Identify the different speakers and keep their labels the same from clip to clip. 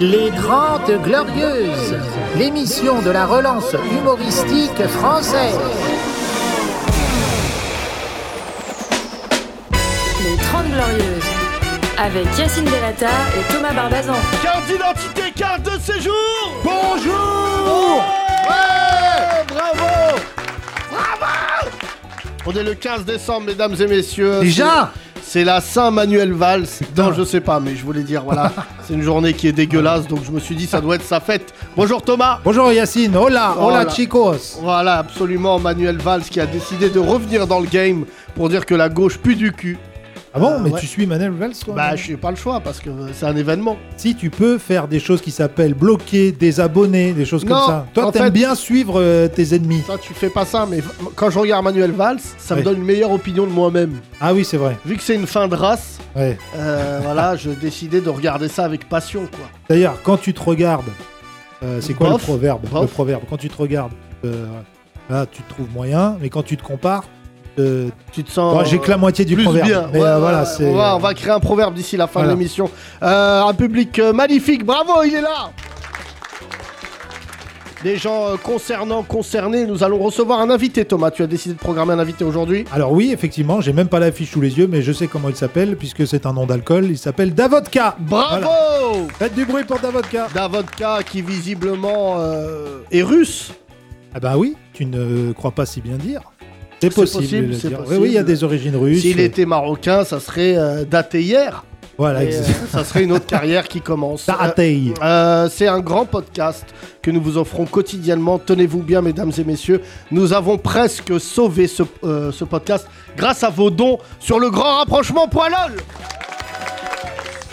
Speaker 1: Les Grandes Glorieuses, l'émission de la relance humoristique française.
Speaker 2: Les 30 Glorieuses, avec Yacine Delata et Thomas Barbazan.
Speaker 3: Carte d'identité, carte de séjour
Speaker 4: Bonjour
Speaker 3: Ouais Bravo Bravo On est le 15 décembre, mesdames et messieurs.
Speaker 4: Déjà
Speaker 3: C'est- C'est la Saint-Manuel Valls. Non, je sais pas, mais je voulais dire, voilà, c'est une journée qui est dégueulasse, donc je me suis dit, ça doit être sa fête. Bonjour Thomas
Speaker 4: Bonjour Yacine, hola, hola,
Speaker 3: Hola.
Speaker 4: chicos
Speaker 3: Voilà, absolument, Manuel Valls qui a décidé de revenir dans le game pour dire que la gauche pue du cul.
Speaker 4: Ah bon,
Speaker 3: Euh,
Speaker 4: mais
Speaker 3: ouais.
Speaker 4: tu suis Manuel Valls toi
Speaker 3: Bah, je n'ai pas le choix, parce que euh, c'est un événement.
Speaker 4: Si tu peux faire des choses qui s'appellent bloquer, des abonnés, des choses
Speaker 3: Non,
Speaker 4: comme ça. Toi,
Speaker 3: en
Speaker 4: t'aimes
Speaker 3: fait-
Speaker 4: bien suivre euh, tes ennemis.
Speaker 3: Toi, tu fais pas ça, mais quand je regarde Manuel Valls, ça me
Speaker 4: Ouais.
Speaker 3: donne une meilleure opinion de moi-même.
Speaker 4: Ah oui, c'est vrai.
Speaker 3: Vu que c'est une fin de race,
Speaker 4: Ouais.
Speaker 3: euh, voilà, je décidais de regarder ça avec passion, quoi.
Speaker 4: D'ailleurs, quand tu te regardes, euh, c'est quoi
Speaker 3: Bof,
Speaker 4: le proverbe
Speaker 3: bof.
Speaker 4: Le proverbe, quand tu te regardes, euh, là, tu te trouves moyen, mais quand tu te compares, euh,
Speaker 3: Tu te sens.
Speaker 4: bon, j'ai que la moitié du
Speaker 3: Oh. plus
Speaker 4: proverbe.
Speaker 3: bien.
Speaker 4: Mais
Speaker 3: Ouais,
Speaker 4: euh,
Speaker 3: ouais,
Speaker 4: voilà,
Speaker 3: ouais.
Speaker 4: c'est.
Speaker 3: on, va, on va créer un proverbe d'ici la fin
Speaker 4: Voilà.
Speaker 3: de l'émission. Euh, un public euh, magnifique, bravo, il est là Des gens euh, concernants, concernés, nous allons recevoir un invité, Thomas. Tu as décidé de programmer un invité aujourd'hui
Speaker 4: Alors oui, effectivement, j'ai même pas l'affiche sous les yeux, mais je sais comment il s'appelle, puisque c'est un nom d'alcool. Il s'appelle Davodka.
Speaker 3: Bravo
Speaker 4: Voilà. Faites du bruit pour Davodka.
Speaker 3: Davodka qui visiblement euh, est russe.
Speaker 4: Ah bah oui, tu ne crois pas si bien dire. C'est
Speaker 3: C'est
Speaker 4: possible.
Speaker 3: possible,
Speaker 4: de le
Speaker 3: c'est
Speaker 4: dire.
Speaker 3: possible.
Speaker 4: Oui, oui, il y a des origines russes.
Speaker 3: S'il était marocain, ça serait euh, daté hier.
Speaker 4: Voilà,
Speaker 3: Et, euh,
Speaker 4: exact.
Speaker 3: ça serait une autre carrière qui commence.
Speaker 4: Taratei.
Speaker 3: Euh, euh, c'est un grand podcast que nous vous offrons quotidiennement. Tenez-vous bien, mesdames et messieurs. Nous avons presque sauvé ce, euh, ce podcast grâce à vos dons sur le grand rapprochement Poilol.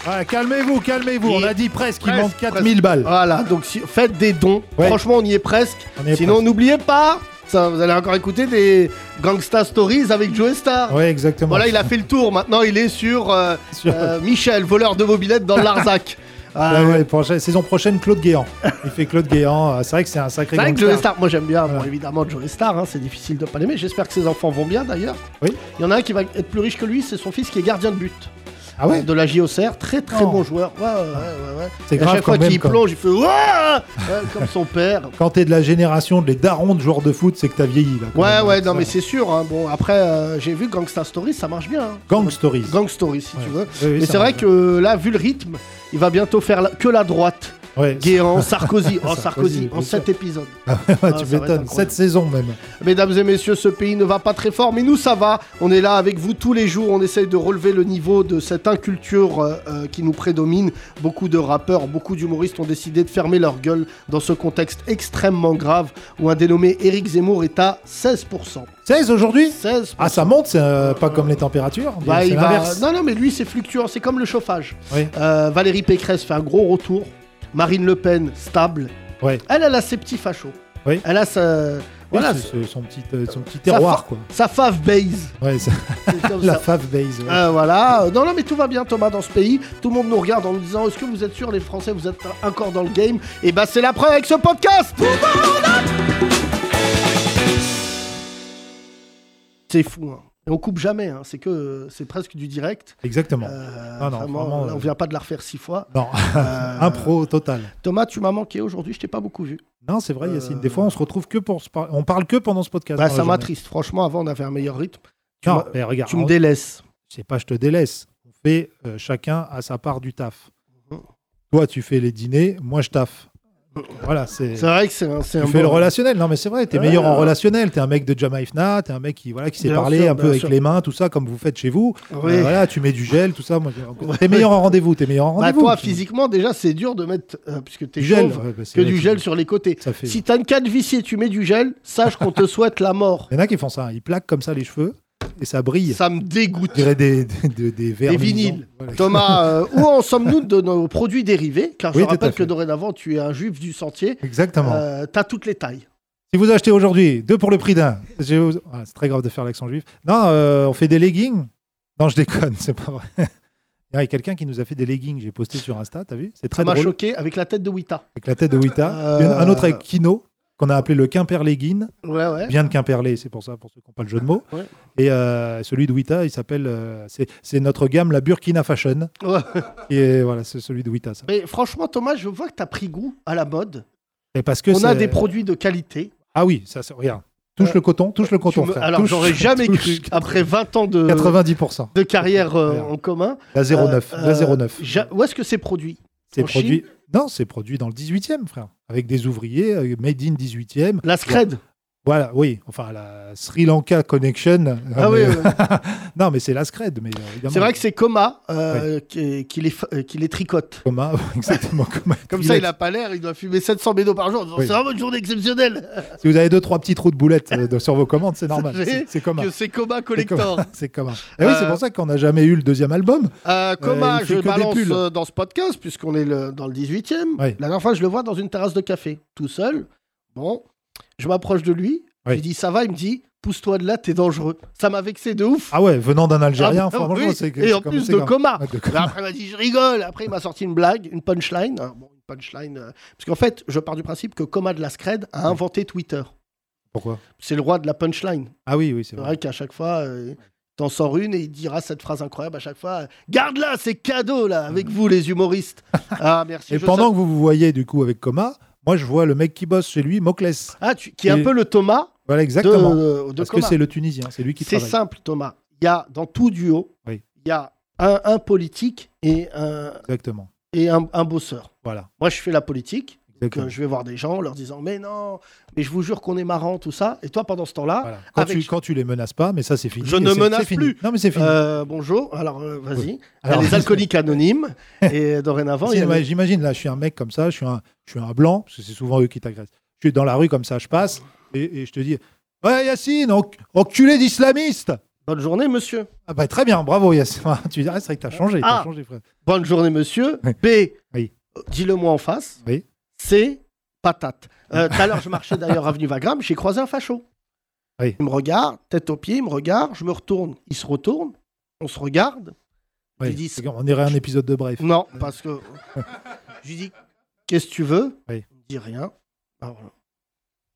Speaker 4: Voilà, calmez-vous, calmez-vous.
Speaker 3: Et-
Speaker 4: On a dit presque, il
Speaker 3: presque,
Speaker 4: manque
Speaker 3: presque.
Speaker 4: 4000 balles.
Speaker 3: Voilà, donc si- faites des dons.
Speaker 4: Ouais.
Speaker 3: Franchement, on y est presque.
Speaker 4: On y est
Speaker 3: Sinon,
Speaker 4: presque.
Speaker 3: n'oubliez pas, ça, vous allez encore écouter des Gangsta Stories avec Joe Star.
Speaker 4: Ouais, exactement.
Speaker 3: Voilà, il a fait le tour. Maintenant, il est sur, euh,
Speaker 4: Sur-
Speaker 3: euh, Michel, voleur de mobilettes dans le Larzac. Ah,
Speaker 4: Ah ouais, prochaine- saison prochaine, Claude Guéant. Il fait Claude Guéant. euh, C'est vrai que c'est un sacré
Speaker 3: C'est vrai que
Speaker 4: gangster.
Speaker 3: Joe Star, moi j'aime bien, bon,
Speaker 4: Voilà.
Speaker 3: évidemment Joe Star, hein, c'est difficile de pas l'aimer. J'espère que ses enfants vont bien d'ailleurs.
Speaker 4: Oui.
Speaker 3: Il y en a un qui va être plus riche que lui, c'est son fils qui est gardien de but
Speaker 4: Ah ouais
Speaker 3: de la JOCR. Très très
Speaker 4: Non.
Speaker 3: bon joueur. Ouais, ouais, ouais, ouais, ouais.
Speaker 4: C'est
Speaker 3: Et
Speaker 4: grave
Speaker 3: à chaque
Speaker 4: quand
Speaker 3: fois
Speaker 4: même,
Speaker 3: qu'il
Speaker 4: quand-
Speaker 3: plonge, il fait Ouah Ouais, comme son père.
Speaker 4: Quand t'es de la génération des darons de joueurs de foot, c'est que t'as vieilli. Là, quand
Speaker 3: Ouais,
Speaker 4: même.
Speaker 3: ouais, non,
Speaker 4: Ça.
Speaker 3: mais c'est sûr. hein. Bon, après, euh, j'ai vu Gangsta Stories, ça marche bien. hein.
Speaker 4: Gang Stories.
Speaker 3: Gang Stories, si tu
Speaker 4: Ouais.
Speaker 3: veux.
Speaker 4: Oui, oui,
Speaker 3: mais
Speaker 4: ça
Speaker 3: c'est vrai
Speaker 4: marche
Speaker 3: que euh, là, vu le rythme, il va bientôt faire la- que la droite.
Speaker 4: Ouais,
Speaker 3: Guéant, Sarkozy. Oh, Sarkozy,
Speaker 4: Sarkozy,
Speaker 3: en
Speaker 4: bien
Speaker 3: 7 épisodes. Ah, ça
Speaker 4: ça- tu
Speaker 3: va être
Speaker 4: m'étonnes.
Speaker 3: incroyable.
Speaker 4: Cette saison même.
Speaker 3: Mesdames et messieurs, ce pays ne va pas très fort, mais nous ça va. On est là avec vous tous les jours. On essaye de relever le niveau de cette inculture euh, euh, qui nous prédomine. Beaucoup de rappeurs, beaucoup d'humoristes ont décidé de fermer leur gueule dans ce contexte extrêmement grave où un dénommé Éric Zemmour est à 16%.
Speaker 4: 16 aujourd'hui
Speaker 3: 16%.
Speaker 4: Ah, ça monte, c'est euh, pas comme les températures.
Speaker 3: Bah,
Speaker 4: Eh c'est
Speaker 3: il va-
Speaker 4: l'inverse.
Speaker 3: Non, non, mais lui, c'est fluctuant, c'est comme le chauffage.
Speaker 4: Oui.
Speaker 3: Euh, Valérie Pécresse fait un gros retour. Marine Le Pen, stable.
Speaker 4: Ouais.
Speaker 3: Elle, elle a ses petits fachos.
Speaker 4: Oui.
Speaker 3: Elle a sa. Voilà,
Speaker 4: Oui, c'est- c'est son petit, euh, son petit
Speaker 3: sa
Speaker 4: terroir,
Speaker 3: fa-
Speaker 4: quoi.
Speaker 3: Sa fave base.
Speaker 4: Ouais, ça-
Speaker 3: C'est comme
Speaker 4: la
Speaker 3: ça.
Speaker 4: fave base. ouais.
Speaker 3: Euh, voilà, Euh, non, non, mais tout va bien, Thomas, dans ce pays. Tout le monde nous regarde en nous disant Est-ce que vous êtes sûr, les Français, vous êtes encore dans le game Et bah, c'est la preuve avec ce podcast C'est fou, hein. Et on coupe jamais, hein. c'est que euh, c'est presque du direct.
Speaker 4: Exactement.
Speaker 3: Euh,
Speaker 4: Non, non, vraiment,
Speaker 3: là, on
Speaker 4: euh,
Speaker 3: vient pas de la refaire six fois.
Speaker 4: Non,
Speaker 3: Euh,
Speaker 4: impro total.
Speaker 3: Thomas, tu m'as manqué aujourd'hui, je t'ai pas beaucoup vu.
Speaker 4: Non, c'est vrai, Yacine.
Speaker 3: euh,
Speaker 4: Des fois, on se retrouve que pour. se par- On parle que pendant ce podcast.
Speaker 3: Bah,
Speaker 4: dans la
Speaker 3: ça
Speaker 4: journée.
Speaker 3: m'attriste. Franchement, avant, on avait un meilleur rythme. Tu
Speaker 4: Non,
Speaker 3: m'as-
Speaker 4: mais regarde,
Speaker 3: Tu me
Speaker 4: on-
Speaker 3: délaisses.
Speaker 4: c'est pas je te délaisse. On fait euh, chacun à sa part du taf.
Speaker 3: Mhm.
Speaker 4: Toi, tu fais les dîners, moi, je taffe. Voilà, c'est.
Speaker 3: C'est vrai que c'est un. Mm-hmm. c'est un
Speaker 4: Tu fais le
Speaker 3: bon-
Speaker 4: relationnel, non mais c'est vrai, t'es
Speaker 3: Ouais,
Speaker 4: meilleur en
Speaker 3: ouais.
Speaker 4: relationnel, t'es un mec de Jamaïfna, t'es un mec qui voilà qui sait
Speaker 3: Bien
Speaker 4: parler
Speaker 3: sûr,
Speaker 4: un peu
Speaker 3: bien
Speaker 4: avec
Speaker 3: sûr.
Speaker 4: les mains, tout ça comme vous faites chez vous.
Speaker 3: Oui.
Speaker 4: Euh, voilà, tu mets du gel, tout ça. Moi, j'ai-
Speaker 3: Ouais.
Speaker 4: T'es meilleur en rendez-vous, t'es meilleur en
Speaker 3: Bah,
Speaker 4: rendez-vous.
Speaker 3: toi,
Speaker 4: tu mets
Speaker 3: physiquement, déjà, c'est dur de mettre. euh, puisque t'es
Speaker 4: du gel,
Speaker 3: chauve,
Speaker 4: ouais, bah, c'est
Speaker 3: que
Speaker 4: vrai
Speaker 3: du
Speaker 4: que-
Speaker 3: gel sur les côtés.
Speaker 4: Ça fait.
Speaker 3: Si t'as une calvitie et tu mets du gel, sache qu'on te souhaite la mort.
Speaker 4: Il y en a qui font ça, hein. ils plaquent comme ça les cheveux et ça brille.
Speaker 3: Ça me dégoûte.
Speaker 4: Je dirais des, des, des, des verres
Speaker 3: Des
Speaker 4: luisants.
Speaker 3: vinyles.
Speaker 4: Voilà.
Speaker 3: Thomas, euh, où en sommes-nous de nos produits dérivés Car je
Speaker 4: Oui, tout à
Speaker 3: rappelle que
Speaker 4: fait.
Speaker 3: dorénavant, tu es un juif du sentier.
Speaker 4: Exactement.
Speaker 3: Euh, t'as toutes les tailles.
Speaker 4: Si vous achetez aujourd'hui deux pour le prix d'un, j'ai- Ah, c'est très grave de faire l'accent juif. Non, euh, on fait des leggings. Non, je déconne, c'est pas vrai. Il y a quelqu'un qui nous a fait des leggings, j'ai posté sur Insta, t'as vu C'est très
Speaker 3: Ça m'a
Speaker 4: drôle.
Speaker 3: choqué avec la tête de Wita.
Speaker 4: Avec la tête de Wita.
Speaker 3: Euh,
Speaker 4: Il y en a Un autre avec Kino. qu'on a appelé le Quimperléguine,
Speaker 3: Ouais, ouais.
Speaker 4: vient de Quimperlé, c'est pour ça, pour ceux qui n'ont pas le jeu de mots.
Speaker 3: Ouais.
Speaker 4: Et euh, celui de Wita, il s'appelle, euh, c'est c'est notre gamme, la Burkina Fashion.
Speaker 3: Ouais.
Speaker 4: Et voilà, c'est celui de Wita, ça.
Speaker 3: Mais franchement, Thomas, je vois que t'as pris goût à la mode.
Speaker 4: Et parce que
Speaker 3: On a
Speaker 4: c'est-
Speaker 3: des produits de qualité.
Speaker 4: Ah oui, ça, c'est- regarde. Touche
Speaker 3: Ouais.
Speaker 4: le coton, touche le coton,
Speaker 3: Euh, Tu me-
Speaker 4: frère.
Speaker 3: Alors,
Speaker 4: Touche-
Speaker 3: j'aurais jamais
Speaker 4: touche
Speaker 3: cru, après 20 ans de,
Speaker 4: 90%.
Speaker 3: de carrière euh,
Speaker 4: Merde.
Speaker 3: en commun.
Speaker 4: La 09.
Speaker 3: euh,
Speaker 4: la
Speaker 3: euh,
Speaker 4: 09.
Speaker 3: ja- Où est-ce que c'est produit
Speaker 4: C'est
Speaker 3: en
Speaker 4: produit. Non, c'est produit dans le 18e, frère. Avec des ouvriers, euh, made in 18e.
Speaker 3: La Scred.
Speaker 4: Voilà, oui. Enfin, la Sri Lanka Connection. Non,
Speaker 3: Ah oui,
Speaker 4: mais-
Speaker 3: ouais.
Speaker 4: Non, mais c'est la Scred. Mais, euh, évidemment,
Speaker 3: c'est vrai que c'est Coma euh, qui, qui les, fa- euh, qui les tricote.
Speaker 4: Coma, exactement. Coma.
Speaker 3: Comme ça, il a pas l'air, il doit fumer 700 médos par jour. en disant,
Speaker 4: Oui. Bah.
Speaker 3: C'est vraiment une journée exceptionnelle.
Speaker 4: Si vous avez deux, trois petits trous de boulettes euh, de- sur vos commandes, c'est normal.
Speaker 3: Ça fait
Speaker 4: C'est- C'est Coma.
Speaker 3: que c'est Coma
Speaker 4: C'est Coma.
Speaker 3: Collector.
Speaker 4: C'est Coma. Eh oui, c'est
Speaker 3: Euh,
Speaker 4: pour ça qu'on n'a jamais eu le deuxième album.
Speaker 3: Euh, Coma,
Speaker 4: Euh, il fait
Speaker 3: je
Speaker 4: que des
Speaker 3: balance
Speaker 4: pulls.
Speaker 3: euh, dans ce podcast, puisqu'on est le- dans le 18 e
Speaker 4: Oui.
Speaker 3: La dernière fois, je le vois dans une terrasse de café, tout seul. Bon, je m'approche de lui.
Speaker 4: Oui.
Speaker 3: Je lui dis Ça va Il me dit Pousse-toi de là, t'es dangereux. Ça m'avait vexé de ouf.
Speaker 4: Ah ouais, venant d'un
Speaker 3: Ah,
Speaker 4: Algérien,
Speaker 3: bah,
Speaker 4: franchement,
Speaker 3: oui.
Speaker 4: c'est que-
Speaker 3: Et
Speaker 4: c'est
Speaker 3: en
Speaker 4: comme-
Speaker 3: plus
Speaker 4: c'est
Speaker 3: de
Speaker 4: comme-
Speaker 3: Coma.
Speaker 4: Ah, de
Speaker 3: Mais
Speaker 4: Coma.
Speaker 3: après, il m'a dit Je rigole. Après, il m'a sorti une blague, une punchline. Alors, bon, une punchline. euh, Parce qu'en fait, je pars du principe que Coma de la Scred a inventé Twitter.
Speaker 4: Pourquoi
Speaker 3: C'est le roi de la punchline.
Speaker 4: Ah oui, oui, c'est
Speaker 3: C'est
Speaker 4: vrai.
Speaker 3: vrai qu'à chaque fois, euh, t'en sors une et il dira cette phrase incroyable à chaque fois. euh, Garde-la, c'est cadeau là, avec vous les humoristes. Ah merci.
Speaker 4: Et
Speaker 3: je
Speaker 4: pendant
Speaker 3: sens-
Speaker 4: que vous vous voyez du coup avec Coma, moi je vois le mec qui bosse chez lui, Moclès.
Speaker 3: Ah, tu- qui est un
Speaker 4: Et-
Speaker 3: peu le Thomas de,
Speaker 4: Voilà, exactement.
Speaker 3: euh, de
Speaker 4: Parce que
Speaker 3: Coma.
Speaker 4: c'est le Tunisien, c'est lui qui
Speaker 3: C'est
Speaker 4: travaille.
Speaker 3: simple Thomas. Il y a dans tout duo, il
Speaker 4: Oui.
Speaker 3: y a un, un politique et un,
Speaker 4: Exactement.
Speaker 3: et un, un bosseur.
Speaker 4: Voilà.
Speaker 3: Moi je fais la politique. Donc,
Speaker 4: Exactement.
Speaker 3: euh, je vais voir des gens en leur disant mais non, mais je vous jure qu'on est marrant tout ça. Et toi pendant ce temps-là,
Speaker 4: Voilà. Quand,
Speaker 3: avec-
Speaker 4: tu, quand tu les menaces pas, mais ça c'est fini.
Speaker 3: Je
Speaker 4: Et
Speaker 3: ne
Speaker 4: c'est-
Speaker 3: menace
Speaker 4: c'est fini.
Speaker 3: plus.
Speaker 4: Non mais c'est fini.
Speaker 3: euh, bonjour. Alors euh, vas-y. Il y a
Speaker 4: Alors-
Speaker 3: les alcooliques anonymes et euh, dorénavant il y a
Speaker 4: Si,
Speaker 3: les-
Speaker 4: ouais, J'imagine, là, je suis un mec comme ça, je suis un, je suis un blanc, parce que c'est souvent eux qui t'agressent. Je suis dans la rue comme ça, je passe, et, et je te dis Ouais, Yacine, enc- enculé d'islamiste
Speaker 3: Bonne journée, monsieur.
Speaker 4: Ah bah très bien, bravo Yacine. tu dis Ah, c'est vrai que t'as changé, t'as
Speaker 3: Ah.
Speaker 4: changé, frère.
Speaker 3: Bonne journée, monsieur.
Speaker 4: Oui.
Speaker 3: B.
Speaker 4: Oui.
Speaker 3: euh, Dis-le-moi en face.
Speaker 4: Oui.
Speaker 3: C. Patate. Euh, Tout à l'heure, je marchais d'ailleurs avenue Wagram, j'ai croisé un facho.
Speaker 4: Oui.
Speaker 3: Il me regarde, tête aux pieds, il me regarde, je me retourne, il se retourne, on se regarde.
Speaker 4: Ouais,
Speaker 3: dis-
Speaker 4: c'est comme- on dirait un épisode de Bref.
Speaker 3: Non, parce que. je lui dis Qu'est-ce que tu veux
Speaker 4: Oui.
Speaker 3: Il me dit rien. Ah, voilà.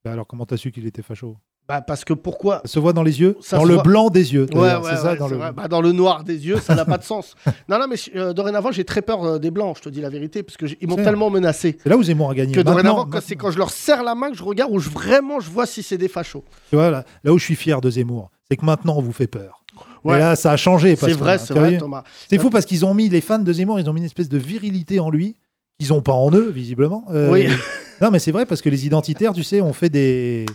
Speaker 4: Bah, Alors comment t'as su qu'il était facho
Speaker 3: Bah, parce que pourquoi
Speaker 4: Ça se voit dans les yeux
Speaker 3: Ça
Speaker 4: Dans
Speaker 3: se
Speaker 4: le
Speaker 3: voit.
Speaker 4: blanc des yeux.
Speaker 3: Ouais,
Speaker 4: d'ailleurs,
Speaker 3: ouais,
Speaker 4: c'est ça,
Speaker 3: ouais,
Speaker 4: dans
Speaker 3: c'est
Speaker 4: le...
Speaker 3: vrai. Bah, dans le noir des yeux, ça n'a pas de sens. Non, non, mais euh, dorénavant, j'ai très peur euh, des blancs, je te dis la vérité, parce qu'ils m'ont
Speaker 4: C'est-
Speaker 3: tellement menacé.
Speaker 4: C'est là où Zemmour a gagné.
Speaker 3: que dorénavant,
Speaker 4: Maintenant,
Speaker 3: quand- c'est quand je leur serre la main que je regarde où je, vraiment je vois si c'est des fachos.
Speaker 4: Tu vois, là, là où je suis fier de Zemmour, c'est que maintenant on vous fait peur.
Speaker 3: Ouais.
Speaker 4: Et là, ça a changé. parce
Speaker 3: C'est
Speaker 4: que,
Speaker 3: vrai,
Speaker 4: hein,
Speaker 3: c'est
Speaker 4: sérieux,
Speaker 3: vrai, Thomas.
Speaker 4: C'est fou parce qu'ils ont mis, les fans de Zemmour, ils ont mis une espèce de virilité en lui qu'ils n'ont pas en eux, visiblement. Euh,
Speaker 3: Oui.
Speaker 4: non, mais c'est vrai parce que les identitaires, tu sais, ont fait des.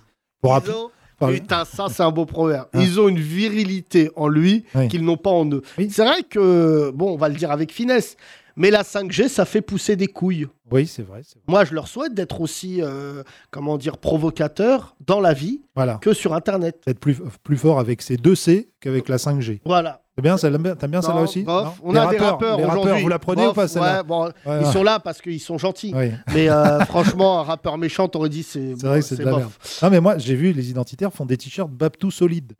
Speaker 4: Pour
Speaker 3: Ils
Speaker 4: rappeler-
Speaker 3: ont-
Speaker 4: par-
Speaker 3: Putain, ça c'est un beau proverbe.
Speaker 4: Hein.
Speaker 3: Ils ont une virilité en lui
Speaker 4: Oui.
Speaker 3: qu'ils n'ont pas en eux.
Speaker 4: Oui.
Speaker 3: C'est vrai que, bon, on va le dire avec finesse, mais la 5G, ça fait pousser des couilles.
Speaker 4: Oui, c'est vrai, c'est vrai.
Speaker 3: Moi, je leur souhaite d'être aussi, euh, comment dire, provocateur dans la vie
Speaker 4: Voilà.
Speaker 3: que sur Internet.
Speaker 4: Être plus, euh, plus fort avec ces deux C qu'avec la 5G.
Speaker 3: Voilà.
Speaker 4: T'aimes bien celle-là t'aimes bien celle-là
Speaker 3: Non,
Speaker 4: aussi
Speaker 3: bof.
Speaker 4: Non
Speaker 3: On
Speaker 4: Les
Speaker 3: a des rappeurs
Speaker 4: les
Speaker 3: aujourd'hui.
Speaker 4: Vous la prenez
Speaker 3: Bof,
Speaker 4: ou pas celle-là Euh.
Speaker 3: ouais, bon,
Speaker 4: Ouais,
Speaker 3: Ils
Speaker 4: ouais. Ah
Speaker 3: sont là parce qu'ils sont gentils.
Speaker 4: Oui.
Speaker 3: Mais euh, franchement, un rappeur méchant, t'aurais dit c'est.
Speaker 4: C'est vrai que c'est de la
Speaker 3: bof.
Speaker 4: merde. Non, mais moi, j'ai vu les identitaires font des t-shirts Babtou solides.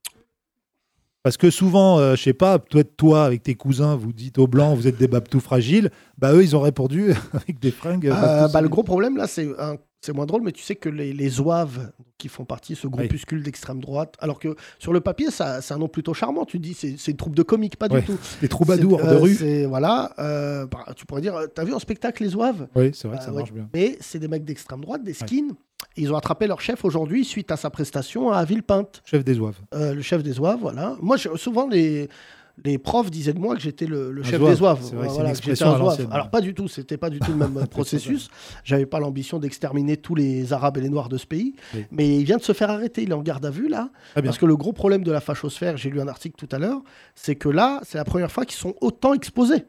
Speaker 4: Parce que souvent, euh, je sais pas, peut-être toi, avec tes cousins, vous dites aux blancs, vous êtes des Babtou fragiles. Bah, eux, ils ont répondu avec des fringues.
Speaker 3: Euh,
Speaker 4: euh, Babtou
Speaker 3: bah, le
Speaker 4: solides.
Speaker 3: gros problème, là, c'est un- c'est moins drôle, mais tu sais que les, les zouaves qui font partie de ce groupuscule d'extrême droite, alors que sur le papier, ça, c'est un nom plutôt charmant. Tu te dis, c'est c'est une troupe de comiques, pas
Speaker 4: Ouais,
Speaker 3: du tout.
Speaker 4: Des troubadours
Speaker 3: C'est-
Speaker 4: de
Speaker 3: euh,
Speaker 4: rue.
Speaker 3: c'est- Voilà. euh, bah, tu pourrais dire, euh, t'as vu en spectacle les zouaves
Speaker 4: Oui, c'est vrai que
Speaker 3: Bah,
Speaker 4: ça
Speaker 3: ouais.
Speaker 4: marche bien.
Speaker 3: Mais c'est des mecs d'extrême droite, des skins. Et Ils ont attrapé leur chef aujourd'hui suite à sa prestation à Villepinte,
Speaker 4: Chef des Zouaves.
Speaker 3: euh, le chef des zouaves. Voilà. Moi, je- souvent, les. Les profs disaient de moi que j'étais le, le
Speaker 4: Un
Speaker 3: chef
Speaker 4: zouave,
Speaker 3: des zouaves.
Speaker 4: c'est vrai, c'est
Speaker 3: Voilà,
Speaker 4: une
Speaker 3: que j'étais un
Speaker 4: expression à
Speaker 3: zouave.
Speaker 4: l'ancienne.
Speaker 3: Alors pas du tout, c'était pas du tout le même processus. J'avais pas l'ambition d'exterminer tous les Arabes et les Noirs de ce pays,
Speaker 4: Oui.
Speaker 3: mais il vient de se faire arrêter. Il est en garde à vue là,
Speaker 4: Très bien.
Speaker 3: parce que le gros problème de la fachosphère, j'ai lu un article tout à l'heure, c'est que là, c'est la première fois qu'ils sont autant exposés.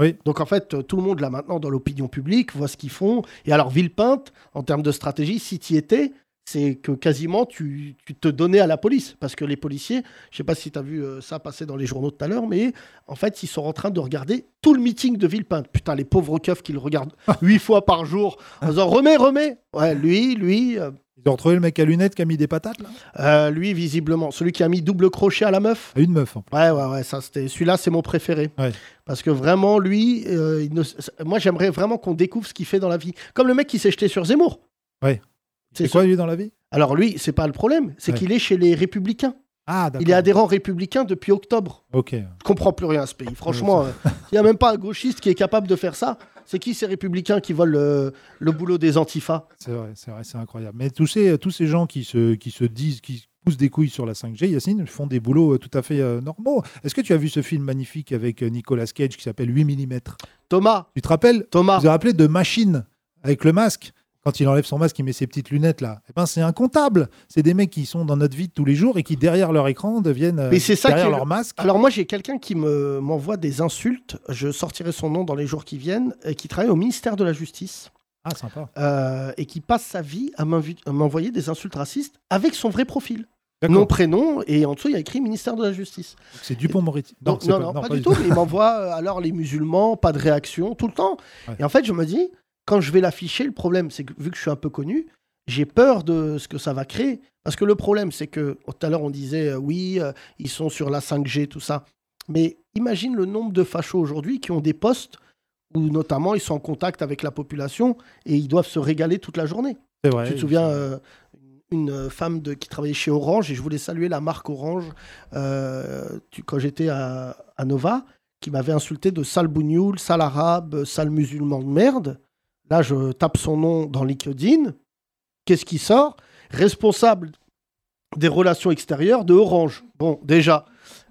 Speaker 4: Oui.
Speaker 3: Donc en fait, euh, tout le monde là maintenant dans l'opinion publique voit ce qu'ils font. Et alors Villepinte, en termes de stratégie, si tu étais, c'est que quasiment tu, tu te donnais à la police, parce que les policiers, je sais pas si tu as vu euh, ça passer dans les journaux tout à l'heure, mais en fait, ils sont en train de regarder tout le meeting de Villepinte. Putain, les pauvres keufs qui le regardent
Speaker 4: Ah.
Speaker 3: huit fois par jour en disant remets, remets. Ouais, lui, lui, euh,
Speaker 4: Ils ont retrouvé le mec à lunettes qui a mis des patates, là
Speaker 3: euh, lui visiblement, celui qui a mis double crochet à la meuf.
Speaker 4: À une meuf, en plus.
Speaker 3: Ouais, ouais, ouais, ça c'était. Celui-là, c'est mon préféré.
Speaker 4: Ouais.
Speaker 3: Parce que vraiment, lui, euh, il ne- moi, j'aimerais vraiment qu'on découvre ce qu'il fait dans la vie. Comme le mec qui s'est jeté sur Zemmour.
Speaker 4: Ouais.
Speaker 3: C'est
Speaker 4: C'est
Speaker 3: ça.
Speaker 4: quoi lui dans la vie
Speaker 3: Alors lui, c'est pas le problème, c'est
Speaker 4: Ouais.
Speaker 3: qu'il est chez les Républicains.
Speaker 4: Ah,
Speaker 3: Il est
Speaker 4: d'accord.
Speaker 3: adhérent républicain depuis octobre.
Speaker 4: Ok.
Speaker 3: Je comprends plus rien à ce pays. Franchement, euh, il n'y a même pas un gauchiste qui est capable de faire ça. C'est qui ces Républicains qui volent euh, le boulot des antifas
Speaker 4: C'est vrai, c'est vrai, c'est incroyable. Mais tous ces, tous ces gens qui se, qui se disent, qui poussent des couilles sur la 5G, Yacine, font des boulots euh, tout à fait euh, normaux. Est-ce que tu as vu ce film magnifique avec euh, Nicolas Cage qui s'appelle 8 mm
Speaker 3: Thomas,
Speaker 4: Tu te rappelles
Speaker 3: Thomas,
Speaker 4: Vous avez appelé de machine avec le masque. Quand il enlève son masque, il met ses petites lunettes là. Eh ben, c'est incomptable. C'est des mecs qui sont dans notre vie de tous les jours et qui derrière leur écran deviennent euh,
Speaker 3: Mais c'est ça
Speaker 4: derrière
Speaker 3: qui est
Speaker 4: leur masque.
Speaker 3: Alors moi j'ai quelqu'un qui me m'envoie des insultes, je sortirai son nom dans les jours qui viennent, et qui travaille au ministère de la Justice
Speaker 4: Ah sympa.
Speaker 3: euh, et qui passe sa vie à m'invi- à m'envoyer des insultes racistes avec son vrai profil,
Speaker 4: D'accord.
Speaker 3: nom prénom et en dessous il y a écrit ministère de la Justice.
Speaker 4: C'est Dupont Moretti.
Speaker 3: Donc,
Speaker 4: c'est
Speaker 3: non, non, pas, du tout. mais il m'envoie euh, alors les musulmans, pas de réaction tout le temps.
Speaker 4: Ouais.
Speaker 3: Et en fait je me dis quand je vais l'afficher, le problème c'est que vu que je suis un peu connu, j'ai peur de ce que ça va créer. Parce que le problème, c'est que oh, tout à l'heure, on disait euh, oui, euh, ils sont sur la 5G, tout ça. Mais imagine le nombre de fachos aujourd'hui qui ont des postes où, notamment, ils sont en contact avec la population et ils doivent se régaler toute la journée.
Speaker 4: C'est vrai.
Speaker 3: tu te souviens, euh, une euh, femme de, qui travaillait chez Orange, et je voulais saluer la marque Orange euh, tu- quand j'étais à, à Nova, qui m'avait insulté de sale bougnoule, sale arabe, sale musulman de merde. Là, je tape son nom dans LinkedIn. Qu'est-ce qui sort Responsable des relations extérieures de Orange. Bon, déjà,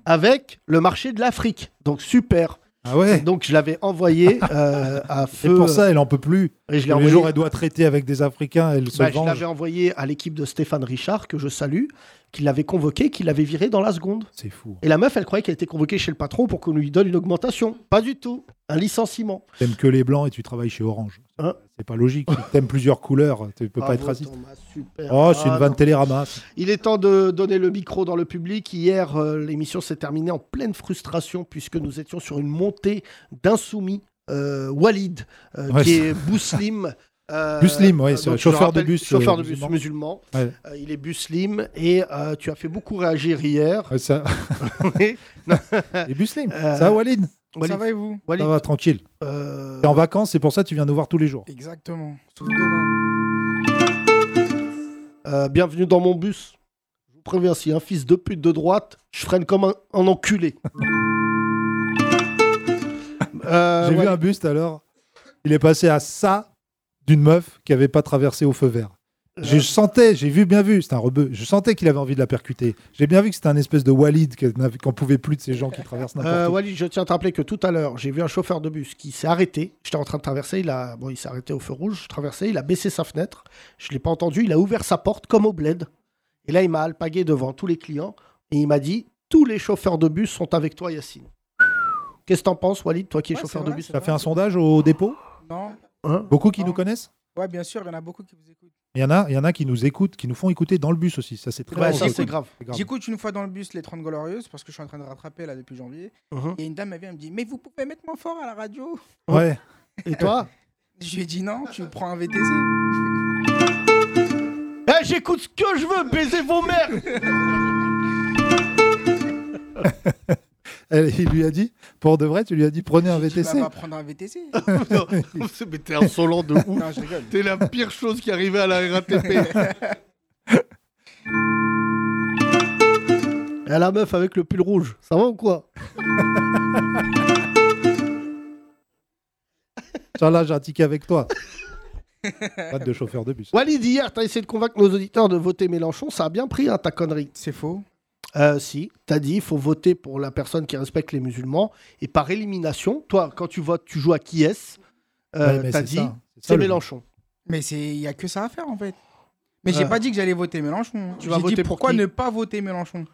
Speaker 3: avec le marché de l'Afrique. Donc, super.
Speaker 4: Ah ouais.
Speaker 3: Donc, je l'avais envoyé euh, à
Speaker 4: C'est
Speaker 3: feu.
Speaker 4: pour ça, elle en peut plus.
Speaker 3: et je l'ai
Speaker 4: Tous les
Speaker 3: envoyé-
Speaker 4: jours, elle doit traiter avec des Africains, elle se
Speaker 3: bah, je
Speaker 4: venge.
Speaker 3: l'avais envoyé à l'équipe de Stéphane Richard, que je salue, qui l'avait convoqué, qui l'avait viré dans la seconde.
Speaker 4: C'est fou.
Speaker 3: Et la meuf, elle croyait qu'elle était convoquée chez le patron pour qu'on lui donne une augmentation. Pas du tout. Un licenciement.
Speaker 4: T'aimes que les blancs et tu travailles chez Orange.
Speaker 3: Hein Ah,
Speaker 4: c'est pas logique. Si T'aimes plusieurs couleurs, tu peux pas
Speaker 3: Bravo,
Speaker 4: être raciste.
Speaker 3: Thomas, super.
Speaker 4: Oh, c'est une
Speaker 3: Ah,
Speaker 4: vanne
Speaker 3: non.
Speaker 4: Télérama. ça.
Speaker 3: Il est temps de donner le micro dans le public. Hier, euh, l'émission s'est terminée en pleine frustration puisque nous étions sur une montée d'insoumis. euh, Walid, euh,
Speaker 4: Ouais,
Speaker 3: qui
Speaker 4: c'est-
Speaker 3: est Bouslim. euh,
Speaker 4: Buslim, ouais, c'est
Speaker 3: donc,
Speaker 4: un
Speaker 3: je
Speaker 4: chauffeur de
Speaker 3: rappelle,
Speaker 4: bus,
Speaker 3: Chauffeur
Speaker 4: euh,
Speaker 3: de bus
Speaker 4: musulman.
Speaker 3: musulman.
Speaker 4: Ouais.
Speaker 3: Euh, il est Buslim et euh, tu as fait beaucoup réagir hier.
Speaker 4: Ouais, ça... Et Buslim.
Speaker 3: Euh,
Speaker 4: Ça, va, Walid
Speaker 3: Walid,
Speaker 5: Ça va et vous
Speaker 3: Walid,
Speaker 4: Ça va, tranquille.
Speaker 3: euh,
Speaker 4: T'es en vacances, c'est pour ça que tu viens nous voir tous les jours.
Speaker 5: Exactement. Sauf demain.
Speaker 3: euh, bienvenue dans mon bus. Je vous préviens, s'il y a un fils de pute de droite, je freine comme un, un enculé. Euh,
Speaker 4: J'ai vu
Speaker 3: Walid,
Speaker 4: un buste alors. Il est passé à ça d'une meuf qui avait pas traversé au feu vert.
Speaker 3: Euh.
Speaker 4: Je sentais, j'ai vu bien vu, c'est un rebeu. Je sentais qu'il avait envie de la percuter. J'ai bien vu que c'était un espèce de Walid qu'elle n'avait- qu'on pouvait plus de ces gens qui traversent n'importe
Speaker 3: Euh,
Speaker 4: où.
Speaker 3: Walid, je tiens à te rappeler que tout à l'heure, j'ai vu un chauffeur de bus qui s'est arrêté. J'étais en train de traverser, il, a... bon, il s'est arrêté au feu rouge, je traversais, il a baissé sa fenêtre. Je ne l'ai pas entendu, il a ouvert sa porte comme au bled. Et là, il m'a alpagué devant tous les clients et il m'a dit Tous les chauffeurs de bus sont avec toi, Yacine. Qu'est-ce que t'en penses, Walid, toi qui es
Speaker 5: Ouais,
Speaker 3: chauffeur
Speaker 5: c'est
Speaker 3: de
Speaker 5: vrai,
Speaker 3: bus
Speaker 5: c'est
Speaker 4: T'as fait un sondage au dépôt
Speaker 5: Non
Speaker 3: Hein
Speaker 4: Beaucoup qui
Speaker 5: Non.
Speaker 4: nous connaissent
Speaker 5: Ouais, bien sûr, il y en a beaucoup qui vous écoutent.
Speaker 4: Il y en a, il y en a qui nous écoutent, qui nous font écouter dans le bus aussi. Ça c'est très
Speaker 3: Ouais,
Speaker 4: drôle.
Speaker 3: ça,
Speaker 5: j'écoute.
Speaker 3: c'est grave.
Speaker 4: C'est grave.
Speaker 5: J'écoute une fois dans le bus les 30 Glorieuses parce que je suis en train de rattraper là depuis janvier.
Speaker 3: Mhm.
Speaker 5: Et une dame, elle vient, elle me dit Mais vous pouvez mettre moins fort à la radio
Speaker 4: Ouais.
Speaker 3: Et toi
Speaker 5: Je lui ai dit Non, tu prends un VTC.
Speaker 3: Eh, J'écoute ce que je veux, baiser vos mères
Speaker 4: Elle- il lui a dit, pour de vrai, tu lui as dit prenez un
Speaker 5: J'ai dit,
Speaker 4: VTC.
Speaker 5: Bah, va prendre un VTC.
Speaker 3: Mais t'es insolent de ouf
Speaker 5: non, je rigole.
Speaker 3: T'es la pire chose qui arrivait à la RATP. Et à la meuf avec le pull rouge, ça va ou quoi
Speaker 4: Ça là, j'ai un ticket avec toi. Pas de chauffeur de bus.
Speaker 3: Walid, hier, t'as essayé de convaincre nos auditeurs de voter Mélenchon, ça a bien pris hein, ta connerie.
Speaker 5: C'est faux.
Speaker 3: Euh, si, t'as dit, il faut voter pour la personne qui respecte les musulmans, et par élimination, toi, quand tu votes, tu joues à qui est-ce Euh,
Speaker 4: Ouais, mais
Speaker 3: T'as
Speaker 4: c'est
Speaker 3: dit,
Speaker 4: ça. C'est ça,
Speaker 3: c'est
Speaker 4: le-
Speaker 3: Mélenchon.
Speaker 5: Mais c'est- il n'y a que ça à faire en fait. Mais
Speaker 3: Ouais.
Speaker 5: j'ai pas dit que j'allais voter Mélenchon.
Speaker 3: Tu vas
Speaker 5: J'ai dit,
Speaker 3: voter pour
Speaker 5: pourquoi
Speaker 3: qui
Speaker 5: ne pas voter Mélenchon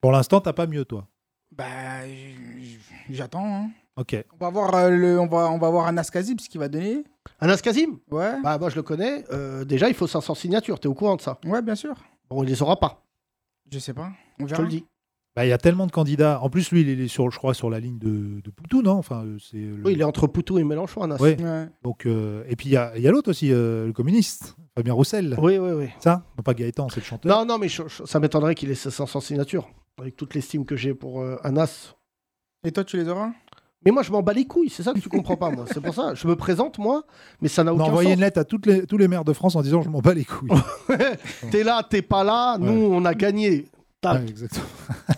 Speaker 4: Pour l'instant, t'as pas mieux toi.
Speaker 5: Bah, j- j'attends. hein.
Speaker 4: Ok.
Speaker 5: On va voir euh, le, on va, on va voir Anas Kazib ce qu'il va donner.
Speaker 3: Anas Kazim
Speaker 5: Ouais.
Speaker 3: Bah, moi, je le connais. euh, déjà, il faut 500 signatures, t'es au courant de ça
Speaker 5: Ouais, bien sûr.
Speaker 3: Bon, il les aura pas,
Speaker 5: Je sais pas. On
Speaker 3: je
Speaker 5: verra.
Speaker 3: te le dis.
Speaker 4: Bah, il y a tellement de candidats. En plus, lui, il est sur, je crois, sur la ligne de, de Poutou, non Enfin, euh, c'est. le-
Speaker 3: Oui, il est entre Poutou et Mélenchon, Anas.
Speaker 4: Ouais.
Speaker 5: Ouais.
Speaker 4: Donc, euh, et puis il y a, il y a l'autre aussi, euh, le communiste, Fabien Roussel.
Speaker 3: Oui, oui, oui.
Speaker 4: Ça, non pas Gaëtan, c'est le chanteur.
Speaker 3: Non, non, mais je- je- ça m'étonnerait qu'il ait ses 500 signatures, avec toute l'estime que j'ai pour euh, Anas.
Speaker 5: Et toi, tu les auras
Speaker 3: Mais moi, je m'en bats les couilles, c'est ça que tu comprends pas, moi. C'est pour ça, je me présente, moi, mais ça n'a
Speaker 4: On a
Speaker 3: aucun
Speaker 4: envoyé
Speaker 3: sens.
Speaker 4: une lettre à toutes les, tous les maires de France en disant je m'en bats les couilles.
Speaker 3: T'es là, t'es pas là, nous, on a gagné. Tac.
Speaker 4: Ouais, exactement.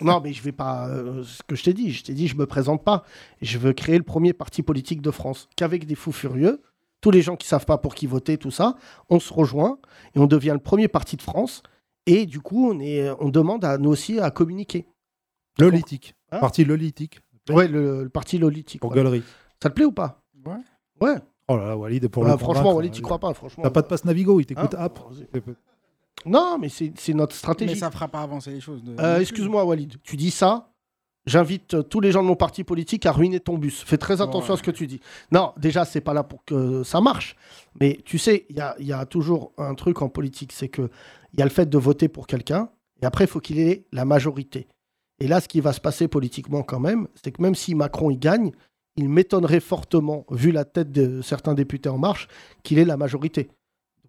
Speaker 3: Non, mais je vais pas. euh, ce que je t'ai dit, je t'ai dit, je me présente pas. Je veux créer le premier parti politique de France, qu'avec des fous furieux, tous les gens qui savent pas pour qui voter, tout ça, on se rejoint et on devient le premier parti de France. Et du coup, on est, euh, on demande à nous aussi à communiquer.
Speaker 4: Lolithique.
Speaker 3: Hein
Speaker 4: Parti Lolithique.
Speaker 3: Ouais, le, le parti lolitique.
Speaker 4: Pour
Speaker 3: ouais.
Speaker 4: Gollery.
Speaker 3: Ça te plaît ou pas
Speaker 5: Ouais.
Speaker 3: Ouais.
Speaker 4: Oh là là, Walid, pour
Speaker 3: Ah,
Speaker 4: le
Speaker 3: franchement,
Speaker 4: convaincre, euh,
Speaker 3: Walid, t'y crois pas, franchement.
Speaker 4: T'as pas de passe Navigo, il t'écoute
Speaker 3: Hein
Speaker 4: app.
Speaker 3: Non, mais c'est c'est notre
Speaker 5: Mais
Speaker 3: stratégie.
Speaker 5: ça fera pas avancer les choses. de-
Speaker 3: Euh, Excuse-moi, Walid, tu dis ça. J'invite euh, tous les gens de mon parti politique à ruiner ton bus. Fais très attention
Speaker 5: Ouais.
Speaker 3: à ce que tu dis. Non, déjà, c'est pas là pour que ça marche. Mais tu sais, il y a, il y a toujours un truc en politique, c'est que il y a le fait de voter pour quelqu'un, et après, il faut qu'il ait la majorité. Et là, ce qui va se passer politiquement quand même, c'est que même si Macron il gagne, il m'étonnerait fortement, vu la tête de certains députés En Marche, qu'il ait la majorité.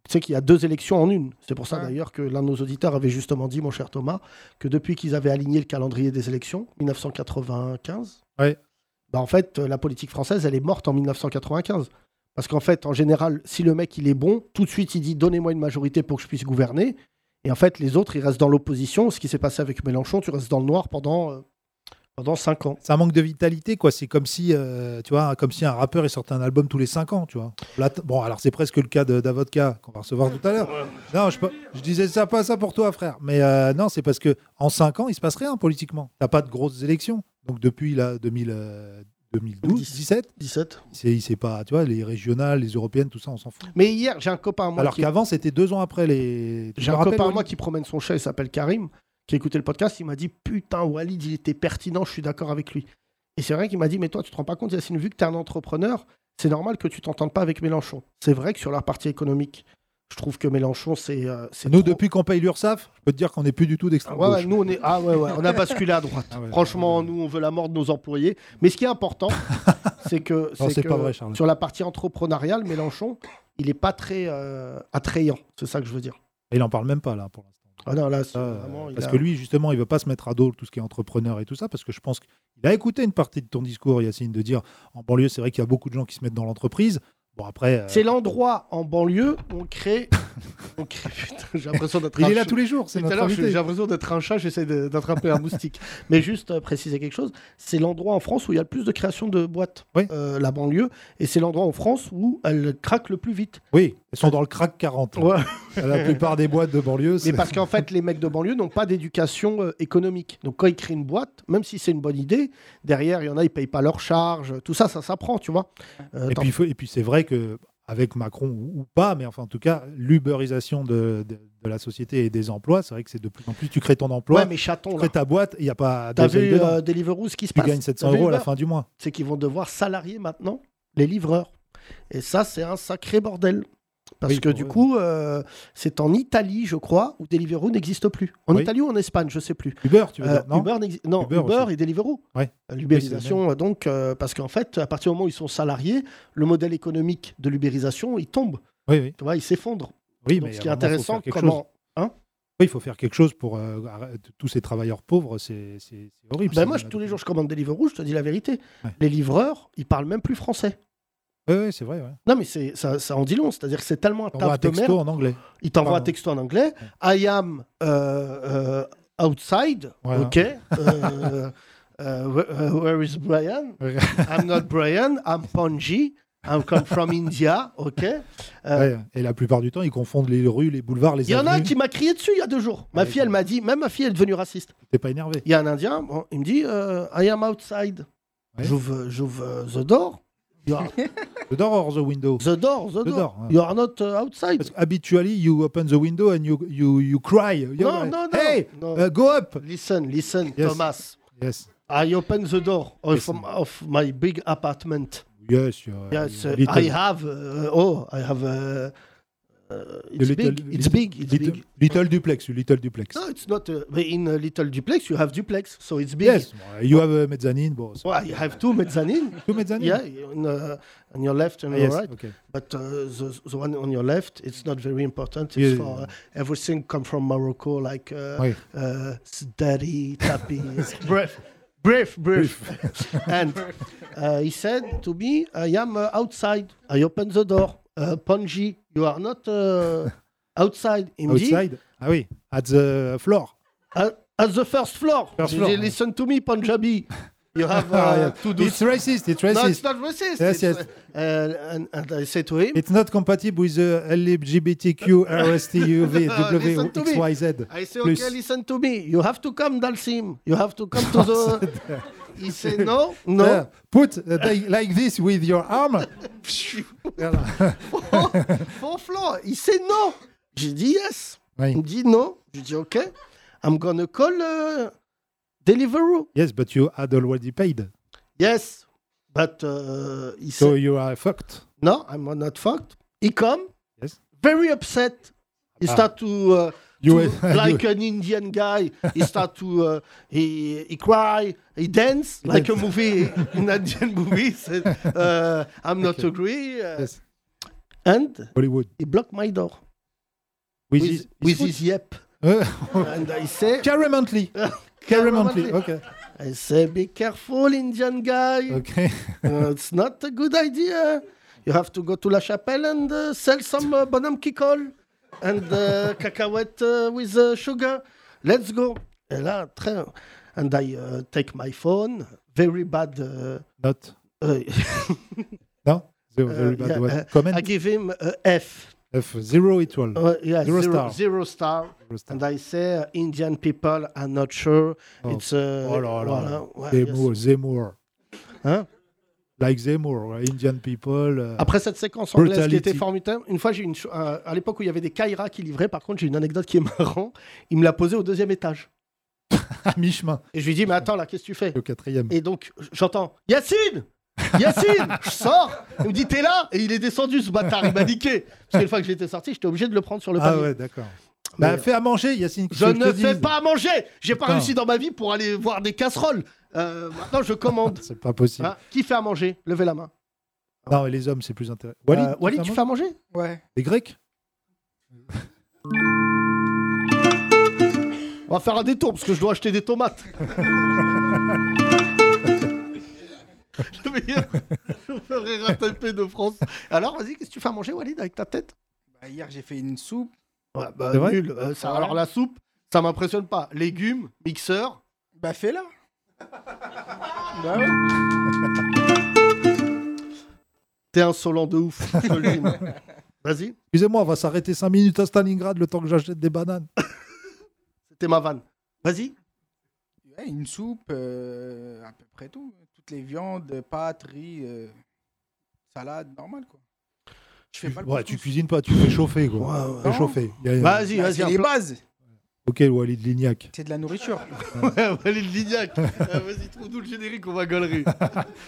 Speaker 3: Tu sais qu'il y a deux élections en une. C'est pour ça
Speaker 5: Ouais.
Speaker 3: d'ailleurs que l'un de nos auditeurs avait justement dit, mon cher Thomas, que depuis qu'ils avaient aligné le calendrier des élections, 1995,
Speaker 4: Ouais.
Speaker 3: bah en fait, euh, la politique française, elle est morte en 1995. Parce qu'en fait, en général, si le mec, il est bon, tout de suite, il dit, donnez-moi une majorité pour que je puisse gouverner. Et en fait, les autres, ils restent dans l'opposition. Ce qui s'est passé avec Mélenchon, tu restes dans le noir pendant, euh, pendant 5 ans.
Speaker 4: C'est un manque de vitalité, quoi. C'est comme si, euh, tu vois, comme si un rappeur il sortait un album tous les 5 ans, tu vois. Là, t- bon, alors c'est presque le cas de- d'Avodka qu'on va recevoir tout à l'heure. Non, je, peux- je disais ça pas ça pour toi, frère. Mais euh, non, c'est parce que en 5 ans, il se passe rien politiquement. T'as pas de grosses élections. Donc depuis là, 2000, euh, 2012,
Speaker 3: 10.
Speaker 4: 17,
Speaker 3: 17.
Speaker 4: il s'est- il s'est pas, tu vois, les régionales, les européennes, tout ça, on s'en fout.
Speaker 3: Mais hier, j'ai un copain à moi
Speaker 4: alors
Speaker 3: qui-
Speaker 4: qu'avant, c'était deux ans après les. Tu
Speaker 3: J'ai
Speaker 4: me
Speaker 3: un
Speaker 4: rappelles,
Speaker 3: copain à
Speaker 4: Oli
Speaker 3: moi qui promène son chat, il s'appelle Karim, qui écoutait le podcast, il m'a dit Putain, Walid, il était pertinent, je suis d'accord avec lui. Et c'est vrai qu'il m'a dit Mais toi, tu te rends pas compte, Yacine, vu que tu es un entrepreneur, c'est normal que tu t'entendes pas avec Mélenchon. C'est vrai que sur la partie économique, je trouve que Mélenchon, c'est. euh, c'est
Speaker 4: Nous,
Speaker 3: trop-
Speaker 4: depuis qu'on paye l'URSAF, je peux te dire qu'on n'est plus du tout
Speaker 3: Ah
Speaker 4: d'extrême
Speaker 3: ouais, ouais,
Speaker 4: gauche.
Speaker 3: nous, on est. Ah ouais, ouais, on a basculé à droite.
Speaker 4: Ah ouais.
Speaker 3: Franchement, nous, on veut la mort de nos employés. Mais ce qui est important, c'est que,
Speaker 4: Non, c'est
Speaker 3: que
Speaker 4: pas vrai, Charles.
Speaker 3: sur la partie entrepreneuriale, Mélenchon, il est pas très euh, attrayant. C'est ça que je veux dire.
Speaker 4: Et il en parle même pas là pour l'instant.
Speaker 3: Ah non, là, c'est
Speaker 4: Ça, euh,
Speaker 3: vraiment, il
Speaker 4: parce
Speaker 3: a-
Speaker 4: que lui, justement, il veut pas se mettre à dos tout ce qui est entrepreneur et tout ça, parce que je pense qu'il a écouté une partie de ton discours, Yacine, de dire en banlieue, c'est vrai qu'il y a beaucoup de gens qui se mettent dans l'entreprise. Bon, après, euh,
Speaker 3: C'est l'endroit en banlieue où on crée. on crée. Putain, j'ai l'impression d'être
Speaker 4: il
Speaker 3: un
Speaker 4: est là
Speaker 3: chat.
Speaker 4: tous les jours, c'est
Speaker 3: Tout à
Speaker 4: notre
Speaker 3: l'heure, j'ai
Speaker 4: invité.
Speaker 3: j'ai l'impression d'être un chat, j'essaie de- d'attraper un moustique. Mais juste euh, préciser quelque chose, c'est l'endroit en France où il y a le plus de création de boîtes,
Speaker 4: Oui.
Speaker 3: euh, la banlieue, et c'est l'endroit en France où elle craque le plus vite.
Speaker 4: Oui, ils sont dans le crack 40.
Speaker 3: Ouais.
Speaker 4: La plupart des boîtes de banlieue,
Speaker 3: Mais
Speaker 4: c'est
Speaker 3: parce qu'en fait, les mecs de banlieue n'ont pas d'éducation euh, économique. Donc quand ils créent une boîte, même si c'est une bonne idée, derrière, il y en a, ils payent pas leurs charges, tout ça, ça s'apprend, tu vois. Euh,
Speaker 4: Et
Speaker 3: t'en-
Speaker 4: puis, il faut- et puis c'est vrai que avec Macron ou ou pas, mais enfin en tout cas, l'uberisation de, de- de la société et des emplois, c'est vrai que c'est de plus en plus tu crées ton emploi,
Speaker 3: ouais, mais chaton,
Speaker 4: tu
Speaker 3: là.
Speaker 4: crées ta boîte, il n'y a pas
Speaker 3: T'as
Speaker 4: d'oseille
Speaker 3: vu
Speaker 4: dedans.
Speaker 3: euh, Deliveroo, ce qui se
Speaker 4: tu
Speaker 3: passe
Speaker 4: gagnes 700
Speaker 3: T'as vu
Speaker 4: euros à la
Speaker 3: Uber
Speaker 4: fin du mois.
Speaker 3: c'est qu'ils vont devoir salarier maintenant les livreurs. Et ça, c'est un sacré bordel. Parce
Speaker 4: Oui,
Speaker 3: que
Speaker 4: pour
Speaker 3: du
Speaker 4: eux.
Speaker 3: coup, euh, c'est en Italie, je crois, où Deliveroo n'existe plus. En
Speaker 4: Oui.
Speaker 3: Italie ou en Espagne, je sais plus.
Speaker 4: Uber, tu veux
Speaker 3: Euh,
Speaker 4: dire non
Speaker 3: Uber, n'exi- non,
Speaker 4: Uber
Speaker 3: Uber,
Speaker 4: aussi.
Speaker 3: et Deliveroo.
Speaker 4: Ouais.
Speaker 3: Euh, L'ubérisation, donc, euh, parce qu'en fait, à partir du moment où ils sont salariés, le modèle économique de l'ubérisation, il tombe.
Speaker 4: Oui, oui.
Speaker 3: Tu vois, il s'effondre.
Speaker 4: oui
Speaker 3: donc,
Speaker 4: mais
Speaker 3: ce qui est
Speaker 4: à un moment, faut
Speaker 3: intéressant,
Speaker 4: faire quelque chose.
Speaker 3: comment.
Speaker 4: Oui, il faut faire quelque chose pour euh, arrêter- tous ces travailleurs pauvres, c'est c'est- c'est horrible.
Speaker 3: Ben
Speaker 4: ça,
Speaker 3: moi, je-
Speaker 4: la-
Speaker 3: tous les jours, je commande Deliveroo, je te dis la vérité.
Speaker 4: Ouais.
Speaker 3: Les livreurs, ils parlent même plus français.
Speaker 4: Oui, oui, c'est vrai. Ouais.
Speaker 3: Non, mais c'est- ça, ça en dit long. C'est-à-dire que c'est tellement un
Speaker 4: On voit un
Speaker 3: taf de merde.
Speaker 4: texto en anglais.
Speaker 3: Il t'envoie un
Speaker 4: Pardon.
Speaker 3: texto en anglais. I am euh, euh, outside.
Speaker 4: Voilà.
Speaker 3: Ok. Euh, euh, where, euh, where is Brian?
Speaker 4: Ouais.
Speaker 3: I'm not Brian. I'm Ponji. I'm come from India. Ok. Euh,
Speaker 4: Ouais. Et la plupart du temps, ils confondent les rues, les boulevards, les
Speaker 3: Il y en a un
Speaker 4: avenues.
Speaker 3: qui m'a crié dessus il y a deux jours. Ma
Speaker 4: Ouais,
Speaker 3: fille, elle
Speaker 4: ouais.
Speaker 3: m'a dit, même ma fille, elle est devenue raciste.
Speaker 4: T'es pas énervé.
Speaker 3: Il y a un Indien, bon, il me dit, euh, I am outside.
Speaker 4: Ouais.
Speaker 3: J'ouvre j'ouvre, euh, the door. You are-
Speaker 4: The door or the window
Speaker 3: the door, the door.
Speaker 4: The door, ouais.
Speaker 3: You are not euh, outside.
Speaker 4: Parce que habitually, you open the window and you, you, you cry. You're
Speaker 3: Non,
Speaker 4: like,
Speaker 3: non, non.
Speaker 4: Hey,
Speaker 3: Non.
Speaker 4: uh, go up
Speaker 3: Listen, listen,
Speaker 4: Yes.
Speaker 3: Thomas.
Speaker 4: Yes,
Speaker 3: I open the door of,
Speaker 4: Listen.
Speaker 3: of my big apartment.
Speaker 4: yes, you're,
Speaker 3: Yes,
Speaker 4: you're
Speaker 3: uh,
Speaker 4: little-
Speaker 3: I have. uh, oh, I have. Uh, uh, it's,
Speaker 4: you're little-
Speaker 3: big. it's
Speaker 4: little-
Speaker 3: big. It's
Speaker 4: little,
Speaker 3: big.
Speaker 4: Little duplex, you're little duplex.
Speaker 3: No, it's not. Uh, but in a little duplex, you have duplex, so it's big.
Speaker 4: Yes, you have a mezzanine. Bon,
Speaker 3: So I have two mezzanine.
Speaker 4: two mezzanines.
Speaker 3: yeah, on, uh, on your left and
Speaker 4: Ah,
Speaker 3: on your
Speaker 4: yes,
Speaker 3: right.
Speaker 4: okay.
Speaker 3: But uh, the, the one on your left, it's not very important. It's
Speaker 4: Yeah, yeah,
Speaker 3: for
Speaker 4: yeah.
Speaker 3: uh, everything come from Morocco, like uh,
Speaker 4: Oui.
Speaker 3: uh, Sdari, tapi, bref, brief, brief. And uh, he said to me, I am uh, outside. I open the door. Uh, Ponji, you are not uh, outside. He me dit,
Speaker 4: Outside Ah oui, at the floor.
Speaker 3: "Uh, at the first floor.
Speaker 4: First
Speaker 3: He
Speaker 4: floor,
Speaker 3: said,
Speaker 4: yeah.
Speaker 3: Listen to me, Punjabi. You have
Speaker 4: Ah, yeah.
Speaker 3: uh, to do.
Speaker 4: It's racist, it's
Speaker 3: No, it's
Speaker 4: racist.
Speaker 3: not racist. It's,
Speaker 4: Yes, yes.
Speaker 3: uh, and, and I said to him,
Speaker 4: It's not compatible with the LGBTQ, RSTUV,
Speaker 3: Listen to me.
Speaker 4: WXYZ.
Speaker 3: I say,
Speaker 4: Plus.
Speaker 3: okay, listen to me. You have to come, Dalsim. You have to come to the. he said, no, no.
Speaker 4: Yeah. Put uh, like, like this with your arm. Voilà.
Speaker 3: Four floor. Il said, no. J'ai dit, yes.
Speaker 4: Oui.
Speaker 3: Il me dit, no. Je dis, ok. I'm gonna call uh, Deliveroo.
Speaker 4: Yes, but you had already paid,
Speaker 3: Yes. But uh, he
Speaker 4: so
Speaker 3: said,
Speaker 4: you are fucked.
Speaker 3: no, I'm not fucked. He come.
Speaker 4: Yes.
Speaker 3: Very upset. He
Speaker 4: Ah.
Speaker 3: start to. Uh,
Speaker 4: You
Speaker 3: to- like an Indian guy, he start to uh, he, he cry, he dance like a movie in Indian movies. Uh, I'm not
Speaker 4: Okay.
Speaker 3: agree, uh,
Speaker 4: Yes.
Speaker 3: and
Speaker 4: Hollywood.
Speaker 3: he blocked my door
Speaker 4: With,
Speaker 3: with,
Speaker 4: his,
Speaker 3: with his yep,
Speaker 4: Uh,
Speaker 3: and I say,
Speaker 4: Carey Mantley. Carey Mantley. Okay.
Speaker 3: I say, be careful, Indian guy.
Speaker 4: Okay.
Speaker 3: Uh, it's not a good idea. You have to go to La Chapelle and uh, sell some uh, bonhomme qui colle and uh, cacahuète uh, with uh, sugar. Let's go. Et là, très... And I uh, take my phone. Very bad. Uh,
Speaker 4: Not.
Speaker 3: uh,
Speaker 4: No. Zero. Very
Speaker 3: Uh,
Speaker 4: bad
Speaker 3: yeah,
Speaker 4: one.
Speaker 3: uh,
Speaker 4: Comment.
Speaker 3: I give him a F.
Speaker 4: F. Zero equal.
Speaker 3: Uh, yeah,
Speaker 4: Zero
Speaker 3: zero,
Speaker 4: star.
Speaker 3: zero star.
Speaker 4: Zero star.
Speaker 3: And I say, uh, Indian people are not sure.
Speaker 4: Oh.
Speaker 3: It's uh,
Speaker 4: Oh là là.
Speaker 3: voilà, ouais, yes.
Speaker 4: Zemmour. Zemmour.
Speaker 3: Hein
Speaker 4: Like Zemmour. uh, Indian people. uh,
Speaker 3: Après cette séquence anglaise
Speaker 4: Brutality.
Speaker 3: qui était formidable, une fois, j'ai une cho- euh, à l'époque où il y avait des Kaira qui livraient, par contre, j'ai une anecdote qui est marrant. Il me l'a posée au deuxième étage.
Speaker 4: à mi-chemin.
Speaker 3: Et je lui dis, mais attends, là, qu'est-ce que tu fais
Speaker 4: Le quatrième.
Speaker 3: Et donc, j'entends Yacine Yacine Je sors Il me dit, t'es là Et il est descendu, ce bâtard, il m'a niqué. Parce qu'une fois que j'étais sorti, j'étais obligé de le prendre sur le
Speaker 4: Ah
Speaker 3: panier.
Speaker 4: ouais, d'accord.
Speaker 3: Mais,
Speaker 4: Bah,
Speaker 3: euh,
Speaker 4: fais à manger, Yacine. qu'est-ce
Speaker 3: Je
Speaker 4: que te
Speaker 3: ne fais
Speaker 4: dise
Speaker 3: pas à manger J'ai pas
Speaker 4: Putain.
Speaker 3: réussi dans ma vie pour aller voir des casseroles. Euh, maintenant, je commande.
Speaker 4: C'est pas possible.
Speaker 3: Hein qui fait à manger Levez la main.
Speaker 4: Non, mais les hommes, c'est plus intéressant.
Speaker 3: Euh,
Speaker 4: Walid,
Speaker 3: Walid,
Speaker 4: tu
Speaker 3: tu
Speaker 4: fais
Speaker 3: fais à manger
Speaker 5: Ouais.
Speaker 4: un- Les Grecs
Speaker 3: On va faire un détour parce que je dois acheter des tomates. Le meilleur chauffeur RATP de France. Alors, vas-y, qu'est-ce que tu fais à manger, Walid, avec ta tête
Speaker 5: Bah, hier, j'ai fait une soupe.
Speaker 3: ouais, bah,
Speaker 4: C'est vrai
Speaker 3: Nul. Euh, ça- alors, la soupe, ça m'impressionne pas. Légumes, mixeur.
Speaker 5: Bah, fais-la. bah, ouais.
Speaker 3: T'es insolent de ouf. je te le dis, moi. Vas-y,
Speaker 4: Excusez-moi, on va s'arrêter 5 minutes à Stalingrad le temps que j'achète des bananes.
Speaker 3: c'était ma vanne. Vas-y.
Speaker 5: Ouais, une soupe, euh, à peu près tout. Toutes les viandes, pâtes, riz, euh, salade, normal, quoi. Je fais pas le
Speaker 4: Ouais, tu
Speaker 5: couscous.
Speaker 4: cuisines pas, tu fais chauffer, quoi.
Speaker 3: Ouais, ouais.
Speaker 4: Fais
Speaker 5: Non.
Speaker 4: chauffer. Y a- y a-
Speaker 3: Vas-y,
Speaker 5: Bah,
Speaker 3: vas-y.
Speaker 5: c'est
Speaker 3: un
Speaker 5: les
Speaker 3: plat-
Speaker 5: bases.
Speaker 4: Ok, Walid Lignac.
Speaker 5: C'est de la nourriture.
Speaker 3: Ouais, Walid Lignac. Euh, vas-y, trouve-nous le générique, on va galerie.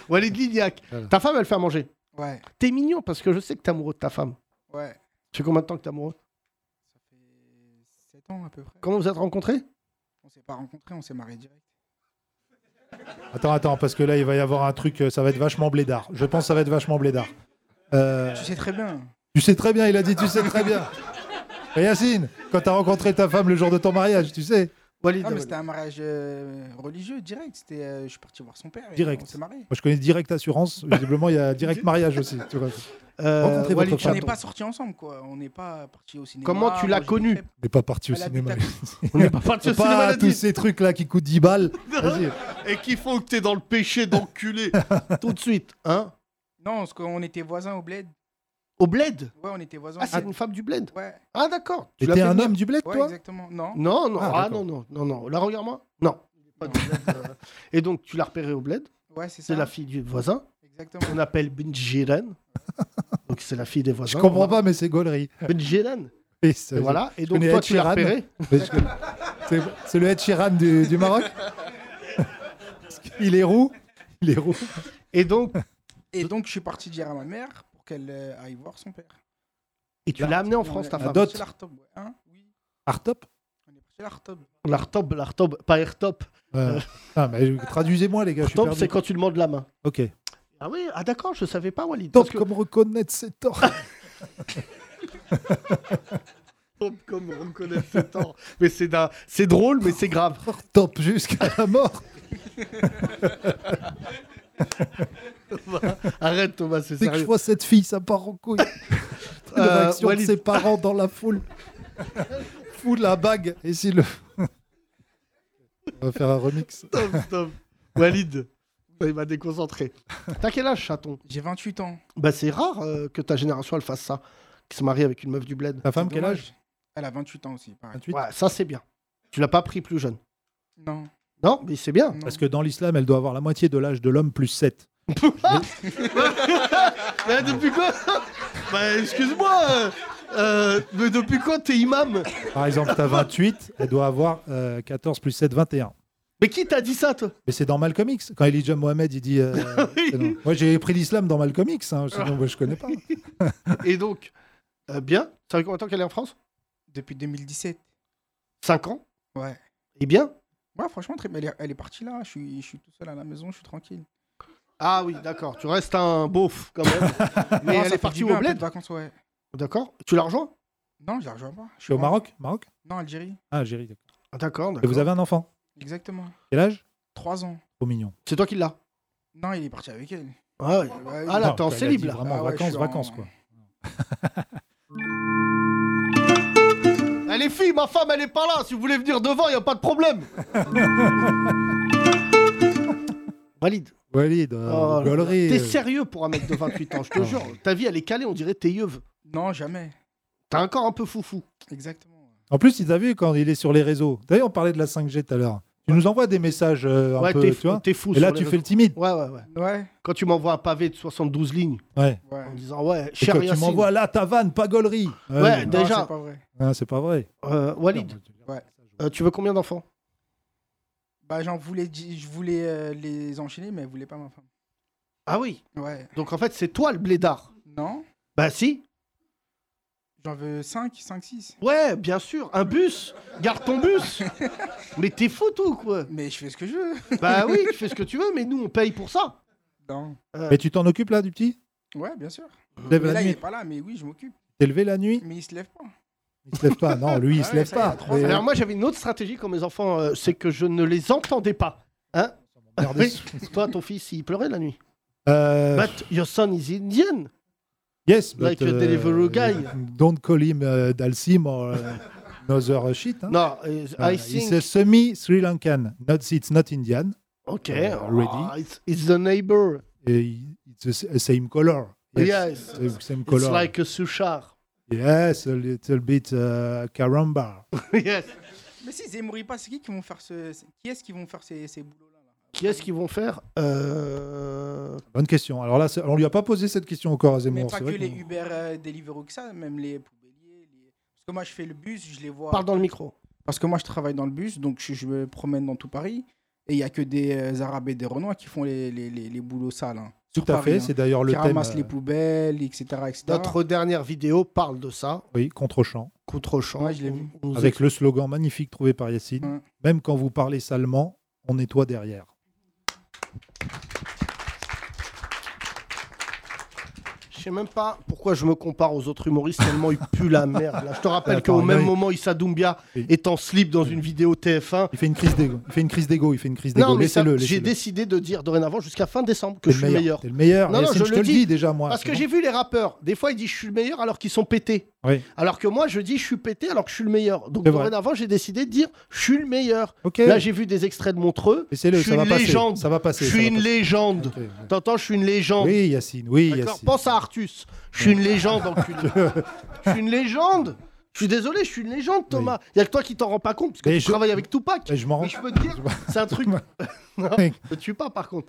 Speaker 3: Walid Lignac.
Speaker 4: Voilà.
Speaker 3: Ta femme, elle fait à manger.
Speaker 5: Ouais,
Speaker 3: T'es mignon parce que je sais que t'es amoureux de ta femme.
Speaker 5: ouais.
Speaker 3: Tu sais combien de temps que t'es amoureux
Speaker 5: Ça fait 7 ans à peu près.
Speaker 3: Comment vous êtes rencontrés
Speaker 5: On s'est pas rencontrés, on s'est mariés direct.
Speaker 4: Attends, attends, parce que là, il va y avoir un truc, euh, ça va être vachement blédard. Je pense que ça va être vachement blédard. Euh,
Speaker 5: Tu sais très bien.
Speaker 4: tu sais très bien, il a dit, tu sais très bien. Et Yacine, quand t'as rencontré ta femme le jour de ton mariage, tu sais.
Speaker 3: Walid.
Speaker 5: Non, mais
Speaker 3: Walid.
Speaker 5: c'était un mariage euh, religieux direct. C'était, euh, je suis parti voir son père. et
Speaker 4: Direct.
Speaker 5: On s'est mariés.
Speaker 4: Moi, je connais Direct Assurance. Visiblement, il y a Direct Mariage aussi. Tu vois.
Speaker 3: Euh,
Speaker 4: Rencontrez
Speaker 3: Walid
Speaker 4: votre
Speaker 5: On
Speaker 4: femme.
Speaker 5: n'est
Speaker 3: Chaton.
Speaker 5: pas sortis ensemble, quoi. On n'est pas partis au cinéma.
Speaker 3: Comment tu l'as
Speaker 5: manger des
Speaker 3: connu
Speaker 5: crêpes.
Speaker 4: On n'est pas parti au
Speaker 5: Elle
Speaker 4: cinéma.
Speaker 5: habite
Speaker 3: On n'est pas parti
Speaker 4: C'est
Speaker 3: au cinéma
Speaker 4: pas
Speaker 3: la
Speaker 4: tous
Speaker 3: nuit.
Speaker 4: ces trucs-là qui coûtent 10 balles. Vas-y.
Speaker 3: et qui font que t'es dans le péché d'enculé tout de suite, hein
Speaker 5: Non, parce qu'on était voisins au bled.
Speaker 3: Au bled.
Speaker 5: Ouais, on était voisins.
Speaker 3: Ah, c'est une femme du bled.
Speaker 5: Ouais,
Speaker 3: Ah d'accord.
Speaker 4: Et
Speaker 3: l'as
Speaker 4: t'es
Speaker 3: fait
Speaker 4: un
Speaker 3: venir
Speaker 4: homme du bled,
Speaker 5: ouais,
Speaker 4: toi
Speaker 5: exactement. Non.
Speaker 3: Non, non.
Speaker 4: Ah,
Speaker 3: Ah,
Speaker 4: d'accord.
Speaker 3: non, non, non, non. Là regarde-moi. Non. Il est pas du bled, euh. Et donc tu l'as repéré au bled.
Speaker 5: Ouais, c'est ça.
Speaker 3: C'est la fille du voisin.
Speaker 5: Exactement.
Speaker 3: On appelle Benjiren. Donc c'est la fille des
Speaker 4: Je
Speaker 3: voisins.
Speaker 4: comprends pas, mais c'est gaulerie.
Speaker 3: pas. Benjiren.
Speaker 4: Et ça-
Speaker 3: Et voilà. Et donc
Speaker 4: connais
Speaker 3: toi
Speaker 4: Ed
Speaker 3: tu l'as
Speaker 4: Sheeran.
Speaker 3: repéré.
Speaker 4: Mais je- C'est c'est le Ed Sheeran du, du Maroc Parce qu'il est roux. Il est roux.
Speaker 3: Et donc
Speaker 5: Et donc, je suis parti dire à ma mère pour qu'elle euh, aille voir son père.
Speaker 3: et tu l'as amené en France ta
Speaker 5: On est
Speaker 3: femme.
Speaker 4: dot.
Speaker 5: parti à l'Artob, ouais. Hein oui,
Speaker 4: Artop
Speaker 5: on est parti à l'Artob.
Speaker 3: L'artob, l'artob, pas airtop.
Speaker 4: Euh, ah, mais Traduisez-moi, les gars. Je suis
Speaker 3: Top
Speaker 4: perdu.
Speaker 3: c'est quand tu demandes la main.
Speaker 4: Ok.
Speaker 3: Ah oui, ah d'accord, je savais pas Walid.
Speaker 4: Top,
Speaker 3: parce que-
Speaker 4: comme reconnaître ses torts.
Speaker 3: Comme on reconnaît ce temps. Mais c'est d'un- c'est drôle, mais c'est grave.
Speaker 4: Top jusqu'à la mort.
Speaker 3: Arrête Thomas, c'est
Speaker 4: Dès que je
Speaker 3: sérieux.
Speaker 4: vois cette fille, ça part en couille. La
Speaker 3: Euh,
Speaker 4: réaction de
Speaker 3: Walid.
Speaker 4: ses parents dans la foule. Fou de la bague. Et si le. On va faire un remix.
Speaker 3: Stop, stop. Walid, il m'a déconcentré. T'as quel âge, chaton
Speaker 5: J'ai 28 ans.
Speaker 3: Bah c'est rare euh, que ta génération elle fasse ça, qui se marie avec une meuf du bled.
Speaker 4: Ta femme, quel
Speaker 5: Dommage.
Speaker 4: âge
Speaker 5: Elle a 28 ans aussi, pareil.
Speaker 4: 28.
Speaker 3: Ouais, ça c'est bien. Tu l'as pas pris plus jeune.
Speaker 5: Non.
Speaker 3: Non, mais c'est bien.
Speaker 5: non.
Speaker 4: Parce que dans l'islam, elle doit avoir la moitié de l'âge de l'homme plus 7.
Speaker 3: Mais depuis quoi Bah excuse-moi. euh, euh, mais depuis quand t'es imam
Speaker 4: Par exemple, t'as 28, elle doit avoir euh, 14 plus 7, 21.
Speaker 3: Mais qui t'a dit ça toi
Speaker 4: Mais c'est dans Malcolm X. Quand Elijah Mohamed, il dit. euh, c'est non. Moi, j'ai pris l'islam dans Malcolm X, hein, sinon moi, je connais pas.
Speaker 3: Et donc, euh, bien. Ça fait combien de temps qu'elle est en France
Speaker 5: Depuis 2017.
Speaker 3: 5 ans.
Speaker 5: Ouais.
Speaker 3: Et bien.
Speaker 5: Ouais, franchement, très- elle, est, elle est partie là. Je suis, je suis tout seul à la maison, je suis tranquille.
Speaker 3: Ah oui, d'accord. Tu restes un beauf quand même. Mais
Speaker 5: Non,
Speaker 3: elle
Speaker 5: ça fait
Speaker 3: est
Speaker 5: du
Speaker 3: partie
Speaker 5: bien,
Speaker 3: au
Speaker 5: un peu de
Speaker 3: bled.
Speaker 5: vacances, ouais.
Speaker 3: D'accord. Tu la rejoins
Speaker 5: Non, je la rejoins pas. Je
Speaker 4: Je suis au
Speaker 5: pas-
Speaker 4: Maroc Maroc
Speaker 5: Non, Algérie.
Speaker 4: Ah, Algérie. d'accord.
Speaker 3: Ah, D'accord.
Speaker 4: Et
Speaker 3: d'accord.
Speaker 4: vous avez un enfant
Speaker 5: Exactement.
Speaker 4: Quel âge
Speaker 5: 3 ans.
Speaker 4: Trop mignon.
Speaker 3: C'est toi qui l'as.
Speaker 5: Non, il est parti avec elle.
Speaker 3: Ah ouais.
Speaker 5: Ouais,
Speaker 3: Ah,
Speaker 5: il-
Speaker 3: là,
Speaker 4: Non,
Speaker 3: t'es en
Speaker 4: elle a
Speaker 3: célib,
Speaker 4: dit
Speaker 3: là.
Speaker 4: Vraiment,
Speaker 5: Ah ouais, je
Speaker 4: vacances,
Speaker 5: suis en-
Speaker 4: vacances, quoi.
Speaker 3: Eh, les filles, ma femme, elle est pas là. Si vous voulez venir devant, y a pas de problème. Valide.
Speaker 4: Walid, euh,
Speaker 3: Oh là là.
Speaker 4: gaulerie,
Speaker 3: T'es
Speaker 4: euh,
Speaker 3: sérieux pour un mec de 28 ans, je te
Speaker 4: Ah.
Speaker 3: jure. Ta vie, elle est calée, on dirait tes yeux.
Speaker 5: Non, jamais.
Speaker 3: T'as un corps un peu foufou.
Speaker 5: Exactement.
Speaker 4: En plus, il as vu quand il est sur les réseaux. D'ailleurs, on parlait de la 5G tout à l'heure. Tu nous envoies des messages euh, un
Speaker 3: ouais,
Speaker 4: peu,
Speaker 3: t'es
Speaker 4: tu vois.
Speaker 3: t'es fou.
Speaker 4: Et là,
Speaker 3: sur les
Speaker 4: tu fais
Speaker 3: réseaux.
Speaker 4: le timide.
Speaker 3: Ouais, ouais, ouais.
Speaker 5: Ouais,
Speaker 3: Quand tu m'envoies un pavé de 72 lignes
Speaker 4: Ouais.
Speaker 5: ouais.
Speaker 3: en disant, ouais,
Speaker 4: Et
Speaker 3: cher
Speaker 4: quand tu
Speaker 3: Yacine.
Speaker 4: m'envoies là ta vanne, pas gaulerie.
Speaker 3: Ouais,
Speaker 4: non.
Speaker 5: Non,
Speaker 3: Déjà-
Speaker 5: c'est pas vrai.
Speaker 4: Ah, c'est pas vrai.
Speaker 3: Euh, Walid,
Speaker 5: Ouais.
Speaker 3: euh, tu veux combien d'enfants
Speaker 5: Bah, j'en voulais, dix- je voulais euh, les enchaîner, mais elle voulait pas ma femme.
Speaker 3: Ah oui.
Speaker 5: Ouais.
Speaker 3: Donc en fait, c'est toi le blédard.
Speaker 5: Non,
Speaker 3: Bah si.
Speaker 5: j'en veux 5, 5, 6.
Speaker 3: Ouais, bien sûr. Un bus. Garde ton bus. Mais t'es fou, tout, quoi.
Speaker 5: Mais je fais ce que je veux.
Speaker 3: Bah oui, tu fais ce que tu veux, mais nous, on paye pour ça.
Speaker 5: Non.
Speaker 4: Mais tu t'en occupes là du petit
Speaker 5: Ouais, bien sûr.
Speaker 4: Tu te lèves
Speaker 5: Mais
Speaker 4: la
Speaker 5: là, il est
Speaker 4: nuit.
Speaker 5: pas là, mais oui, je m'occupe.
Speaker 4: T'es levé la nuit
Speaker 5: Mais il se lève pas.
Speaker 4: Il se lève pas. Non, lui, il
Speaker 5: Ah
Speaker 4: se
Speaker 5: ouais,
Speaker 4: lève
Speaker 5: ça y est,
Speaker 4: pas.
Speaker 5: trois
Speaker 4: Mais-
Speaker 3: Alors moi j'avais une autre stratégie quand mes enfants, euh, c'est que je ne les entendais pas.
Speaker 4: Regardez
Speaker 3: Ah Oui. Bah,
Speaker 4: ce-
Speaker 3: Toi, ton fils, il pleurait la nuit.
Speaker 4: Euh,
Speaker 3: But your son is Indian.
Speaker 4: yes,
Speaker 3: like
Speaker 4: but, euh,
Speaker 3: a delivery guy.
Speaker 4: Don't call him uh, Dalsim or uh, another shit. hein.
Speaker 3: Non, euh,
Speaker 4: Euh,
Speaker 3: I
Speaker 4: He's
Speaker 3: think.
Speaker 4: a semi-Sri Lankan. Not, it's not Indian.
Speaker 3: Ok.
Speaker 4: uh,
Speaker 3: ah, it's, it's the neighbor.
Speaker 4: Et It's the s- uh, same color.
Speaker 3: Yes.
Speaker 4: the Same
Speaker 3: It's
Speaker 4: color.
Speaker 3: like a Sushar.
Speaker 4: Yes, a little bit uh, caramba.
Speaker 3: yes.
Speaker 5: Mais si Zemmour pas, c'est qui qui vont faire ce. c'est- Qui est-ce qui vont faire ces, ces boulots-là là
Speaker 3: Qui est-ce qu'ils vont faire Euh,
Speaker 4: Bonne question. Alors là, c'est- on lui a pas posé cette question encore à
Speaker 5: Mais
Speaker 4: Zemmour.
Speaker 5: pas
Speaker 4: c'est
Speaker 5: que
Speaker 4: vrai
Speaker 5: les
Speaker 4: qu'on-
Speaker 5: Uber euh, Deliveroo que ça, même les poubelliers. les- Parce que moi, je fais le bus, je les vois.
Speaker 3: Parle dans le micro.
Speaker 5: Parce que moi, je travaille dans le bus, donc je, je me promène dans tout Paris. Et il n'y a que des euh, Arabes et des Renois qui font les, les, les, les boulots sales. hein, sur
Speaker 4: Tout à
Speaker 5: Paris,
Speaker 4: fait.
Speaker 5: hein.
Speaker 4: C'est d'ailleurs le
Speaker 5: Qui
Speaker 4: thème.
Speaker 5: ramassent les
Speaker 4: euh,
Speaker 5: poubelles, etc. etc.
Speaker 3: Notre dernière vidéo parle de ça.
Speaker 4: Oui, contre-champ.
Speaker 3: Contre-champ.
Speaker 5: Ouais, je l'ai vu.
Speaker 3: On- on nous
Speaker 4: Avec le slogan magnifique trouvé par Yacine.
Speaker 3: Hum.
Speaker 5: Ouais.
Speaker 4: Même quand vous parlez salement, on nettoie derrière.
Speaker 3: Je sais même pas pourquoi je me compare aux autres humoristes tellement ils puent la merde. là. Je te rappelle
Speaker 4: Attends,
Speaker 3: qu'au même
Speaker 4: oui.
Speaker 3: moment, Issa Doumbia
Speaker 4: Oui.
Speaker 3: est en slip dans une vidéo TF1.
Speaker 4: Il fait une crise d'ego. Il fait une crise d'ego. Il fait une crise
Speaker 3: Non,
Speaker 4: d'ego.
Speaker 3: mais ça,
Speaker 4: Laissez-le.
Speaker 3: j'ai
Speaker 4: laissez-le.
Speaker 3: décidé de dire dorénavant jusqu'à fin décembre que
Speaker 4: T'es
Speaker 3: je suis le meilleur.
Speaker 4: T'es le meilleur.
Speaker 3: Non, non,
Speaker 4: Yacine,
Speaker 3: je
Speaker 4: je,
Speaker 3: le
Speaker 4: te
Speaker 3: dis.
Speaker 4: le dis déjà, moi. Hein
Speaker 3: Parce que
Speaker 4: c'est
Speaker 3: j'ai vu les rappeurs, des fois ils disent je suis le meilleur alors qu'ils sont pétés.
Speaker 4: bon. Oui.
Speaker 3: Alors que moi je dis je suis pété alors que je suis le meilleur. Donc
Speaker 4: C'est vrai.
Speaker 3: dorénavant j'ai décidé de dire je suis le meilleur.
Speaker 4: Ok.
Speaker 3: Là j'ai vu des extraits de Montreux.
Speaker 4: Laissez-le.
Speaker 3: je suis
Speaker 4: Ça va
Speaker 3: une
Speaker 4: passer.
Speaker 3: légende.
Speaker 4: Ça va passer.
Speaker 3: Je
Speaker 4: ça va
Speaker 3: suis une
Speaker 4: passer.
Speaker 3: légende.
Speaker 4: Ok, ouais.
Speaker 3: T'entends, je suis une légende.
Speaker 4: Oui, Yacine. Oui,
Speaker 3: D'accord,
Speaker 4: Yacine.
Speaker 3: pense à Artus. Je suis une légende, enculé. Je suis une légende. Je suis désolé, je suis une légende, Thomas. Il y a que toi qui t'en rends pas compte parce que
Speaker 4: Mais
Speaker 3: tu
Speaker 4: je-
Speaker 3: travailles avec Tupac.
Speaker 4: Et je m'en rends.
Speaker 3: Mais je peux te dire, c'est un truc. non,
Speaker 4: Mec.
Speaker 3: ne tue pas par contre.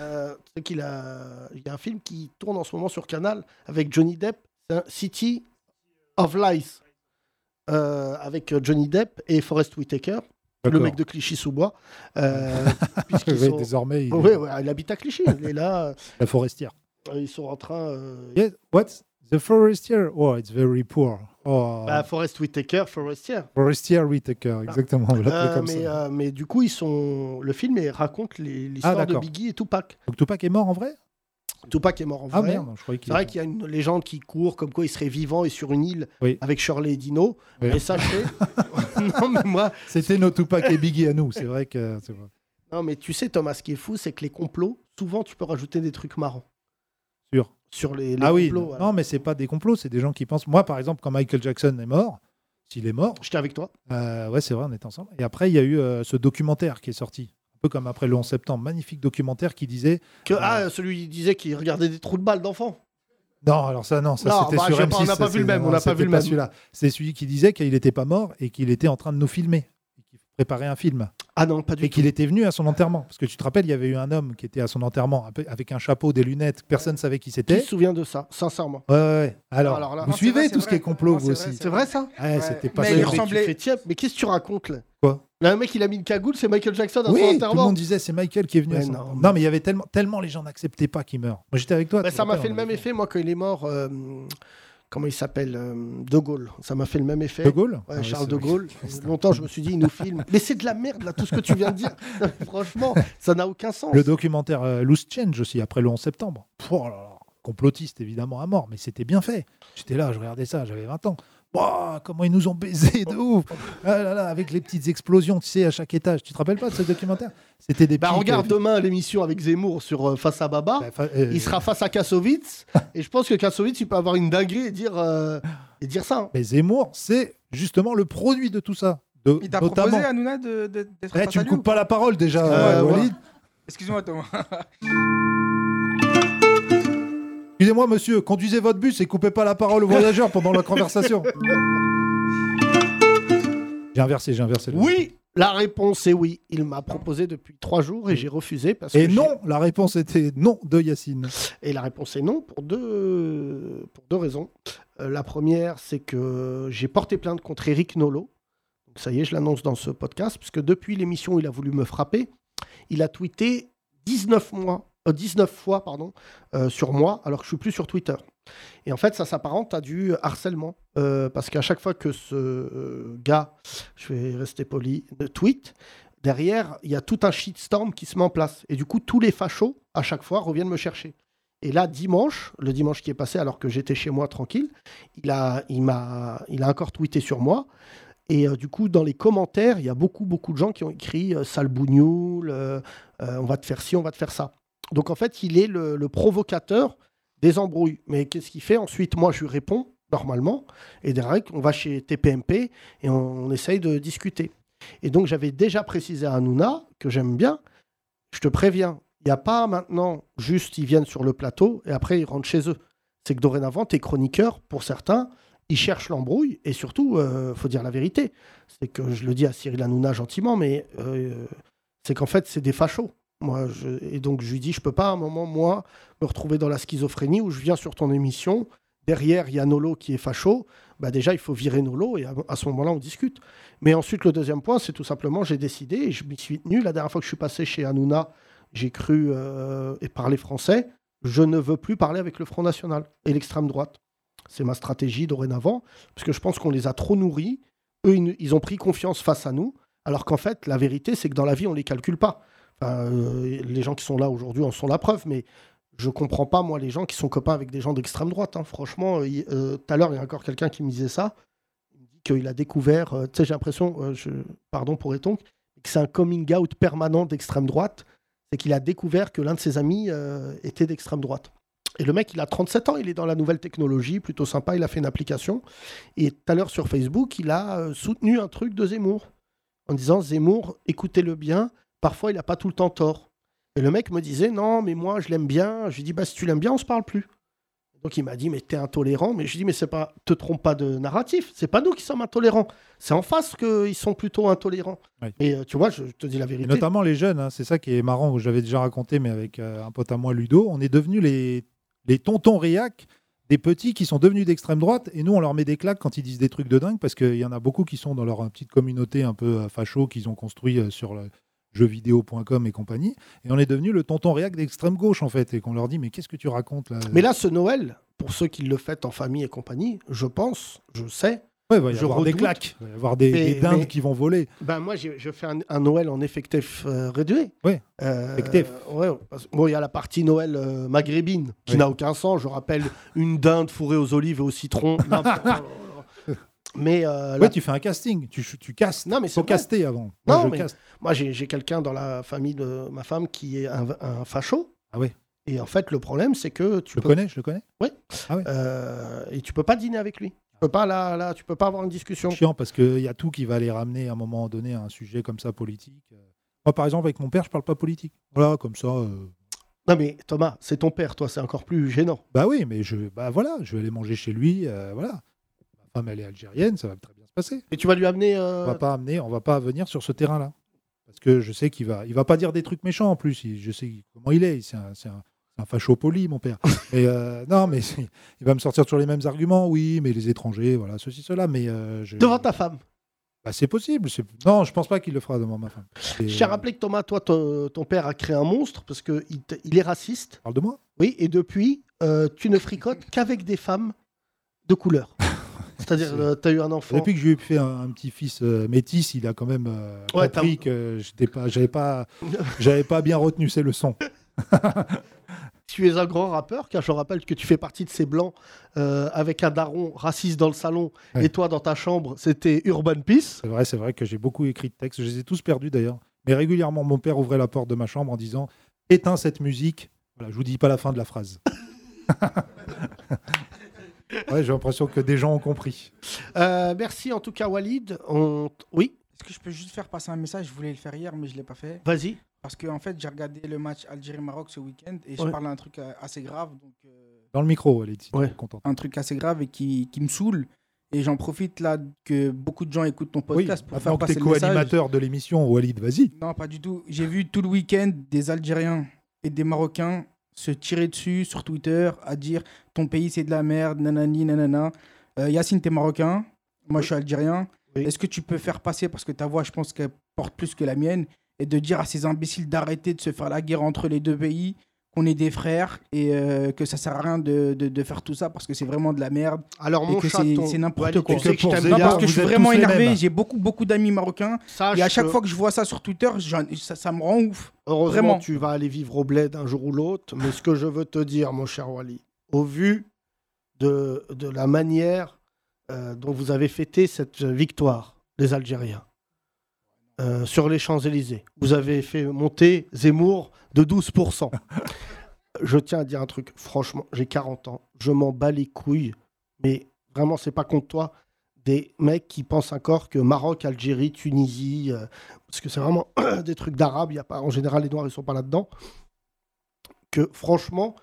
Speaker 3: Euh, tu sais qu'il a... Il y a un film qui tourne en ce moment sur Canal avec Johnny Depp, c'est un City of Lies, Euh, avec euh, Johnny Depp et Forrest Whitaker, le
Speaker 4: D'accord.
Speaker 3: mec de Clichy-sous-Bois. Euh, puisqu'ils
Speaker 4: Oui,
Speaker 3: sont-
Speaker 4: Désormais, il est
Speaker 3: Ouais, ouais, il habite à Clichy, il est là.
Speaker 4: la forestière.
Speaker 3: Euh, Ils sont en train. euh,
Speaker 4: Yes. What? The forestier? Oh, it's very poor. Oh,
Speaker 3: Bah, Forest Whitaker, Forestière.
Speaker 4: forestier Whitaker, exactement. on va l'appeler
Speaker 3: Euh,
Speaker 4: comme
Speaker 3: mais,
Speaker 4: ça.
Speaker 3: euh, mais du coup, ils sont. Le film il raconte les- l'histoire de
Speaker 4: d'accord.
Speaker 3: Biggie et Tupac.
Speaker 4: Donc Tupac est mort en vrai?
Speaker 3: Tupac est mort en
Speaker 4: Ah
Speaker 3: vrai.
Speaker 4: merde, je croyais
Speaker 3: C'est
Speaker 4: qu'il
Speaker 3: vrai qu'il y a une légende qui court comme quoi il serait vivant et sur une île
Speaker 4: Oui.
Speaker 3: avec Shirley et Dino.
Speaker 4: Oui.
Speaker 3: Mais sachez, non mais moi,
Speaker 4: C'était nos Tupac et Biggie à nous, c'est vrai que. c'est vrai.
Speaker 3: non mais tu sais Thomas, ce qui est fou, c'est que les complots, souvent tu peux rajouter des trucs marrants
Speaker 4: Sûr.
Speaker 3: sur les, les
Speaker 4: Ah oui,
Speaker 3: complots.
Speaker 4: non,
Speaker 3: voilà.
Speaker 4: non, mais c'est pas des complots, c'est des gens qui pensent. Moi, par exemple, quand Michael Jackson est mort, s'il est mort,
Speaker 3: J'étais avec toi.
Speaker 4: euh, ouais, c'est vrai, on était ensemble. Et après, il y a eu euh, ce documentaire qui est sorti, un peu comme après le 11 septembre, magnifique documentaire qui disait.
Speaker 3: Que, Ah, celui qui disait qu'il regardait des trous de balles d'enfant.
Speaker 4: Non, alors ça, non, ça
Speaker 3: Non,
Speaker 4: c'était
Speaker 3: bah,
Speaker 4: sur
Speaker 3: je sais pas,
Speaker 4: M6.
Speaker 3: on n'a
Speaker 4: ça,
Speaker 3: pas vu le
Speaker 4: c'est-
Speaker 3: même,
Speaker 4: non,
Speaker 3: on n'a pas
Speaker 4: c'était
Speaker 3: vu le même.
Speaker 4: celui-là. C'est celui qui disait qu'il n'était pas mort et qu'il était en train de nous filmer, et qu'il préparait un film.
Speaker 3: Ah non, pas du
Speaker 4: et qu'il était venu à son enterrement. Parce que tu te rappelles, il y avait eu un homme qui était à son enterrement un peu- avec un chapeau, des lunettes, personne ne savait qui
Speaker 3: tout. Qui
Speaker 4: c'était.
Speaker 3: se souvient de ça, sincèrement.
Speaker 4: Ouais, ouais, ouais. Alors,
Speaker 5: Alors
Speaker 4: vous
Speaker 5: là,
Speaker 3: ah,
Speaker 5: non, c'est
Speaker 4: suivez
Speaker 5: vrai,
Speaker 4: tout
Speaker 5: c'est
Speaker 4: ce qui est
Speaker 5: vrai.
Speaker 4: complot,
Speaker 5: Non,
Speaker 4: vous
Speaker 5: c'est
Speaker 4: aussi.
Speaker 5: vrai,
Speaker 3: C'est vrai ça
Speaker 4: Ouais,
Speaker 5: Ouais.
Speaker 4: c'était pas
Speaker 5: Mais
Speaker 4: ça.
Speaker 5: il
Speaker 3: Mais
Speaker 4: Oui,
Speaker 5: ressemblait-
Speaker 3: tu fais tiep. Mais qu'est-ce que tu racontes là
Speaker 4: Quoi
Speaker 3: Là, Le mec, il a mis une cagoule, c'est Michael Jackson à son
Speaker 4: tout le
Speaker 3: enterrement.
Speaker 4: monde disait c'est Michael qui est venu. à
Speaker 3: Mais
Speaker 4: son
Speaker 3: non.
Speaker 4: enterrement. non, mais il y avait tellement, tellement les gens n'acceptaient pas qu'il meurt. Moi, j'étais avec toi.
Speaker 3: Bah,
Speaker 4: tu te
Speaker 3: ça m'a
Speaker 4: rappelles,
Speaker 3: fait le
Speaker 4: on
Speaker 3: même
Speaker 4: avait
Speaker 3: effet, moi, quand il est mort. euh, Comment il s'appelle euh, De Gaulle. Ça m'a fait le même effet.
Speaker 4: De Gaulle
Speaker 3: Ouais,
Speaker 4: Ah oui,
Speaker 3: Charles
Speaker 4: c'est
Speaker 3: de
Speaker 4: vrai.
Speaker 3: Gaulle. Longtemps, je me suis dit, il nous filme. Mais c'est de la merde, là, tout ce que tu viens de dire. Non, mais Franchement, ça n'a aucun sens.
Speaker 4: Le documentaire euh, Loose Change aussi, après le 11 septembre. Pff, oh là là, complotiste évidemment à mort, mais c'était bien fait. J'étais là, je regardais ça, j'avais 20 ans. Ouah, comment ils nous ont baisés de ouf Ah là là, Avec les petites explosions, tu sais, à chaque étage. Tu te rappelles pas de ce documentaire C'était des
Speaker 3: Bah,
Speaker 4: petites-
Speaker 3: regarde demain l'émission avec Zemmour sur euh, Face à Baba.
Speaker 4: Bah, fa- euh,
Speaker 3: il sera face à Kassovitz. et je pense que Kassovitz, il peut avoir une dinguerie et dire, euh, et dire ça. hein.
Speaker 4: Mais Zemmour, c'est justement le produit de tout ça. De,
Speaker 5: Il t'a
Speaker 4: notamment.
Speaker 5: proposé, Hanouna, de- de- d'être
Speaker 4: Eh,
Speaker 5: face
Speaker 4: tu
Speaker 5: à
Speaker 4: me
Speaker 5: lui ou
Speaker 4: coupes pas la parole déjà,
Speaker 3: Euh,
Speaker 4: euh,
Speaker 3: voilà.
Speaker 4: Walid.
Speaker 5: Excuse-moi, Thomas.
Speaker 4: Excusez-moi, monsieur, conduisez votre bus et coupez pas la parole aux voyageurs pendant la conversation. J'ai inversé, j'ai inversé. le-
Speaker 3: Oui, la réponse est oui. Il m'a proposé depuis trois jours et j'ai refusé parce
Speaker 4: Mm. Et
Speaker 3: que
Speaker 4: non, la réponse était non de Yacine.
Speaker 3: j'ai- Et la réponse est non pour deux pour deux raisons. Euh, la première, c'est que j'ai porté plainte contre Eric Nolo. Donc ça y est, je l'annonce dans ce podcast puisque depuis l'émission où il a voulu me frapper, il a tweeté 19 mois euh, 19 fois pardon euh, sur moi alors que je suis plus sur Twitter. Et en fait, ça s'apparente à du harcèlement euh, parce qu'à chaque fois que ce euh, gars, je vais rester poli, ne tweet derrière, il y a tout un shitstorm qui se met en place. Et du coup, tous les fachos, à chaque fois, reviennent me chercher. Et là, dimanche, le dimanche qui est passé, alors que j'étais chez moi tranquille, il a, il m'a, il a encore tweeté sur moi. Et euh, du coup, dans les commentaires, il y a beaucoup, beaucoup de gens qui ont écrit euh, sale bougnoule, euh, euh, on va te faire ci, on va te faire ça. Donc en fait, il est le, le provocateur des embrouilles. Mais qu'est-ce qu'il fait Ensuite, moi, je lui réponds, normalement. Et derrière, on va chez TPMP et on- on essaye de discuter. Et donc, j'avais déjà précisé à Hanouna, que j'aime bien, je te préviens, il n'y a pas maintenant juste ils viennent sur le plateau et après ils rentrent chez eux. C'est que dorénavant, tes chroniqueurs, pour certains, ils cherchent l'embrouille et surtout, euh, faut dire la vérité. C'est que je le dis à Cyril Hanouna gentiment, mais euh, c'est qu'en fait, c'est des fachos. Moi, je- et donc, je lui dis, je peux pas à un moment, moi, me retrouver dans la schizophrénie où je viens sur ton émission. Derrière, il y a Nolo qui est facho. Bah déjà, il faut virer Nolo et à- à ce moment-là, on discute. Mais ensuite, le deuxième point, c'est tout simplement, j'ai décidé, et je m'y suis tenu, la dernière fois que je suis passé chez Hanouna, j'ai cru euh, et parler français, je ne veux plus parler avec le Front National et l'extrême droite. C'est ma stratégie dorénavant, parce que je pense qu'on les a trop nourris. Eux, ils, ils ont pris confiance face à nous, alors qu'en fait, la vérité, c'est que dans la vie, on ne les calcule pas. Enfin, euh, les gens qui sont là aujourd'hui en sont la preuve, mais je comprends pas, moi, les gens qui sont copains avec des gens d'extrême droite. hein. Franchement, euh, il- euh, tout à l'heure, il y a encore quelqu'un qui me disait ça qu'il a découvert, euh, tu sais, j'ai l'impression, euh, je, pardon pour Etonk, que c'est un coming out permanent d'extrême droite, c'est qu'il a découvert que l'un de ses amis euh, était d'extrême droite. Et le mec, il a 37 ans, il est dans la nouvelle technologie, plutôt sympa, il a fait une application. Et tout à l'heure sur Facebook, il a euh, soutenu un truc de Zemmour, en disant Zemmour, écoutez-le bien, parfois il n'a pas tout le temps tort. Et le mec me disait, non, mais moi, je l'aime bien. Je lui dis, bah, si tu l'aimes bien, on se parle plus. Donc il m'a dit mais t'es intolérant, mais je lui dis mais c'est pas te trompe pas de narratif, c'est pas nous qui sommes intolérants, c'est en face qu'ils sont plutôt intolérants.
Speaker 4: Ouais.
Speaker 3: Et euh, tu vois, je, je te dis la
Speaker 4: Et
Speaker 3: vérité.
Speaker 4: notamment les jeunes, hein, c'est ça qui est marrant, j'avais déjà raconté, mais avec euh, un pote à moi, Ludo, on est devenus les, les tontons réac des petits qui sont devenus d'extrême droite, et nous, on leur met des claques quand ils disent des trucs de dingue, parce qu'il y en a beaucoup qui sont dans leur euh, petite communauté un peu euh, facho qu'ils ont construit euh, sur le jeuxvideo.com et compagnie, et on est devenu le tonton réac d'extrême gauche, en fait, et qu'on leur dit, mais qu'est-ce que
Speaker 3: Euh.
Speaker 4: tu racontes là
Speaker 3: Mais là, ce Noël, pour ceux qui le fêtent en famille et compagnie, je pense, je sais
Speaker 4: Ouais, il va y
Speaker 3: Je
Speaker 4: avoir des
Speaker 3: redoute.
Speaker 4: claques, il va y avoir des,
Speaker 3: Mais-
Speaker 4: des dindes
Speaker 3: mais-
Speaker 4: qui vont voler.
Speaker 3: Ben moi, j'ai- je fais un, un Noël en effectif euh, réduit.
Speaker 4: Ouais,
Speaker 3: Euh,
Speaker 4: effectif.
Speaker 3: ouais, parce- bon, il y a la partie Noël euh, maghrébine qui
Speaker 4: Ouais.
Speaker 3: n'a aucun sens. Je rappelle une dinde fourrée aux olives et au citron. Non, mais euh,
Speaker 4: Ouais,
Speaker 3: la-
Speaker 4: tu fais un casting, tu, ch- tu castes.
Speaker 3: Non, mais c'est
Speaker 4: Faut
Speaker 3: vrai.
Speaker 4: caster avant.
Speaker 3: Non,
Speaker 4: Moi, je
Speaker 3: mais-
Speaker 4: caste.
Speaker 3: moi, j'ai j'ai quelqu'un dans la famille de ma femme qui est un, un facho.
Speaker 4: Ah ouais.
Speaker 3: Et en fait, le problème, c'est que tu
Speaker 4: Je le
Speaker 3: peux,
Speaker 4: connais, je le connais.
Speaker 3: euh, et tu peux pas dîner avec lui. Tu peux pas là, là, tu peux pas avoir une discussion.
Speaker 4: Chiant parce qu'il y a tout qui va les ramener à un moment donné à un sujet comme ça politique. Euh, Moi, par exemple, avec mon père, je parle pas politique. Voilà, comme ça. euh,
Speaker 3: Non mais Thomas, c'est ton père, toi, c'est encore plus gênant.
Speaker 4: Bah oui, mais je, bah voilà, je vais aller manger chez lui. euh, voilà. Ma femme, elle est algérienne, ça va très bien se passer.
Speaker 3: Et tu vas lui amener.
Speaker 4: on
Speaker 3: euh,
Speaker 4: va pas amener, on va pas venir sur ce terrain-là. Parce que je sais qu'il va, il va pas dire des trucs méchants en plus. il- je sais comment il est. C'est un, c'est un, c'est un facho poli, mon père. Mais euh, non, mais c'est- il va me sortir toujours les mêmes arguments. Oui, mais les étrangers, voilà, ceci, cela. Mais euh, je-
Speaker 3: devant ta femme.
Speaker 4: Bah, c'est possible. c'est- Non, je pense pas qu'il le fera devant ma femme. C'est-
Speaker 3: Je tiens à rappeler que Thomas, toi, ton ton père a créé un monstre parce qu'il il est raciste.
Speaker 4: Parle de moi.
Speaker 3: Oui, et depuis, euh, tu ne fricotes qu'avec des femmes de couleur. C'est-à-dire,
Speaker 4: C'est-
Speaker 3: tu as eu un enfant.
Speaker 4: Depuis que j'ai eu fait un, un petit fils euh, métis, il a quand même euh,
Speaker 3: Ouais,
Speaker 4: compris que j'étais pas, j'avais pas, j'avais pas bien retenu ses leçons.
Speaker 3: Tu es un grand rappeur, car je rappelle que tu fais partie de ces blancs euh, avec un daron raciste dans le salon
Speaker 4: Ouais.
Speaker 3: et toi dans ta chambre, c'était Urban Peace.
Speaker 4: C'est vrai, c'est vrai que j'ai beaucoup écrit de textes. Je les ai tous perdus d'ailleurs. Mais régulièrement, mon père ouvrait la porte de ma chambre en disant Éteins cette musique. Voilà, je vous dis pas la fin de la phrase. ouais, j'ai l'impression que des gens ont compris.
Speaker 3: Euh, merci en tout cas, Walid. On... t- Oui,
Speaker 5: Est-ce que je peux juste faire passer un message Je voulais le faire hier, mais je ne l'ai pas fait.
Speaker 3: vas-y.
Speaker 5: Parce que en fait, j'ai regardé le match Algérie-Maroc ce week-end et je
Speaker 3: Ouais.
Speaker 5: parle d'un truc euh, assez grave, donc euh,
Speaker 4: Dans le micro, elle est
Speaker 3: Ouais.
Speaker 4: contente.
Speaker 5: un truc assez grave et qui, qui me saoule. Et j'en profite là que beaucoup de gens écoutent ton
Speaker 4: Oui,
Speaker 5: podcast pour
Speaker 4: maintenant
Speaker 5: faire
Speaker 4: que t'es
Speaker 5: passer le message.
Speaker 4: co-animateur de l'émission, Walid, vas-y.
Speaker 5: Non, pas du tout. J'ai vu tout le week-end des Algériens et des Marocains se tirer dessus sur Twitter à dire ton pays c'est de la merde, nanani, nanana. Euh, Yacine, t'es marocain, moi je suis algérien.
Speaker 3: Oui.
Speaker 5: Est-ce que tu peux faire passer, parce que ta voix je pense qu'elle porte plus que la mienne, et de dire à ces imbéciles d'arrêter de se faire la guerre entre les deux pays, qu'on est des frères et euh, que ça sert à rien de, de- de faire tout ça parce que c'est vraiment de la merde.
Speaker 3: Alors,
Speaker 5: Et
Speaker 3: mon
Speaker 5: que
Speaker 3: chat,
Speaker 5: c'est-
Speaker 3: ton-
Speaker 5: c'est n'importe
Speaker 3: Walid,
Speaker 5: quoi.
Speaker 3: Tu sais que je
Speaker 4: Que pour
Speaker 3: t'aime
Speaker 4: Zélia,
Speaker 3: bien.
Speaker 5: Parce que je suis
Speaker 4: êtes
Speaker 5: vraiment
Speaker 4: tous les mêmes. Ah,
Speaker 5: énervé, j'ai beaucoup, beaucoup d'amis marocains.
Speaker 3: Sache
Speaker 5: Et à chaque
Speaker 3: que-
Speaker 5: fois que je vois ça sur Twitter, j'en- ça, ça me rend ouf.
Speaker 3: Heureusement,
Speaker 5: Vraiment.
Speaker 3: tu vas aller vivre au bled un jour ou l'autre. Mais ce que je veux te dire, mon cher Wally, au vu de, de la manière euh, dont vous avez fêté cette victoire des Algériens euh, sur les Champs-Élysées, vous avez fait monter Zemmour de 12%. je tiens à dire un truc. Franchement, j'ai 40 ans. Je m'en bats les couilles. Mais vraiment, c'est pas contre toi. Des mecs qui pensent encore que Maroc, Algérie, Tunisie, euh, parce que c'est vraiment des trucs d'arabes, il y a pas, en général les noirs ils sont pas là-dedans, que franchement,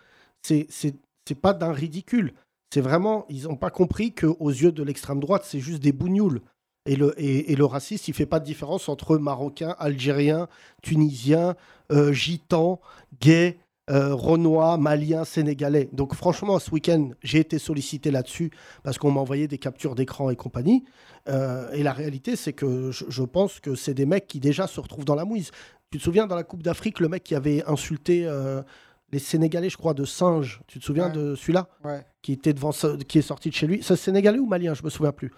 Speaker 3: c'est c'est c'est pas d'un ridicule. C'est vraiment, ils n'ont pas compris que aux yeux de l'extrême droite, c'est juste des bougnoules. Et le, et, et le raciste, il fait pas de différence entre Marocains, Algériens, Tunisiens, euh, Gitans, Gays, euh, Renois, Maliens, Sénégalais. Donc franchement, ce week-end, j'ai été sollicité là-dessus parce qu'on m'a envoyé des captures d'écran et compagnie. Euh, et la réalité, c'est que je, je pense que c'est des mecs qui déjà se retrouvent dans la mouise. Tu te souviens dans la Coupe d'Afrique, le mec qui avait insulté euh, les Sénégalais, je crois, de singe. Tu te souviens
Speaker 5: Ouais.
Speaker 3: de celui-là
Speaker 5: Ouais.
Speaker 3: qui était devant, ce- qui est sorti de chez lui. C'est Sénégalais ou Malien, je me souviens plus.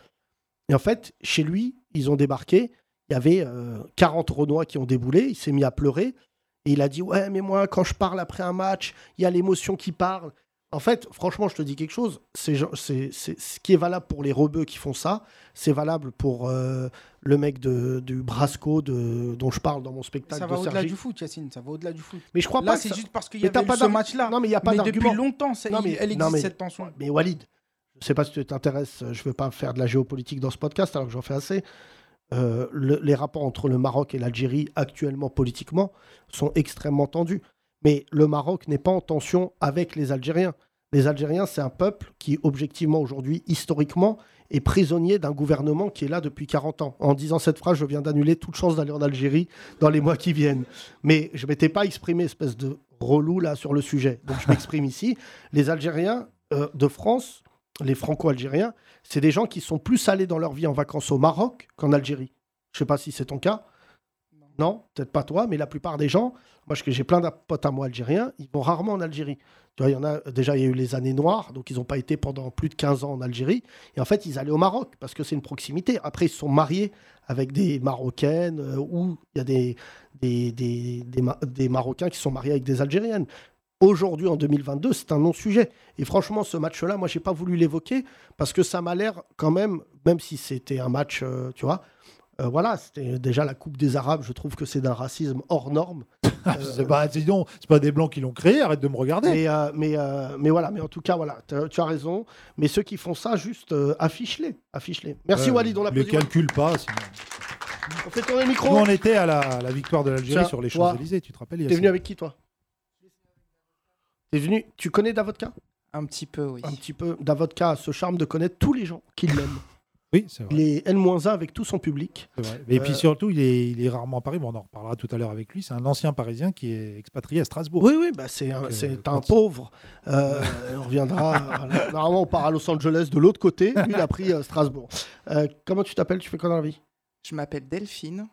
Speaker 3: Et en fait, chez lui, ils ont débarqué. Il y avait euh, 40 Renois qui ont déboulé. Il s'est mis à pleurer. Et il a dit Ouais, mais moi, quand je parle après un match, il y a l'émotion qui parle. En fait, franchement, je te dis quelque chose. C'est, c'est, c'est, ce qui est valable pour les rebeux qui font ça, c'est valable pour euh, le mec de, du Brasco de, dont je parle dans mon spectacle.
Speaker 5: Ça va
Speaker 3: de
Speaker 5: au-delà
Speaker 3: Sergi.
Speaker 5: du foot, Yacine, ça va au-delà du foot.
Speaker 3: Mais je crois
Speaker 5: Là,
Speaker 3: pas. que
Speaker 5: c'est
Speaker 3: ça-
Speaker 5: juste parce qu'il y
Speaker 3: Mais
Speaker 5: avait
Speaker 3: t'as pas
Speaker 5: eu ce
Speaker 3: d'ar-
Speaker 5: match-là.
Speaker 3: Non, mais il n'y a pas
Speaker 5: mais
Speaker 3: d'argument.
Speaker 5: depuis longtemps, ça-
Speaker 3: Non, mais-
Speaker 5: elle
Speaker 3: non,
Speaker 5: existe
Speaker 3: mais-
Speaker 5: cette tension.
Speaker 3: Mais Walid, je ne sais pas si tu t'intéresses, euh, je ne veux pas faire de la géopolitique dans ce podcast alors que j'en fais assez. Euh, le- les rapports entre le Maroc et l'Algérie actuellement politiquement sont extrêmement tendus. Mais le Maroc n'est pas en tension avec les Algériens. Les Algériens, c'est un peuple qui, objectivement, aujourd'hui, historiquement, est prisonnier d'un gouvernement qui est là depuis 40 ans. En disant cette phrase, je viens d'annuler toute chance d'aller en Algérie dans les mois qui viennent. Mais je ne m'étais pas exprimé, espèce de relou, là, sur le sujet. Donc je m'exprime ici. Les Algériens euh, de France, les Franco-Algériens, c'est des gens qui sont plus allés dans leur vie en vacances au Maroc qu'en Algérie. Je ne sais pas si c'est ton cas.
Speaker 5: Non.
Speaker 3: Non, peut-être pas toi, mais la plupart des gens, moi je- j'ai plein de potes à moi algériens, ils vont rarement en Algérie. Tu vois, il y en a déjà, il y a eu les années noires, donc ils n'ont pas été pendant plus de 15 ans en Algérie. Et en fait, ils allaient au Maroc parce que c'est une proximité. Après, ils se sont mariés avec des Marocaines euh, ou il y a des, des, des, des Ma- des Marocains qui sont mariés avec des Algériennes. Aujourd'hui, en 2022, c'est un non-sujet. Et franchement, ce match-là, moi, j'ai pas voulu l'évoquer parce que ça m'a l'air quand même, même si c'était un match, euh, tu vois, euh, voilà, c'était déjà la Coupe des Arabes. Je trouve que c'est d'un racisme hors norme.
Speaker 4: c'est pas, dis donc, c'est pas des blancs qui l'ont créé, arrête de me regarder.
Speaker 3: Euh, Mais, euh, mais, euh, mais voilà, mais en tout cas, voilà, t'as- tu as raison. Mais ceux qui font ça, juste euh, affiche-les. Affiche-les. Merci
Speaker 4: Ouais,
Speaker 3: Walid, on
Speaker 4: Les
Speaker 3: l'applaudit.
Speaker 4: calcule pas. sinon-
Speaker 3: On fait tourner le
Speaker 4: Nous,
Speaker 3: micro.
Speaker 4: on était à la, à la victoire de l'Algérie
Speaker 3: Tiens,
Speaker 4: sur les
Speaker 3: toi,
Speaker 4: Champs-Élysées, tu te rappelles
Speaker 3: T'es
Speaker 4: Yacine
Speaker 3: venu avec qui, toi T'es venu. Tu connais Davodka
Speaker 6: Un petit peu, oui.
Speaker 3: Un petit peu. Davodka a ce charme de connaître tous les gens qui l'aiment.
Speaker 4: Oui, c'est vrai.
Speaker 3: Il est N-1 avec tout son public.
Speaker 4: c'est vrai. Et puis
Speaker 3: Euh,
Speaker 4: surtout, il est, il est rarement à Paris, bon, on en reparlera tout à l'heure avec lui. C'est un ancien Parisien qui est expatrié à Strasbourg.
Speaker 3: Oui, oui, bah c'est un,
Speaker 4: Donc, euh,
Speaker 3: c'est un
Speaker 4: quand-
Speaker 3: pauvre. Euh, on reviendra. voilà. Normalement, on part à Los Angeles de l'autre côté. Lui, il a pris euh, Strasbourg. Euh, comment tu t'appelles Tu fais quoi dans la vie
Speaker 6: Je m'appelle Delphine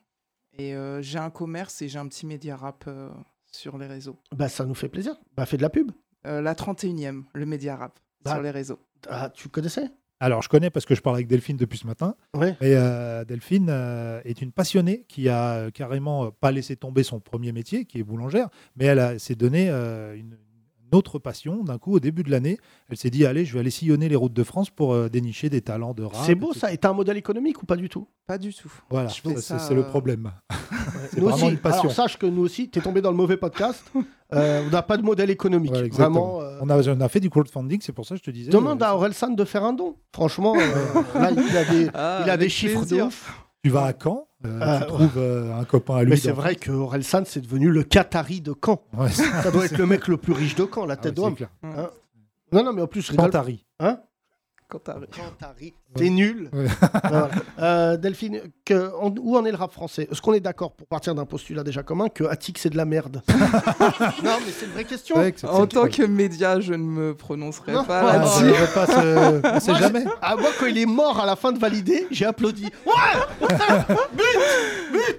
Speaker 6: et euh, j'ai un commerce et j'ai un petit média rap euh, sur les réseaux.
Speaker 3: Bah, ça nous fait plaisir. Bah, fais de la pub.
Speaker 6: Euh, la 31e, le média rap
Speaker 3: Bah.
Speaker 6: sur les réseaux.
Speaker 3: Ah, tu connaissais
Speaker 4: Alors, je connais parce que je parle avec Delphine depuis ce matin.
Speaker 3: Ouais.
Speaker 4: Et euh, Delphine euh, est une passionnée qui a euh, carrément euh, pas laissé tomber son premier métier, qui est boulangère, mais elle a- s'est donné euh, une, une autre passion. D'un coup, au début de l'année, elle s'est dit Allez, je vais aller sillonner les routes de France pour euh, dénicher des talents de rap.
Speaker 3: C'est beau,
Speaker 4: et tout.
Speaker 3: ça. Et t'as un modèle économique ou pas du tout
Speaker 6: Pas du tout.
Speaker 4: Voilà,
Speaker 6: Je fais
Speaker 4: ça, c'est
Speaker 6: ça,
Speaker 4: c'est le
Speaker 6: euh,
Speaker 4: problème. C'est
Speaker 3: Nous
Speaker 4: vraiment
Speaker 3: aussi.
Speaker 4: une passion.
Speaker 3: Alors, sache que nous aussi, t'es tombé dans le mauvais podcast. Euh, on n'a pas de modèle économique.
Speaker 4: Voilà, exactement.
Speaker 3: Vraiment. euh,
Speaker 4: on, a, on a fait du crowdfunding, c'est pour ça que je te disais.
Speaker 3: Demande
Speaker 4: euh,
Speaker 3: à Aurel San de faire un don. Franchement, euh, là, il a des, il
Speaker 4: Ah,
Speaker 3: a des chiffres de ouf.
Speaker 4: Tu vas à Caen, euh,
Speaker 3: Ah,
Speaker 4: tu
Speaker 3: ouais.
Speaker 4: trouves euh, un copain à lui.
Speaker 3: Mais c'est
Speaker 4: dans-
Speaker 3: vrai que Aurel San, c'est devenu le Qatari de Caen.
Speaker 4: Ouais, Ah, c'est-
Speaker 3: Ça doit être le mec le plus riche de Caen, la
Speaker 4: ah ouais,
Speaker 3: tête
Speaker 4: c'est
Speaker 3: d'homme.
Speaker 4: clair.
Speaker 3: Non, non, mais en plus, je rigole.
Speaker 4: Tantari.
Speaker 3: Hein
Speaker 6: Quand t'arrives.
Speaker 3: Qatari. T'es nul.
Speaker 4: Ouais.
Speaker 3: Voilà. Euh, Delphine, que- en- où en est le rap français Est-ce qu'on est d'accord pour partir d'un postulat déjà commun que Attic c'est de la merde Non, mais c'est une vraie question.
Speaker 4: Ouais, c'est-
Speaker 6: En
Speaker 4: c'est-
Speaker 6: tant que média, je ne me prononcerai
Speaker 3: Non.
Speaker 6: pas Euh,
Speaker 4: Ah,
Speaker 6: là-dessus.
Speaker 4: on devrait pas se- on sait
Speaker 3: Moi,
Speaker 4: jamais.
Speaker 3: Ah, moi, quand il est mort à la fin de valider, j'ai applaudi. Ouais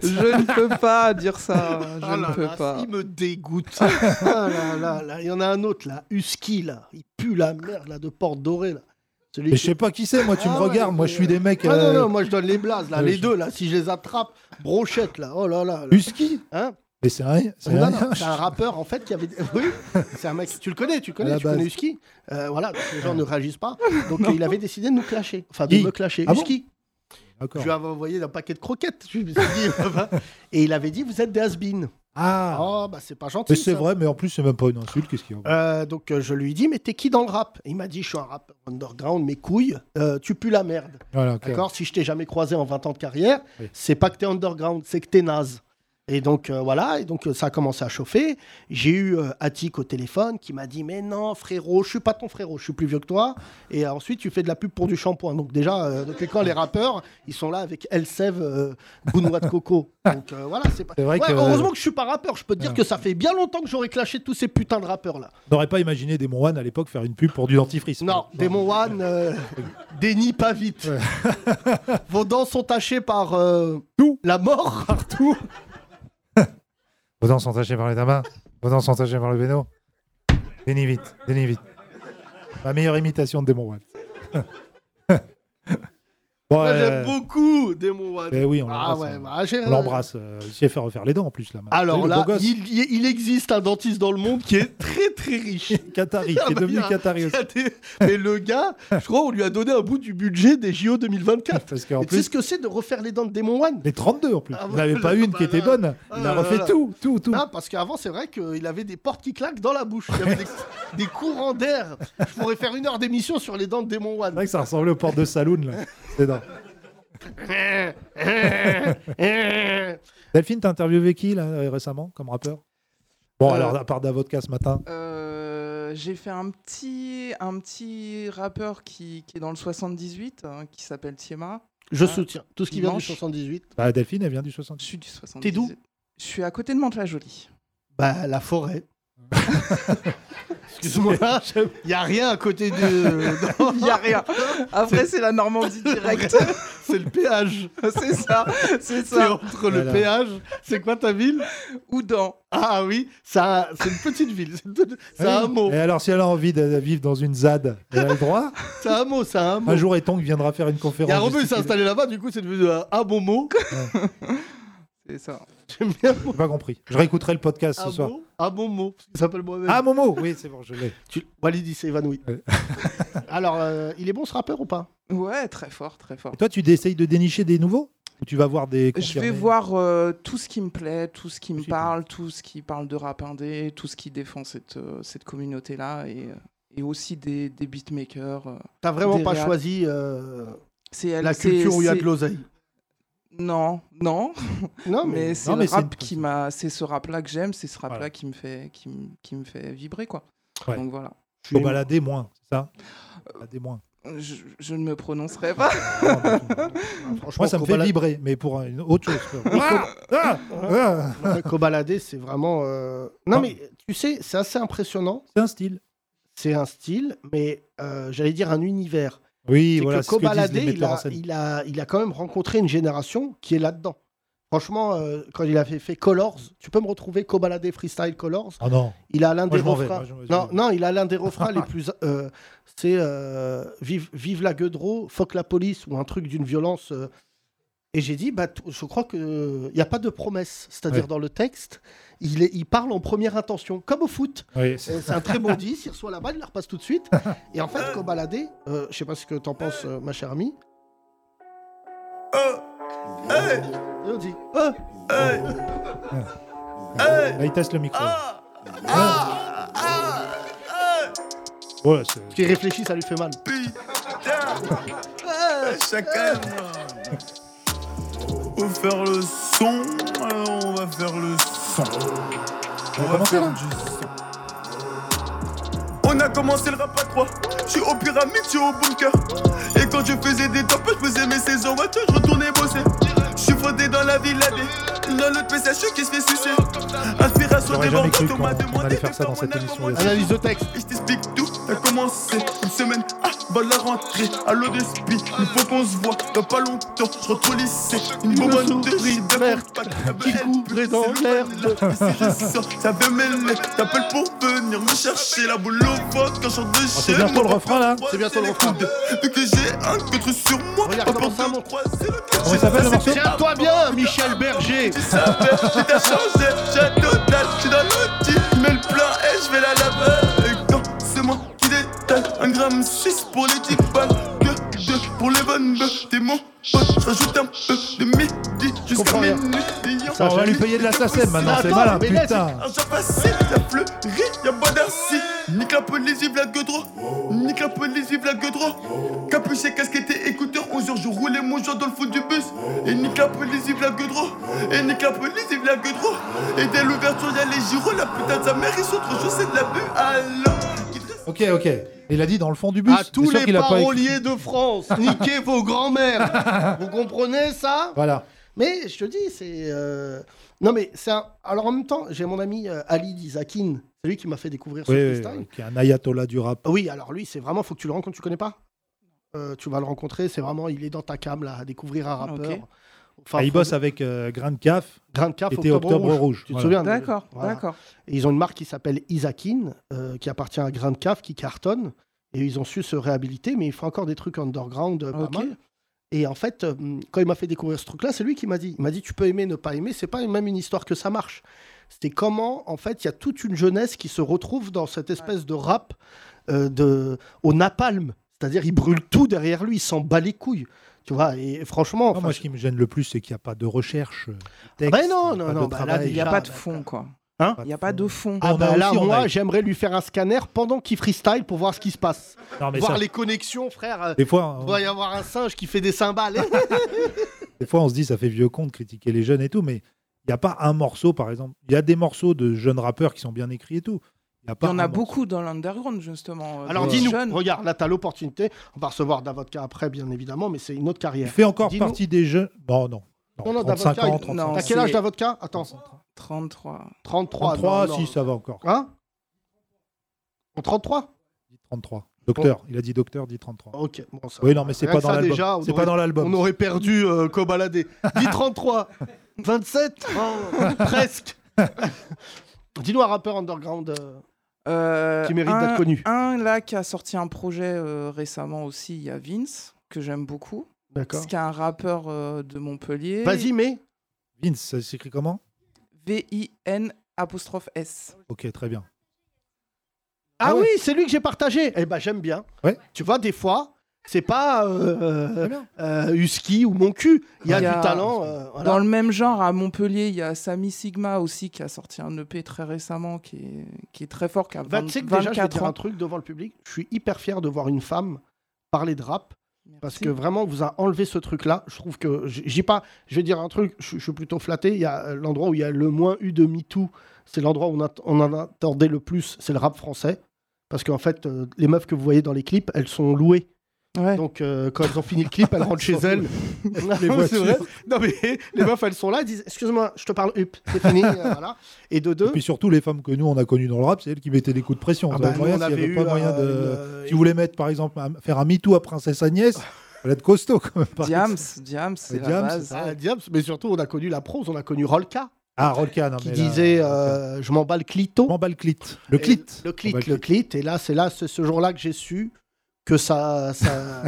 Speaker 6: Je ne peux pas dire ça. Je
Speaker 3: Ah
Speaker 6: ne
Speaker 3: là
Speaker 6: peux
Speaker 3: là,
Speaker 6: pas.
Speaker 3: Il me dégoûte. Ah là là là, il y en a un autre là, Husky là, il pue la merde là de Porte Dorée là. Celui
Speaker 4: Mais je
Speaker 3: qui-
Speaker 4: sais pas qui c'est, moi, tu
Speaker 3: Ah
Speaker 4: me
Speaker 3: ouais,
Speaker 4: regardes. Moi, je suis des mecs.
Speaker 3: Ah non
Speaker 4: euh,
Speaker 3: non, moi je donne les blazes là,
Speaker 4: euh,
Speaker 3: les
Speaker 4: je-
Speaker 3: deux là, si je les attrape, brochette là. Oh là là. là.
Speaker 4: Husky
Speaker 3: Hein
Speaker 4: Mais c'est un. C'est
Speaker 3: Non,
Speaker 4: un-
Speaker 3: non, c'est un rappeur en fait qui avait. Oui, c'est un mec. Tu le connais, tu
Speaker 4: À
Speaker 3: connais,
Speaker 4: la
Speaker 3: tu connais
Speaker 4: base.
Speaker 3: Husky. Euh, voilà, donc les gens ne réagissent pas. Donc il avait décidé de nous clasher, enfin de
Speaker 4: Qui
Speaker 3: me clasher.
Speaker 4: Ah bon
Speaker 3: Husky.
Speaker 4: D'accord.
Speaker 3: je lui avais envoyé un paquet de croquettes. Je me suis dit, ah bah. et il avait dit, vous êtes des has
Speaker 4: Ah
Speaker 3: Oh bah c'est pas gentil.
Speaker 4: Mais c'est
Speaker 3: ça.
Speaker 4: vrai, mais en plus, c'est même pas une insulte. Qu'est-ce qu'il y a
Speaker 3: Euh, donc euh, je lui dis mais t'es qui dans le rap Il m'a dit je suis un rappeur underground, mes couilles, euh, tu pues la merde.
Speaker 4: Voilà, ok.
Speaker 3: D'accord Si je t'ai jamais croisé en 20 ans de carrière,
Speaker 4: Oui.
Speaker 3: c'est pas que t'es underground, c'est que t'es naze. Et donc euh, voilà, et donc euh, ça a commencé à chauffer. J'ai eu euh, Attic au téléphone qui m'a dit mais non frérot, je suis pas ton frérot, je suis plus vieux que toi. Et euh, ensuite tu fais de la pub pour du shampoing. Donc déjà euh, depuis quand les rappeurs ils sont là avec Elsev, euh, Bounois de coco. Donc euh, voilà, c'est pas.
Speaker 4: C'est vrai
Speaker 3: Ouais,
Speaker 4: que-
Speaker 3: Heureusement que je suis pas rappeur. Je peux te dire
Speaker 4: Ouais.
Speaker 3: que ça fait bien longtemps que j'aurais clashé tous ces putains de rappeurs là.
Speaker 4: On n'aurait pas imaginé des One à l'époque faire une pub pour du dentifrice.
Speaker 3: Non,
Speaker 4: Ouais.
Speaker 3: Démon One, euh, dénie pas vite. Vos dents sont tachées par euh,
Speaker 4: Tout.
Speaker 3: la mort. Partout.
Speaker 4: Vos dents sont tachées par les tabacs. Vos dents sont tachées par le véno. Dénis vite, dénis vite. Ma meilleure imitation de Démon One. bon,
Speaker 3: J'aime
Speaker 4: euh,
Speaker 3: beaucoup Démon One.
Speaker 4: eh oui, on
Speaker 3: Ah
Speaker 4: l'embrasse.
Speaker 3: ouais,
Speaker 4: hein.
Speaker 3: bah, j'ai-
Speaker 4: On l'embrasse. euh, il s'est fait refaire les dents en plus là. maintenant.
Speaker 3: Alors
Speaker 4: T'as vu, le
Speaker 3: là,
Speaker 4: beau gosse
Speaker 3: il, il- il existe un dentiste dans le monde qui est très très riche.
Speaker 4: Qatari,
Speaker 3: Ah
Speaker 4: qui est
Speaker 3: bah,
Speaker 4: devenu
Speaker 3: il y a-
Speaker 4: Qatari aussi.
Speaker 3: Mais le gars, je crois, on lui a donné un bout du budget des JO 2024.
Speaker 4: Parce qu'en
Speaker 3: Et tu sais
Speaker 4: plus,
Speaker 3: ce que c'est de refaire les dents de Démon One
Speaker 4: les 32 en plus.
Speaker 3: Ah
Speaker 4: il
Speaker 3: ouais,
Speaker 4: n'avait pas
Speaker 3: le-
Speaker 4: une qui
Speaker 3: bah
Speaker 4: était
Speaker 3: là.
Speaker 4: bonne.
Speaker 3: Ah
Speaker 4: il
Speaker 3: là
Speaker 4: a
Speaker 3: là
Speaker 4: refait
Speaker 3: là.
Speaker 4: tout, tout, tout.
Speaker 3: Ah, parce qu'avant, c'est vrai qu'il avait des portes qui claquent dans la bouche. Il avait des, des courants d'air. Je pourrais faire une heure d'émission sur les dents de Démon
Speaker 4: C'est
Speaker 3: One.
Speaker 4: vrai que ça ressemblait au port de Saloon. Là. C'est dingue. Delphine, t'as interviewé qui là, euh, récemment comme rappeur Bon,
Speaker 6: Euh,
Speaker 4: alors à part Davodka ce matin.
Speaker 6: Euh, j'ai fait un petit, un petit rappeur qui, qui est dans le 78, hein, qui s'appelle Tiema.
Speaker 3: Je
Speaker 6: Ah.
Speaker 3: soutiens tout ce qui
Speaker 6: Dimanche.
Speaker 3: vient du 78.
Speaker 4: Bah, Delphine, elle vient du 60.
Speaker 6: Je suis du 78.
Speaker 3: T'es d'où
Speaker 6: Je suis à côté de Mantes-la-Jolie.
Speaker 3: Bah, la forêt. Excuse-moi, il n'y a rien à côté de.
Speaker 7: Il n'y a rien. Après, c'est la Normandie directe.
Speaker 3: c'est le péage.
Speaker 7: c'est ça.
Speaker 3: C'est
Speaker 7: C'est ça.
Speaker 3: entre le
Speaker 4: Voilà.
Speaker 3: péage. C'est quoi ta ville
Speaker 7: Ou dans.
Speaker 3: Ah oui, ça, c'est une petite ville. C'est une- C'est un mot.
Speaker 4: Ah Et alors, si elle a envie de vivre dans une ZAD, elle a le droit.
Speaker 3: C'est un mot. C'est un mot.
Speaker 4: Un jour, Etong viendra faire une
Speaker 3: Il
Speaker 4: conférence.
Speaker 3: y a Robin qui s'est
Speaker 4: justifiée.
Speaker 3: installé là-bas, du coup, c'est devenu un, un bon mot.
Speaker 7: C'est ça.
Speaker 3: J'aime bien.
Speaker 4: J'ai pas compris. Je réécouterai le podcast
Speaker 3: Un
Speaker 4: ce soir.
Speaker 3: Ah bon, un bon mot. Il s'appelle moi-même.
Speaker 4: Ah, Momo Oui, c'est bon, je l'ai.
Speaker 3: Tu- Walid, il s'est évanoui.
Speaker 4: Ouais.
Speaker 3: Alors, euh, il est bon ce rappeur ou pas
Speaker 7: Ouais, très fort, très fort.
Speaker 4: Et toi, tu essayes de dénicher des nouveaux Ou tu vas voir des.
Speaker 7: Je vais
Speaker 4: confirmés
Speaker 7: voir euh, tout ce qui me plaît, tout ce qui me
Speaker 3: hein.
Speaker 4: Super.
Speaker 7: parle, tout ce qui parle de rap indé, tout ce qui défend cette, euh, cette communauté-là et, euh, et aussi des, des beatmakers. euh.
Speaker 3: T'as vraiment
Speaker 7: Des
Speaker 3: pas
Speaker 7: réa-
Speaker 3: choisi euh,
Speaker 7: C'est elle,
Speaker 3: la
Speaker 7: c'est-
Speaker 3: culture où il y a de
Speaker 7: c'est-
Speaker 3: l'oseille.
Speaker 7: Non, non,
Speaker 3: Non, mais,
Speaker 7: mais c'est
Speaker 4: non,
Speaker 7: le
Speaker 4: mais c'est
Speaker 7: rap
Speaker 4: une-
Speaker 7: qui m'a. C'est ce rap-là que j'aime, c'est ce rap-là
Speaker 4: Voilà.
Speaker 7: qui, me fait, qui, me, qui me fait vibrer, quoi.
Speaker 4: Ouais.
Speaker 7: Donc voilà.
Speaker 4: Faut balader moins, c'est ça
Speaker 3: Euh,
Speaker 4: Balader moins.
Speaker 7: Je, je ne me prononcerai pas.
Speaker 4: Non, pas du tout.
Speaker 3: franchement,
Speaker 4: Moi, ça me fait vibrer, mais pour une autre chose. Ah Ah Ah
Speaker 3: vibrer. Cobalader, c'est vraiment. euh, Non,
Speaker 4: Non.
Speaker 3: mais tu sais, c'est assez impressionnant.
Speaker 4: c'est un style.
Speaker 3: C'est un style, mais euh, j'allais dire un univers.
Speaker 4: Oui,
Speaker 3: c'est
Speaker 4: voilà,
Speaker 3: que
Speaker 4: c'est ce que disent
Speaker 3: Cobalader,
Speaker 4: les
Speaker 3: il,
Speaker 4: metteurs en
Speaker 3: a,
Speaker 4: scène.
Speaker 3: il, a, il a quand même rencontré une génération qui est là-dedans. Franchement, euh, quand il a fait, fait Colors, tu peux me retrouver Cobalader Freestyle Colors.
Speaker 4: Oh non,
Speaker 3: Il a l'un des
Speaker 4: je m'en vais,
Speaker 3: refrains.
Speaker 4: moi, je- je-
Speaker 3: Non, non, il a l'un des refrains les plus. euh, c'est euh, vive, vive la gueudreau, fuck la police ou un truc d'une violence. euh. Et j'ai dit, bah, t- je crois qu'il n'y a pas de promesse. C'est-à-dire
Speaker 4: Ouais.
Speaker 3: dans le texte, il, est- il parle en première intention, comme au foot.
Speaker 4: oui, c'est-
Speaker 3: Euh, C'est un très bon 10, il reçoit la balle, il la repasse tout de suite. Et en fait, Kobalade, euh, je sais pas ce que t'en penses, euh, ma chère amie. Et on dit, euh,
Speaker 4: là, il teste le micro.
Speaker 3: Ah.
Speaker 4: Ouais, c'est-
Speaker 3: tu réfléchis, ça lui fait mal.
Speaker 8: Chacun. On va faire le son. Alors on va faire le son. On
Speaker 3: Ah.
Speaker 8: va
Speaker 4: commencer,
Speaker 8: faire
Speaker 4: là
Speaker 8: du son. On a commencé le rap à trois. Je suis au pyramide, je suis au bunker. Et quand je faisais des tops, je faisais mes saisons. Ouais, je retournais bosser. Je suis fraudé dans la ville des. Dans l'autre PCHU qui se fait sucer. Inspiration
Speaker 4: J'aurais
Speaker 8: des
Speaker 4: jamais
Speaker 8: ventes,
Speaker 4: cru
Speaker 8: on
Speaker 4: qu'on
Speaker 8: m'a
Speaker 4: qu'on
Speaker 8: demandé
Speaker 4: allait
Speaker 8: de
Speaker 4: faire ça dans
Speaker 8: mon
Speaker 4: cette
Speaker 8: album
Speaker 4: émission.
Speaker 8: en
Speaker 4: Yacine.
Speaker 3: Analyse de texte.
Speaker 8: et je t'explique tout, t'as commencé une semaine avant la rentrée à l'eau de spi. Il faut qu'on se voit dans pas longtemps, je rentre au lycée. Une
Speaker 3: Une
Speaker 8: bonne
Speaker 3: souris verte qui couvrait dans l'air
Speaker 8: Ça veut mêler, t'appelles pour venir me chercher la boule au ventre quand je sors de chez
Speaker 4: c'est bientôt
Speaker 8: moi.
Speaker 4: le refrain, là
Speaker 3: C'est Ah, bientôt le refrain.
Speaker 8: Vu que j'ai un contre sur moi,
Speaker 3: Regarde
Speaker 8: pas
Speaker 3: comment
Speaker 8: pour
Speaker 3: ça
Speaker 8: te
Speaker 3: monte.
Speaker 8: croiser,
Speaker 4: Comment il s'appelle le morceau
Speaker 3: Tiens-toi bien, Michel Berger.
Speaker 8: tu savais, tu t'as changé, j'ai total, je suis dans l'outil, je mets le plan et je vais la laver. Et quand c'est moi qui détaille, un gramme suisse pour les dix balles, que deux pour les bonnes bœufs, t'es mon pote, je rajoute un peu de midi jusqu'à
Speaker 3: comprends rien.
Speaker 8: minuit. ayant
Speaker 4: Ça, on va
Speaker 8: jamais
Speaker 4: lui payer de la
Speaker 8: été
Speaker 4: SACEM maintenant,
Speaker 8: possible.
Speaker 4: c'est
Speaker 3: Attends,
Speaker 4: malin,
Speaker 3: mais laisse-
Speaker 4: putain.
Speaker 8: Argent facile, ça fleurit, y'a pas d'arcy. Nique la police, vive la gueule droit. Nique la police, vive la gueule droit. Capuché, casquette et écouteur, 11 heures, je roulais mon joint dans le fond du bus. Et nique la police, vive la gueule droit. Et nique la police, vive la gueule droit. Et dès l'ouverture, y'a les gyros, la putain de sa mère, ils sont trop chauds, c'est de la bu. Alors,
Speaker 4: Ok, ok. Il a dit dans le fond du bus.
Speaker 3: À tous
Speaker 4: C'est sûr
Speaker 3: les
Speaker 4: qu'il a pas écrit.
Speaker 3: paroliers de France, niquez vos grands-mères. Vous comprenez ça
Speaker 4: Voilà.
Speaker 3: Mais je te dis, c'est. euh, Non, mais c'est un. Alors en même temps, j'ai mon ami euh, Ali Dizakin, c'est lui qui m'a fait découvrir ce
Speaker 4: Oui, oui,
Speaker 3: freestyle.
Speaker 4: oui, qui est un ayatollah du rap.
Speaker 3: Oui, alors lui, c'est vraiment. Faut que tu le rencontres, tu connais pas Euh, Tu vas le rencontrer, c'est vraiment. Il est dans ta cam, là, à découvrir un rappeur.
Speaker 7: Ok.
Speaker 3: Enfin,
Speaker 4: Ah, il
Speaker 3: faut-
Speaker 4: bosse avec euh, Grain de Caf,
Speaker 3: Grand Caf,
Speaker 4: qui était Octobre Rouge.
Speaker 3: Tu te
Speaker 4: Voilà.
Speaker 3: souviens de-
Speaker 7: D'accord,
Speaker 3: Voilà.
Speaker 7: d'accord.
Speaker 3: Et ils ont une marque qui s'appelle Isakin, euh, qui appartient à Grand Caf, qui cartonne. Et ils ont su se réhabiliter, mais il font encore des trucs underground euh, pas
Speaker 7: Ok.
Speaker 3: mal. Et en fait, euh, quand il m'a fait découvrir ce truc-là, c'est lui qui m'a dit. Il m'a dit, tu peux aimer, ne pas aimer, c'est pas même une histoire que ça marche. C'était comment, en fait, il y a toute une jeunesse qui se retrouve dans cette espèce de rap euh, de... au napalm. C'est-à-dire, il brûle tout derrière lui, il s'en bat les couilles. Tu vois, et franchement.
Speaker 4: Non,
Speaker 3: enfin,
Speaker 4: moi, ce qui me gêne le plus, c'est qu'il n'y a pas de recherche. euh, de
Speaker 3: Ah
Speaker 4: texte,
Speaker 3: ben non,
Speaker 4: il y
Speaker 3: non,
Speaker 4: a pas
Speaker 3: non,
Speaker 4: de
Speaker 3: bah là,
Speaker 4: travail,
Speaker 7: Il n'y a
Speaker 3: déjà,
Speaker 7: pas de
Speaker 3: bah,
Speaker 7: fond, quoi.
Speaker 3: Hein
Speaker 7: Il n'y a pas de fond.
Speaker 3: ah
Speaker 4: on a
Speaker 3: bah là,
Speaker 4: aussi, on a
Speaker 3: moi,
Speaker 4: eu.
Speaker 3: j'aimerais lui faire un scanner pendant qu'il freestyle pour voir ce qui se passe.
Speaker 4: Non, mais
Speaker 3: voir
Speaker 4: ça, Oh.
Speaker 3: les connexions, frère. euh,
Speaker 4: des, fois,
Speaker 3: Il
Speaker 4: on,
Speaker 3: doit y avoir un singe qui fait des cymbales. hein.
Speaker 4: des fois, on se dit, ça fait vieux con de critiquer les jeunes et tout, mais il n'y a pas un morceau, par exemple. Il y a des morceaux de jeunes rappeurs qui sont bien écrits et tout. y a
Speaker 7: Il
Speaker 4: pas
Speaker 7: y en
Speaker 4: un
Speaker 7: a
Speaker 4: morceau.
Speaker 7: beaucoup dans l'underground, justement. euh,
Speaker 3: Alors
Speaker 7: des
Speaker 3: dis-nous,
Speaker 7: jeunes.
Speaker 3: regarde, là t'as l'opportunité. On va recevoir Davodka après, bien évidemment, mais c'est une autre
Speaker 4: Il
Speaker 3: carrière.
Speaker 4: fait encore
Speaker 3: Dis-nous.
Speaker 4: partie des jeunes. Non, non. non,
Speaker 3: Non, non,
Speaker 4: 35
Speaker 3: d'avocat,
Speaker 4: ans,
Speaker 3: il-
Speaker 4: 35
Speaker 7: non,
Speaker 4: ans.
Speaker 3: T'as
Speaker 7: c'est-
Speaker 3: quel âge Davodka Attends,
Speaker 7: 33.
Speaker 3: 33.
Speaker 4: 33,
Speaker 3: non, non.
Speaker 4: si, ça va encore.
Speaker 3: Hein En 33
Speaker 4: dit 33. Docteur, il a dit docteur, dit 33.
Speaker 3: Ok. Bon, ça-
Speaker 4: Oui, bah, non, mais c'est
Speaker 3: rien
Speaker 4: pas
Speaker 3: que
Speaker 4: dans
Speaker 3: ça,
Speaker 4: l'album.
Speaker 3: déjà, on
Speaker 4: C'est
Speaker 3: aurait-
Speaker 4: pas dans
Speaker 3: On
Speaker 4: l'album.
Speaker 3: aurait perdu euh, Kobalade. Dit 33 27 Oh, Presque Dis-nous un rappeur underground. euh,
Speaker 9: Euh,
Speaker 3: Qui mérite
Speaker 9: un-
Speaker 3: d'être connu.
Speaker 9: Un là qui a sorti un projet euh, récemment aussi, il y a Vince, que j'aime beaucoup.
Speaker 3: D'accord.
Speaker 9: C'est qui est un rappeur euh, de Montpellier.
Speaker 3: Vas-y, mais.
Speaker 4: Vince, ça s'écrit comment
Speaker 9: V-I-N apostrophe S.
Speaker 4: Ok, très bien.
Speaker 3: Ah,
Speaker 4: Ah ouais.
Speaker 3: oui, c'est lui que j'ai partagé. Eh ben, j'aime bien.
Speaker 4: Ouais.
Speaker 3: Tu vois, des fois, c'est pas euh,
Speaker 4: Très bien.
Speaker 3: euh, euh, Husky ou mon cul. Il y a
Speaker 9: Il y
Speaker 3: du
Speaker 9: a-
Speaker 3: talent. euh, voilà.
Speaker 9: Dans le même genre, à Montpellier, il y a Samy Sigma aussi qui a sorti un EP très récemment qui est, qui est très fort, qui a
Speaker 3: Bah,
Speaker 9: 20
Speaker 3: tu sais que déjà, je vais
Speaker 9: 24
Speaker 3: dire un
Speaker 9: ans.
Speaker 3: truc devant le public. Je suis hyper fier de voir une femme parler de rap parce que vraiment, on vous a enlevé ce truc-là. Je trouve que j- j'ai pas. Je vais dire un truc. Je, je suis plutôt flatté. Il y a euh, l'endroit où il y a le moins eu de MeToo. C'est l'endroit où on, att- on en attendait le plus. C'est le rap français. Parce qu'en fait, euh, les meufs que vous voyez dans les clips, elles sont louées.
Speaker 9: Ouais.
Speaker 3: Donc, euh, quand elles ont fini le clip, elles rentrent chez elles. Non,
Speaker 4: Les
Speaker 3: mais c'est
Speaker 4: voitures.
Speaker 3: vrai. Non, mais les meufs, elles sont là, elles disent Excuse-moi, je te parle, hup, c'est fini. euh, voilà. Et de deux.
Speaker 4: Et puis surtout, les femmes que nous, on a connues dans le rap, c'est elles qui mettaient des coups de pression.
Speaker 3: ah
Speaker 4: Vous
Speaker 3: bah,
Speaker 4: avez
Speaker 3: nous,
Speaker 4: moyen,
Speaker 3: on
Speaker 4: s'il y
Speaker 3: avait
Speaker 4: avait
Speaker 3: eu,
Speaker 4: pas moyen de.
Speaker 3: euh,
Speaker 4: Si vous voulez mettre, par exemple, un- faire un MeToo à Princesse Agnès, fallait être costaud quand même. par
Speaker 9: Diams,
Speaker 4: exemple.
Speaker 9: Diams, c'est la
Speaker 4: Diams,
Speaker 9: base.
Speaker 3: Ah, diable, mais surtout, on a connu la prose, on a connu Rolka
Speaker 4: Ah, Rolka, non,
Speaker 3: qui
Speaker 4: mais là,
Speaker 3: disait
Speaker 4: Rolka.
Speaker 3: euh, Je m'emballe clito.
Speaker 4: Je m'en bats le clit. Le
Speaker 3: Et-
Speaker 4: clit.
Speaker 3: Le clit,
Speaker 4: Je m'en bats
Speaker 3: le clit. Et là, c'est là, c'est ce jour-là que j'ai su que ça. ça...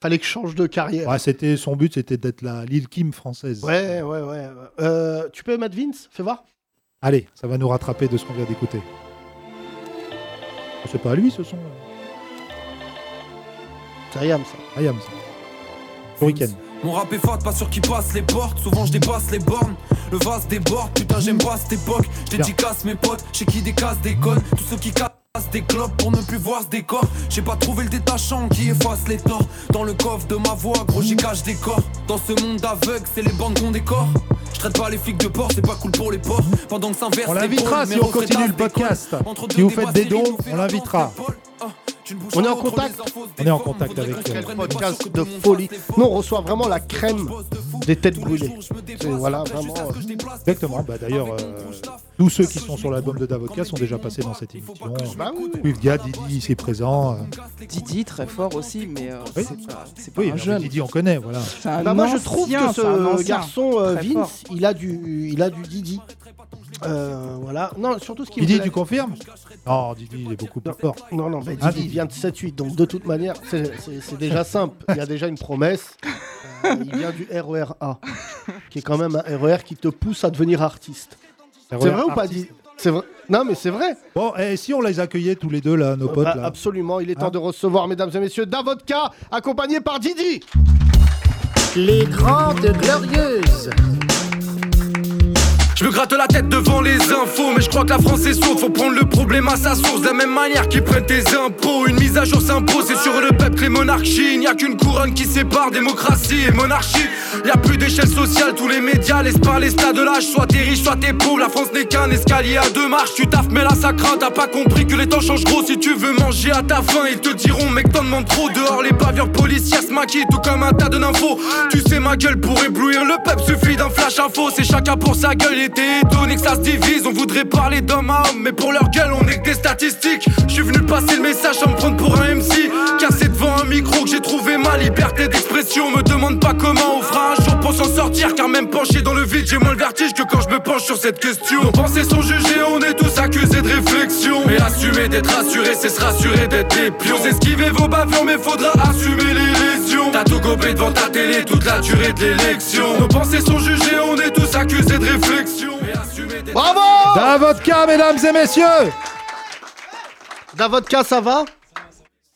Speaker 3: fallait que je change de carrière.
Speaker 4: Ouais, c'était son but, c'était d'être la Lil Kim française.
Speaker 3: Ouais, ouais, ouais. Euh, tu peux mettre Vince Fais voir.
Speaker 4: Allez, ça va nous rattraper de ce qu'on vient d'écouter. C'est pas à lui ce son. euh.
Speaker 3: C'est Riam, ça.
Speaker 4: I am. ça. Hurricane.
Speaker 7: Mon rap est fat, pas sûr qu'il passe les portes. Souvent je dépasse les bornes. Le vase déborde, putain j'aime pas cette époque. Je
Speaker 4: Bien.
Speaker 7: dédicace mes potes, chez qui des casses déconnent. Tous ceux qui cassent des clopes pour ne plus voir ce décor. J'ai pas trouvé le détachant qui efface les torts. Dans le coffre de ma voix, gros j'y cache des corps. Dans ce monde aveugle, c'est les bandes qu'on décore. Je traite pas les flics de port, c'est pas cool pour les ports. Pendant que s'inverse,
Speaker 4: On
Speaker 7: les
Speaker 4: l'invitera
Speaker 7: pôles,
Speaker 4: si
Speaker 7: numéro
Speaker 4: on continue le
Speaker 7: frétasse décolle.
Speaker 4: podcast.
Speaker 7: Entre
Speaker 4: Si
Speaker 7: deux
Speaker 4: vous faites
Speaker 7: débats
Speaker 4: des
Speaker 7: stériles,
Speaker 4: dons,
Speaker 7: on fait
Speaker 4: on
Speaker 7: la
Speaker 4: l'invitera.
Speaker 7: danse des pôles. Ah, tu ne bouges
Speaker 3: On est
Speaker 7: pas
Speaker 3: en
Speaker 7: contre les
Speaker 3: contact.
Speaker 7: infos,
Speaker 4: On est en
Speaker 7: déforme.
Speaker 4: contact
Speaker 7: Faudrait
Speaker 4: avec,
Speaker 7: qu'on se
Speaker 4: euh,
Speaker 7: comprenne, mais pas sûr que
Speaker 3: podcast
Speaker 7: tout
Speaker 3: de
Speaker 7: le monde
Speaker 3: folie.
Speaker 7: fasse les
Speaker 3: Nous, on reçoit vraiment la crème des têtes
Speaker 7: Tous les
Speaker 3: brûlées.
Speaker 7: jours, je me déplace,
Speaker 3: C'est- voilà,
Speaker 7: après, je
Speaker 3: vraiment,
Speaker 7: sais ce que
Speaker 3: euh,
Speaker 7: je déplace, c'est
Speaker 4: Exactement.
Speaker 7: fou.
Speaker 4: Bah, d'ailleurs,
Speaker 7: Avec mon
Speaker 4: euh,
Speaker 7: gros staff,
Speaker 4: tous ceux
Speaker 7: parce
Speaker 4: qui
Speaker 7: que
Speaker 4: sont
Speaker 7: je
Speaker 4: sur l'album de
Speaker 7: m'écoute,
Speaker 4: Davocat
Speaker 7: quand
Speaker 4: sont
Speaker 7: mes
Speaker 4: déjà
Speaker 7: démons
Speaker 4: passés dans cette
Speaker 7: partent, il faut pas
Speaker 4: émission.
Speaker 7: que je
Speaker 3: Bah oui,
Speaker 7: m'écoute.
Speaker 3: oui.
Speaker 4: With Dia, Didi, c'est présent. euh.
Speaker 9: Didi, très fort aussi, mais euh,
Speaker 4: Oui.
Speaker 9: c'est pas, c'est pas
Speaker 4: Oui,
Speaker 9: un
Speaker 4: alors,
Speaker 9: jeune.
Speaker 4: Didi, on connaît, voilà.
Speaker 9: C'est un
Speaker 3: Bah, moi, je trouve
Speaker 9: ancien,
Speaker 3: que
Speaker 9: c'est un
Speaker 3: ce
Speaker 9: ancien.
Speaker 3: garçon euh,
Speaker 9: Très fort.
Speaker 3: Vince, il a du, il a du Didi. Euh, voilà. Non, surtout ce qui me
Speaker 4: Didi,
Speaker 3: plaît-
Speaker 4: tu confirmes Non, Didi, il est beaucoup plus fort.
Speaker 3: Non, non, mais
Speaker 4: Ah,
Speaker 3: Didi il
Speaker 4: Didi.
Speaker 3: vient de 7-8, donc de toute manière, c'est- c'est c'est déjà simple. Il y a déjà une promesse. Euh, il vient du RERA, qui est quand même un RER qui te pousse à devenir artiste.
Speaker 4: E
Speaker 3: C'est vrai ou pas, Didi C'est vrai. Non, mais c'est vrai.
Speaker 4: Bon, et si on les accueillait tous les deux, là, nos potes,
Speaker 3: Bah,
Speaker 4: là
Speaker 3: absolument. Il est temps
Speaker 4: Hein
Speaker 3: de recevoir, mesdames et messieurs, Davodka, accompagné par Didi.
Speaker 1: Les Grandes Glorieuses.
Speaker 7: Je me gratte la tête devant les infos, mais je crois que la France est sourde. Faut prendre le problème à sa source, de la même manière qu'ils prennent tes impôts. Une mise à jour s'impose, c'est sur le peuple les monarchies. Il n'y a qu'une couronne qui sépare démocratie et monarchie. Il n'y a plus d'échelle sociale, tous les médias laissent parler stade de l'âge. Soit t'es riche, soit t'es pauvre. La France n'est qu'un escalier à deux marches. Tu taffes, mais là ça craint. T'as pas compris que les temps changent gros. Si tu veux manger à ta faim, ils te diront, mec, t'en demandes trop. Dehors, les pavillons policières se maquillent, tout comme un tas de infos. Tu sais, ma gueule pour éblouir le peuple, suffit d'un flash info. C'est chacun pour sa gueule, et t'es étonné que ça se divise. On voudrait parler d'homme à homme, mais pour leur gueule, on est que des statistiques. Je suis venu passer le message sans me prendre pour un MC. Cassé devant un micro que j'ai trouvé ma liberté d'expression. Me demande pas comment on fera un jour pour s'en sortir, car même penché dans le vide, j'ai moins le vertige que quand je me penche sur cette question. Nos pensées sont jugées, on est tous accusés de réflexion. Mais assumer d'être assuré, c'est se rassurer d'être des pions. Vous esquivez vos bavures, mais faudra assumer les lésions. T'as tout gobé devant ta télé toute la durée de l'élection. Nos pensées sont jugées, on est tous accusés de réflexion. Mais assumer d'être
Speaker 3: Bravo
Speaker 4: Davodka, mesdames et messieurs
Speaker 3: Davodka, ça va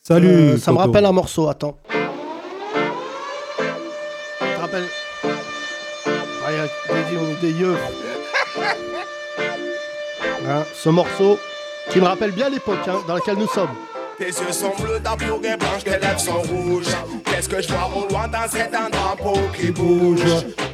Speaker 4: Salut
Speaker 3: Euh, ça me
Speaker 4: Coco.
Speaker 3: rappelle un morceau, attends. Ça te rappelle. Ah, y a des- des- des yeux. Hein, ce morceau qui me rappelle bien l'époque hein, dans laquelle nous sommes.
Speaker 8: Tes yeux sont bleus, ta peau est blanche, tes lèvres sont rouges. Qu'est-ce que je vois au lointain, c'est un drapeau qui bouge.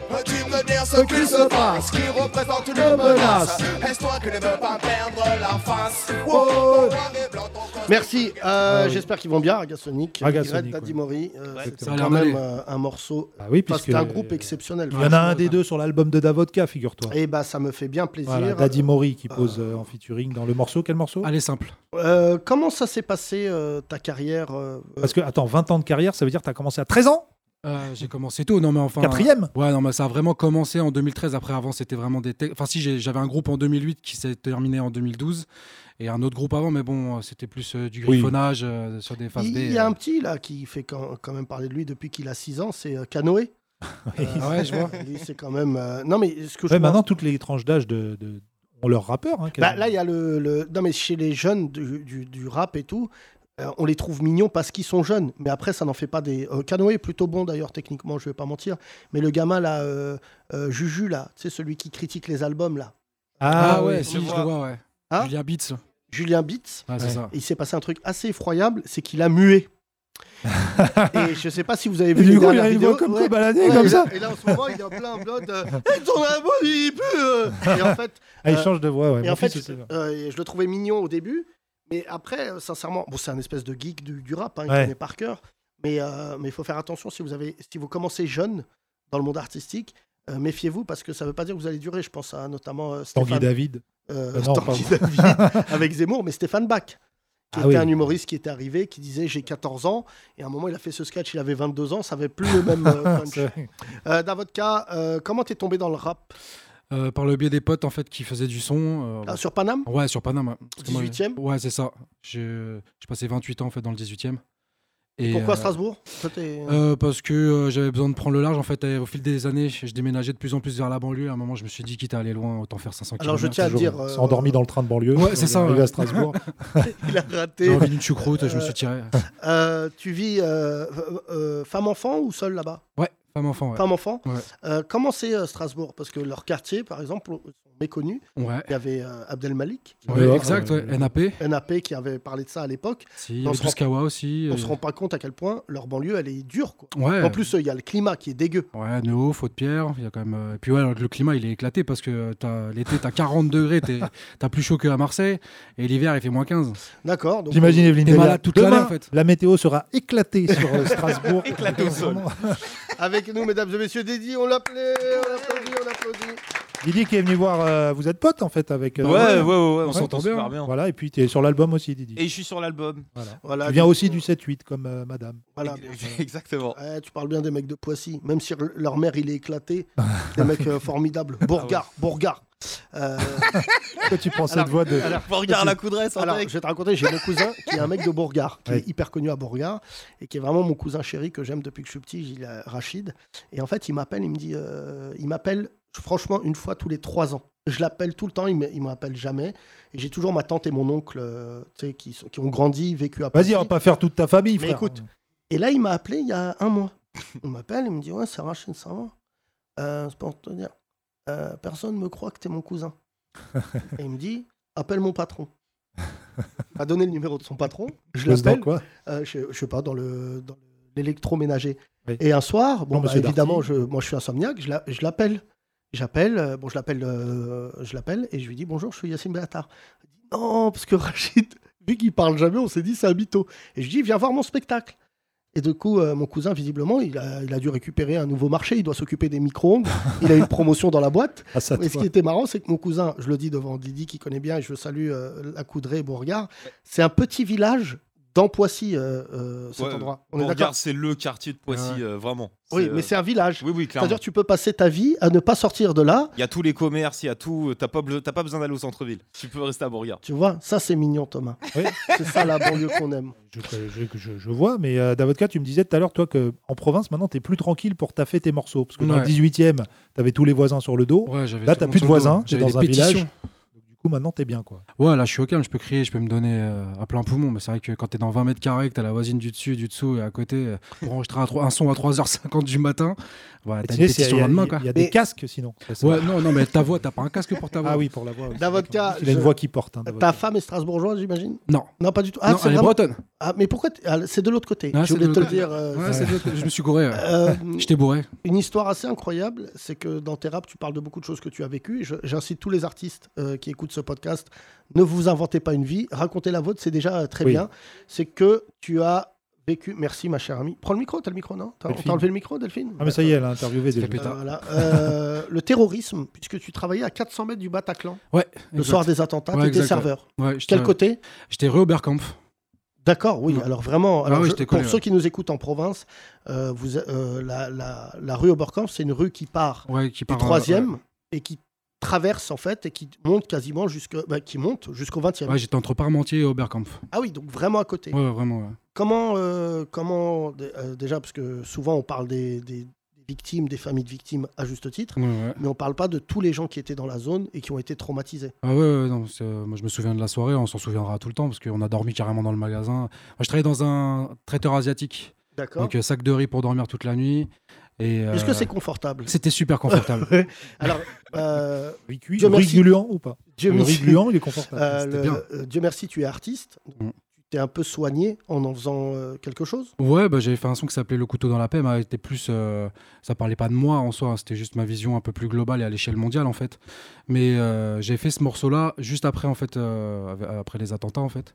Speaker 10: Peux-tu me dire ce qu'il se passe Qui représente une menace Est-ce-toi qui ne veut pas perdre la face Oh, Wow, noir et blanc, ton costume
Speaker 3: Merci. euh,
Speaker 4: Ah oui.
Speaker 3: J'espère qu'ils vont bien, Ragasonic.
Speaker 4: Ragasonic,
Speaker 3: Regrette Daddy
Speaker 4: ouais.
Speaker 3: Mori. euh, C'était
Speaker 4: ça a l'air
Speaker 3: quand même
Speaker 4: d'aller.
Speaker 3: euh, un morceau.
Speaker 4: Ah oui,
Speaker 3: Enfin,
Speaker 4: puisque
Speaker 3: C'était un groupe exceptionnel.
Speaker 4: Il y en a un des deux sur l'album de Davodka, figure-toi.
Speaker 3: Et bah, ça me fait bien plaisir.
Speaker 4: Voilà, Daddy Mori qui pose euh, en featuring dans le morceau. Quel morceau
Speaker 7: Allez, simple.
Speaker 3: Euh, comment ça s'est passé euh, ta carrière euh,
Speaker 4: Parce que, attends, 20 ans de carrière, ça veut dire que tu as commencé à 13 ans
Speaker 7: Euh, j'ai commencé tôt, non mais enfin.
Speaker 4: Quatrième
Speaker 7: Ouais, non mais ça a vraiment commencé en 2013. Après, avant, c'était vraiment des. te- Enfin, si j'ai- j'avais un groupe en 2008 qui s'est terminé en 2012 et un autre groupe avant, mais bon, euh, c'était plus euh, du
Speaker 4: Oui.
Speaker 7: griffonnage euh, sur des phases
Speaker 3: Il
Speaker 7: B.
Speaker 3: il y a un petit là qui fait quand, quand même parler de lui depuis qu'il a 6 ans, c'est euh, Canoë. Euh,
Speaker 7: Ah ouais, je vois.
Speaker 3: Lui, c'est quand même. euh, Non, mais ce que je.
Speaker 4: Ouais,
Speaker 3: vois-
Speaker 4: maintenant, toutes les tranches d'âge de, de- ont leur rappeur. hein,
Speaker 3: Bah,
Speaker 4: quasiment.
Speaker 3: là, il y a le, le- Non, mais chez les jeunes du, du- du rap et tout, euh, on les trouve mignons parce qu'ils sont jeunes. Mais après, ça n'en fait pas des. Euh, Canoë est plutôt bon d'ailleurs, techniquement, je vais pas mentir. Mais le gamin là, euh, euh, Juju là, tu sais, celui qui critique les albums là,
Speaker 7: Ah,
Speaker 4: Ah,
Speaker 7: ouais,
Speaker 4: oui.
Speaker 7: si, je le vois, ouais.
Speaker 3: Ah.
Speaker 7: Julien Beats.
Speaker 3: Julien Bitz,
Speaker 7: Ah, c'est
Speaker 4: Ouais.
Speaker 7: ça.
Speaker 3: il s'est passé un truc assez effroyable, c'est qu'il a mué. et je sais pas si vous avez vu
Speaker 4: Et
Speaker 3: les
Speaker 4: du coup, il
Speaker 3: dernières
Speaker 4: a une voix
Speaker 3: vidéos.
Speaker 4: comme
Speaker 3: Ouais.
Speaker 4: quoi baladée,
Speaker 3: Ouais,
Speaker 4: comme
Speaker 3: et
Speaker 4: ça.
Speaker 3: là- Et là, en ce moment, il est en plein blog. Euh, Eh, ton album, il pue, euh. Et en fait,
Speaker 4: Ah, il
Speaker 3: Euh,
Speaker 4: change de voix, ouais.
Speaker 3: Et
Speaker 4: Mon
Speaker 3: en fait,
Speaker 4: fils aussi, ouais.
Speaker 3: euh, et je le trouvais mignon au début, mais après, euh, sincèrement, bon, c'est un espèce de geek du, du rap, hein, il
Speaker 4: Ouais.
Speaker 3: connaît par cœur, mais euh, mais il faut faire attention si vous avez, si vous commencez jeune dans le monde artistique, euh, méfiez-vous parce que ça ne veut pas dire que vous allez durer. Je pense à notamment euh,
Speaker 4: Tanguy
Speaker 3: Stéphane,
Speaker 4: David.
Speaker 3: euh,
Speaker 4: Euh, non,
Speaker 3: Tanguy
Speaker 4: pardon.
Speaker 3: David avec Zemmour, mais Stéphane Bach, qui
Speaker 4: Ah
Speaker 3: était
Speaker 4: oui.
Speaker 3: un humoriste qui était arrivé, qui disait j'ai 14 ans, et à un moment il a fait ce sketch, il avait 22 ans, ça avait plus le même euh, punch.
Speaker 4: C'est vrai.
Speaker 3: Euh, dans votre cas, euh, comment t'es tombé dans le rap
Speaker 7: Euh, par le biais des potes en fait qui faisaient du son. euh,
Speaker 3: Ah, Sur Paname
Speaker 7: Ouais, sur Paname. ouais. Parce que moi,
Speaker 3: 18e?
Speaker 7: Ouais, c'est ça. Je, je passais 28 ans en fait dans le 18e. Et,
Speaker 3: Pourquoi
Speaker 7: euh,
Speaker 3: Strasbourg Toi, t'es-
Speaker 7: euh, Parce que euh, j'avais besoin de prendre le large en fait. Et au fil des années, je, je déménageais de plus en plus vers la banlieue. À un moment, je me suis dit quitte à aller loin, autant faire 500 km.
Speaker 3: Alors, je tiens à
Speaker 4: Toujours,
Speaker 3: dire,
Speaker 4: euh,
Speaker 3: euh,
Speaker 4: S'endormi dans le train de banlieue.
Speaker 7: Ouais, c'est ça,
Speaker 4: arrivé
Speaker 7: ouais.
Speaker 4: à Strasbourg.
Speaker 3: Il a raté.
Speaker 7: J'ai envie d'une choucroute, je me suis tiré.
Speaker 3: Euh, tu vis euh, euh, euh, femme-enfant ou seul là-bas
Speaker 7: Ouais, femme enfant. Ouais.
Speaker 3: Femme-enfant
Speaker 7: Ouais.
Speaker 3: Euh, Comment c'est euh, Strasbourg Parce que leur quartier, par exemple, sont méconnus.
Speaker 7: Ouais.
Speaker 3: Il y avait euh, Abdelmalik,
Speaker 7: Ouais,
Speaker 4: dehors,
Speaker 7: exact,
Speaker 4: euh,
Speaker 7: ouais, NAP.
Speaker 3: NAP, qui avait parlé de ça à l'époque.
Speaker 7: Si, il y
Speaker 3: on
Speaker 7: avait
Speaker 3: se rend-
Speaker 7: Tuskawa aussi.
Speaker 3: On
Speaker 7: euh,
Speaker 3: se rend pas compte à quel point leur banlieue, elle est dure. Quoi.
Speaker 7: Ouais.
Speaker 3: En plus, euh, il y a le climat qui est dégueu.
Speaker 7: Ouais, Néo, Faute Pierre, il y a quand même. euh, Et puis ouais, le climat il est éclaté parce que euh, t'as- l'été t'as 40 degrés, t'es- t'as plus chaud qu'à Marseille, et l'hiver il fait moins 15.
Speaker 3: D'accord. donc-
Speaker 4: J'imagine Evelyne
Speaker 7: T'es
Speaker 4: Delia.
Speaker 7: malade toute
Speaker 4: Demain,
Speaker 7: l'année, en fait.
Speaker 4: La météo sera éclatée sur euh, Strasbourg. éclatée au sol.
Speaker 3: Avec nous, mesdames et messieurs, Dédi, on l'applaudit, on l'applaudit, on l'applaudit.
Speaker 4: Didier qui est venu voir. euh, vous êtes pote en fait avec. euh, Noël.
Speaker 7: on s'entend bien.
Speaker 10: super bien.
Speaker 4: Voilà, et puis tu es sur l'album aussi, Didier.
Speaker 10: Et je suis sur l'album.
Speaker 3: Voilà,
Speaker 4: Tu viens
Speaker 3: donc,
Speaker 4: aussi du 7-8 comme euh, madame.
Speaker 3: Voilà.
Speaker 10: Exactement.
Speaker 3: Ouais, tu parles bien des mecs de Poissy, même si re- leur mère il est éclaté, des mecs euh, formidables. Bourgard, Bourgard. Euh,
Speaker 4: Pourquoi tu prends cette voix de.
Speaker 10: Faut regarder la coudresse.
Speaker 3: alors, je vais te raconter, j'ai mon cousin qui est un mec de Bourgard, qui
Speaker 4: Ouais.
Speaker 3: est hyper connu à Bourgard, et qui est vraiment mon cousin chéri que j'aime depuis que je suis petit, il a Rachid. Et en fait, il m'appelle, il me dit, euh, il m'appelle franchement une fois tous les trois ans. Je l'appelle tout le temps, il me- il me m'appelle jamais. Et j'ai toujours ma tante et mon oncle euh, tu sais, qui, sont- qui ont grandi, vécu à
Speaker 4: Vas-y, on va
Speaker 3: Poissy.
Speaker 4: pas faire toute ta famille,
Speaker 3: Mais
Speaker 4: frère.
Speaker 3: écoute, Et là, il m'a appelé il y a un mois. Il m'appelle, il me dit Ouais, c'est Rachid, ça va Euh, C'est pour te dire, euh, personne ne me croit que t'es mon cousin. Et il me dit Appelle mon patron. Il m'a donné le numéro de son patron. Je
Speaker 4: Pose dans
Speaker 3: l'appelle,
Speaker 4: quoi
Speaker 3: euh, je, je sais pas, dans le. Dans l'électroménager.
Speaker 4: Oui.
Speaker 3: Et un soir, bon,
Speaker 4: Non,
Speaker 3: bah,
Speaker 4: monsieur Darty.
Speaker 3: évidemment, je, moi je suis insomniaque, je la- je l'appelle. J'appelle, euh, bon, je l'appelle, euh, je l'appelle et je lui dis bonjour, je suis Yacine Beatar. Il dit non, parce que Rachid, vu qu'il parle jamais, on s'est dit c'est un mytho. Et je lui dis viens voir mon spectacle. Et du coup, euh, mon cousin, visiblement, il a, il a dû récupérer un nouveau marché, il doit s'occuper des micro-ondes, il a une promotion dans la boîte.
Speaker 4: Ah, ça,
Speaker 3: Mais ce
Speaker 4: toi.
Speaker 3: qui était marrant, c'est que mon cousin, je le dis devant Didi qui connaît bien, et je salue euh, la Coudray et Bourgard, c'est un petit village dans Poissy, euh, euh, cet
Speaker 8: Ouais,
Speaker 3: endroit. On est d'accord
Speaker 8: Bourgard, Ah, c'est le quartier de Poissy,
Speaker 7: Ouais.
Speaker 8: euh, vraiment.
Speaker 3: Oui,
Speaker 8: euh,
Speaker 3: mais c'est un village.
Speaker 8: Oui, oui, clairement.
Speaker 3: C'est-à-dire tu peux passer ta vie à ne pas sortir de là.
Speaker 8: Il y a tous les commerces, il y a tout. euh, T'as pas, be- t'as pas besoin d'aller au centre-ville. Tu peux rester à Bourgard.
Speaker 3: Tu vois, ça c'est mignon Thomas.
Speaker 4: Oui.
Speaker 3: C'est ça la banlieue qu'on aime.
Speaker 4: Je, je- je- je vois, mais euh, Davodka, tu me disais tout à l'heure, toi, que en province, maintenant, t'es plus tranquille pour taffer tes morceaux. Parce que dans le
Speaker 7: Ouais.
Speaker 4: 18 e t'avais tous les voisins sur le dos.
Speaker 7: Ouais, j'avais
Speaker 4: Là,
Speaker 7: tout
Speaker 4: t'as
Speaker 7: le
Speaker 4: plus
Speaker 7: monde
Speaker 4: de
Speaker 7: sur le
Speaker 4: voisins,
Speaker 7: dos.
Speaker 4: t'es
Speaker 7: J'avais
Speaker 4: dans
Speaker 7: des
Speaker 4: un village.
Speaker 7: pétitions.
Speaker 4: Du coup, maintenant, t'es bien, quoi.
Speaker 7: Ouais, là, je suis au calme, je peux crier, je peux me donner euh, à plein poumon. Mais c'est vrai que quand t'es dans 20 mètres carrés, que t'as la voisine du dessus, du dessous et à côté, euh, pour enregistrer un, tro- un son à 3h50 du matin, voilà, t'as
Speaker 4: Tu
Speaker 7: une
Speaker 4: sais, c'est-
Speaker 7: pétition
Speaker 4: il
Speaker 7: le
Speaker 4: y a-
Speaker 7: lendemain,
Speaker 4: il y a-
Speaker 7: quoi.
Speaker 4: il y a des casques, sinon. Ça, c'est
Speaker 7: Ouais,
Speaker 4: vrai.
Speaker 7: non, non, mais ta voix, t'as pas un casque pour ta voix.
Speaker 4: Ah oui, pour la voix. oui.
Speaker 3: Davodka.
Speaker 4: Il a une
Speaker 3: je-
Speaker 4: voix qui porte. hein, Davodka.
Speaker 3: Ta femme est strasbourgeoise, j'imagine
Speaker 7: Non.
Speaker 3: Non, pas du tout.
Speaker 4: Ah,
Speaker 7: Non,
Speaker 3: c'est
Speaker 7: elle est
Speaker 3: vraiment-
Speaker 7: bretonne.
Speaker 3: Ah, mais pourquoi t- ah, C'est de l'autre côté.
Speaker 7: Ah,
Speaker 3: je
Speaker 7: c'est
Speaker 3: voulais
Speaker 7: de
Speaker 3: te le
Speaker 7: l'autre
Speaker 3: dire.
Speaker 7: côté.
Speaker 3: euh,
Speaker 7: Ouais, c'est de l'autre côté. Je me suis gouré, ouais. J'étais bourré.
Speaker 3: Une histoire assez incroyable, c'est que dans tes raps, tu parles de beaucoup de choses que tu as vécues. Et je- J'incite tous les artistes euh, qui écoutent ce podcast, ne vous inventez pas une vie, racontez la vôtre, c'est déjà euh, très
Speaker 4: Oui.
Speaker 3: bien. C'est que tu as vécu. Merci, ma chère amie. Prends le micro, t'as le micro, non T'as on
Speaker 4: Delphine.
Speaker 3: t'a enlevé le micro, Delphine
Speaker 4: Ah, mais ça y est, elle a interviewé déjà.
Speaker 3: Voilà. Euh, le terrorisme, puisque tu travaillais à 400 mètres du Bataclan
Speaker 7: Ouais.
Speaker 3: le
Speaker 7: exact.
Speaker 3: soir des attentats,
Speaker 7: Ouais,
Speaker 3: tu étais
Speaker 7: exact, ouais.
Speaker 3: serveur.
Speaker 7: Ouais, j'étais-
Speaker 3: Quel côté
Speaker 7: J'étais rue Oberkampf.
Speaker 3: D'accord, oui. Alors vraiment,
Speaker 7: Ah
Speaker 3: alors
Speaker 7: oui,
Speaker 3: je-
Speaker 7: je t'ai
Speaker 3: pour
Speaker 7: connu,
Speaker 3: ceux
Speaker 7: ouais.
Speaker 3: qui nous écoutent en province, euh, vous, euh, la, la- la rue Oberkampf, c'est une rue qui part
Speaker 7: Ouais, qui part,
Speaker 3: du
Speaker 7: euh,
Speaker 3: troisième et qui traverse en fait et qui monte quasiment jusque, bah, qui monte jusqu'au 20e.
Speaker 7: Ouais, j'étais entre Parmentier et Oberkampf.
Speaker 3: ah oui, donc vraiment à côté.
Speaker 7: Ouais, ouais, vraiment, ouais.
Speaker 3: Comment, euh, comment dé- euh, déjà parce que souvent on parle des, des victimes, des familles de victimes à juste titre,
Speaker 7: Ouais, ouais.
Speaker 3: mais on parle pas de tous les gens qui étaient dans la zone et qui ont été traumatisés.
Speaker 7: Ah ouais, ouais, non, c'est, euh, moi je me souviens de la soirée, on s'en souviendra tout le temps parce qu'on a dormi carrément dans le magasin. Moi je travaillais dans un traiteur asiatique.
Speaker 3: D'accord.
Speaker 7: Donc euh, sac de riz pour dormir toute la nuit. Et,
Speaker 3: Est-ce que
Speaker 7: euh,
Speaker 3: c'est confortable
Speaker 7: C'était super confortable.
Speaker 3: Alors, euh,
Speaker 4: Riz cuit,
Speaker 3: Dieu
Speaker 4: riz
Speaker 3: merci-
Speaker 4: gluant ou pas
Speaker 3: Dieu
Speaker 4: Le riz
Speaker 3: merci.
Speaker 4: gluant, il est confortable.
Speaker 3: Euh,
Speaker 4: C'était
Speaker 3: le-
Speaker 4: bien. Mm.
Speaker 3: euh, Dieu merci, tu es artiste. Tu t'es un peu soigné en en faisant euh, quelque chose.
Speaker 7: Ouais, bah, j'avais fait un son qui s'appelait Le couteau dans la paix, mais était plus, euh, ça parlait pas de moi en soi, hein, c'était juste ma vision un peu plus globale et à l'échelle mondiale en fait. Mais euh, j'ai fait ce morceau-là juste après en fait, euh, av- après les attentats en fait.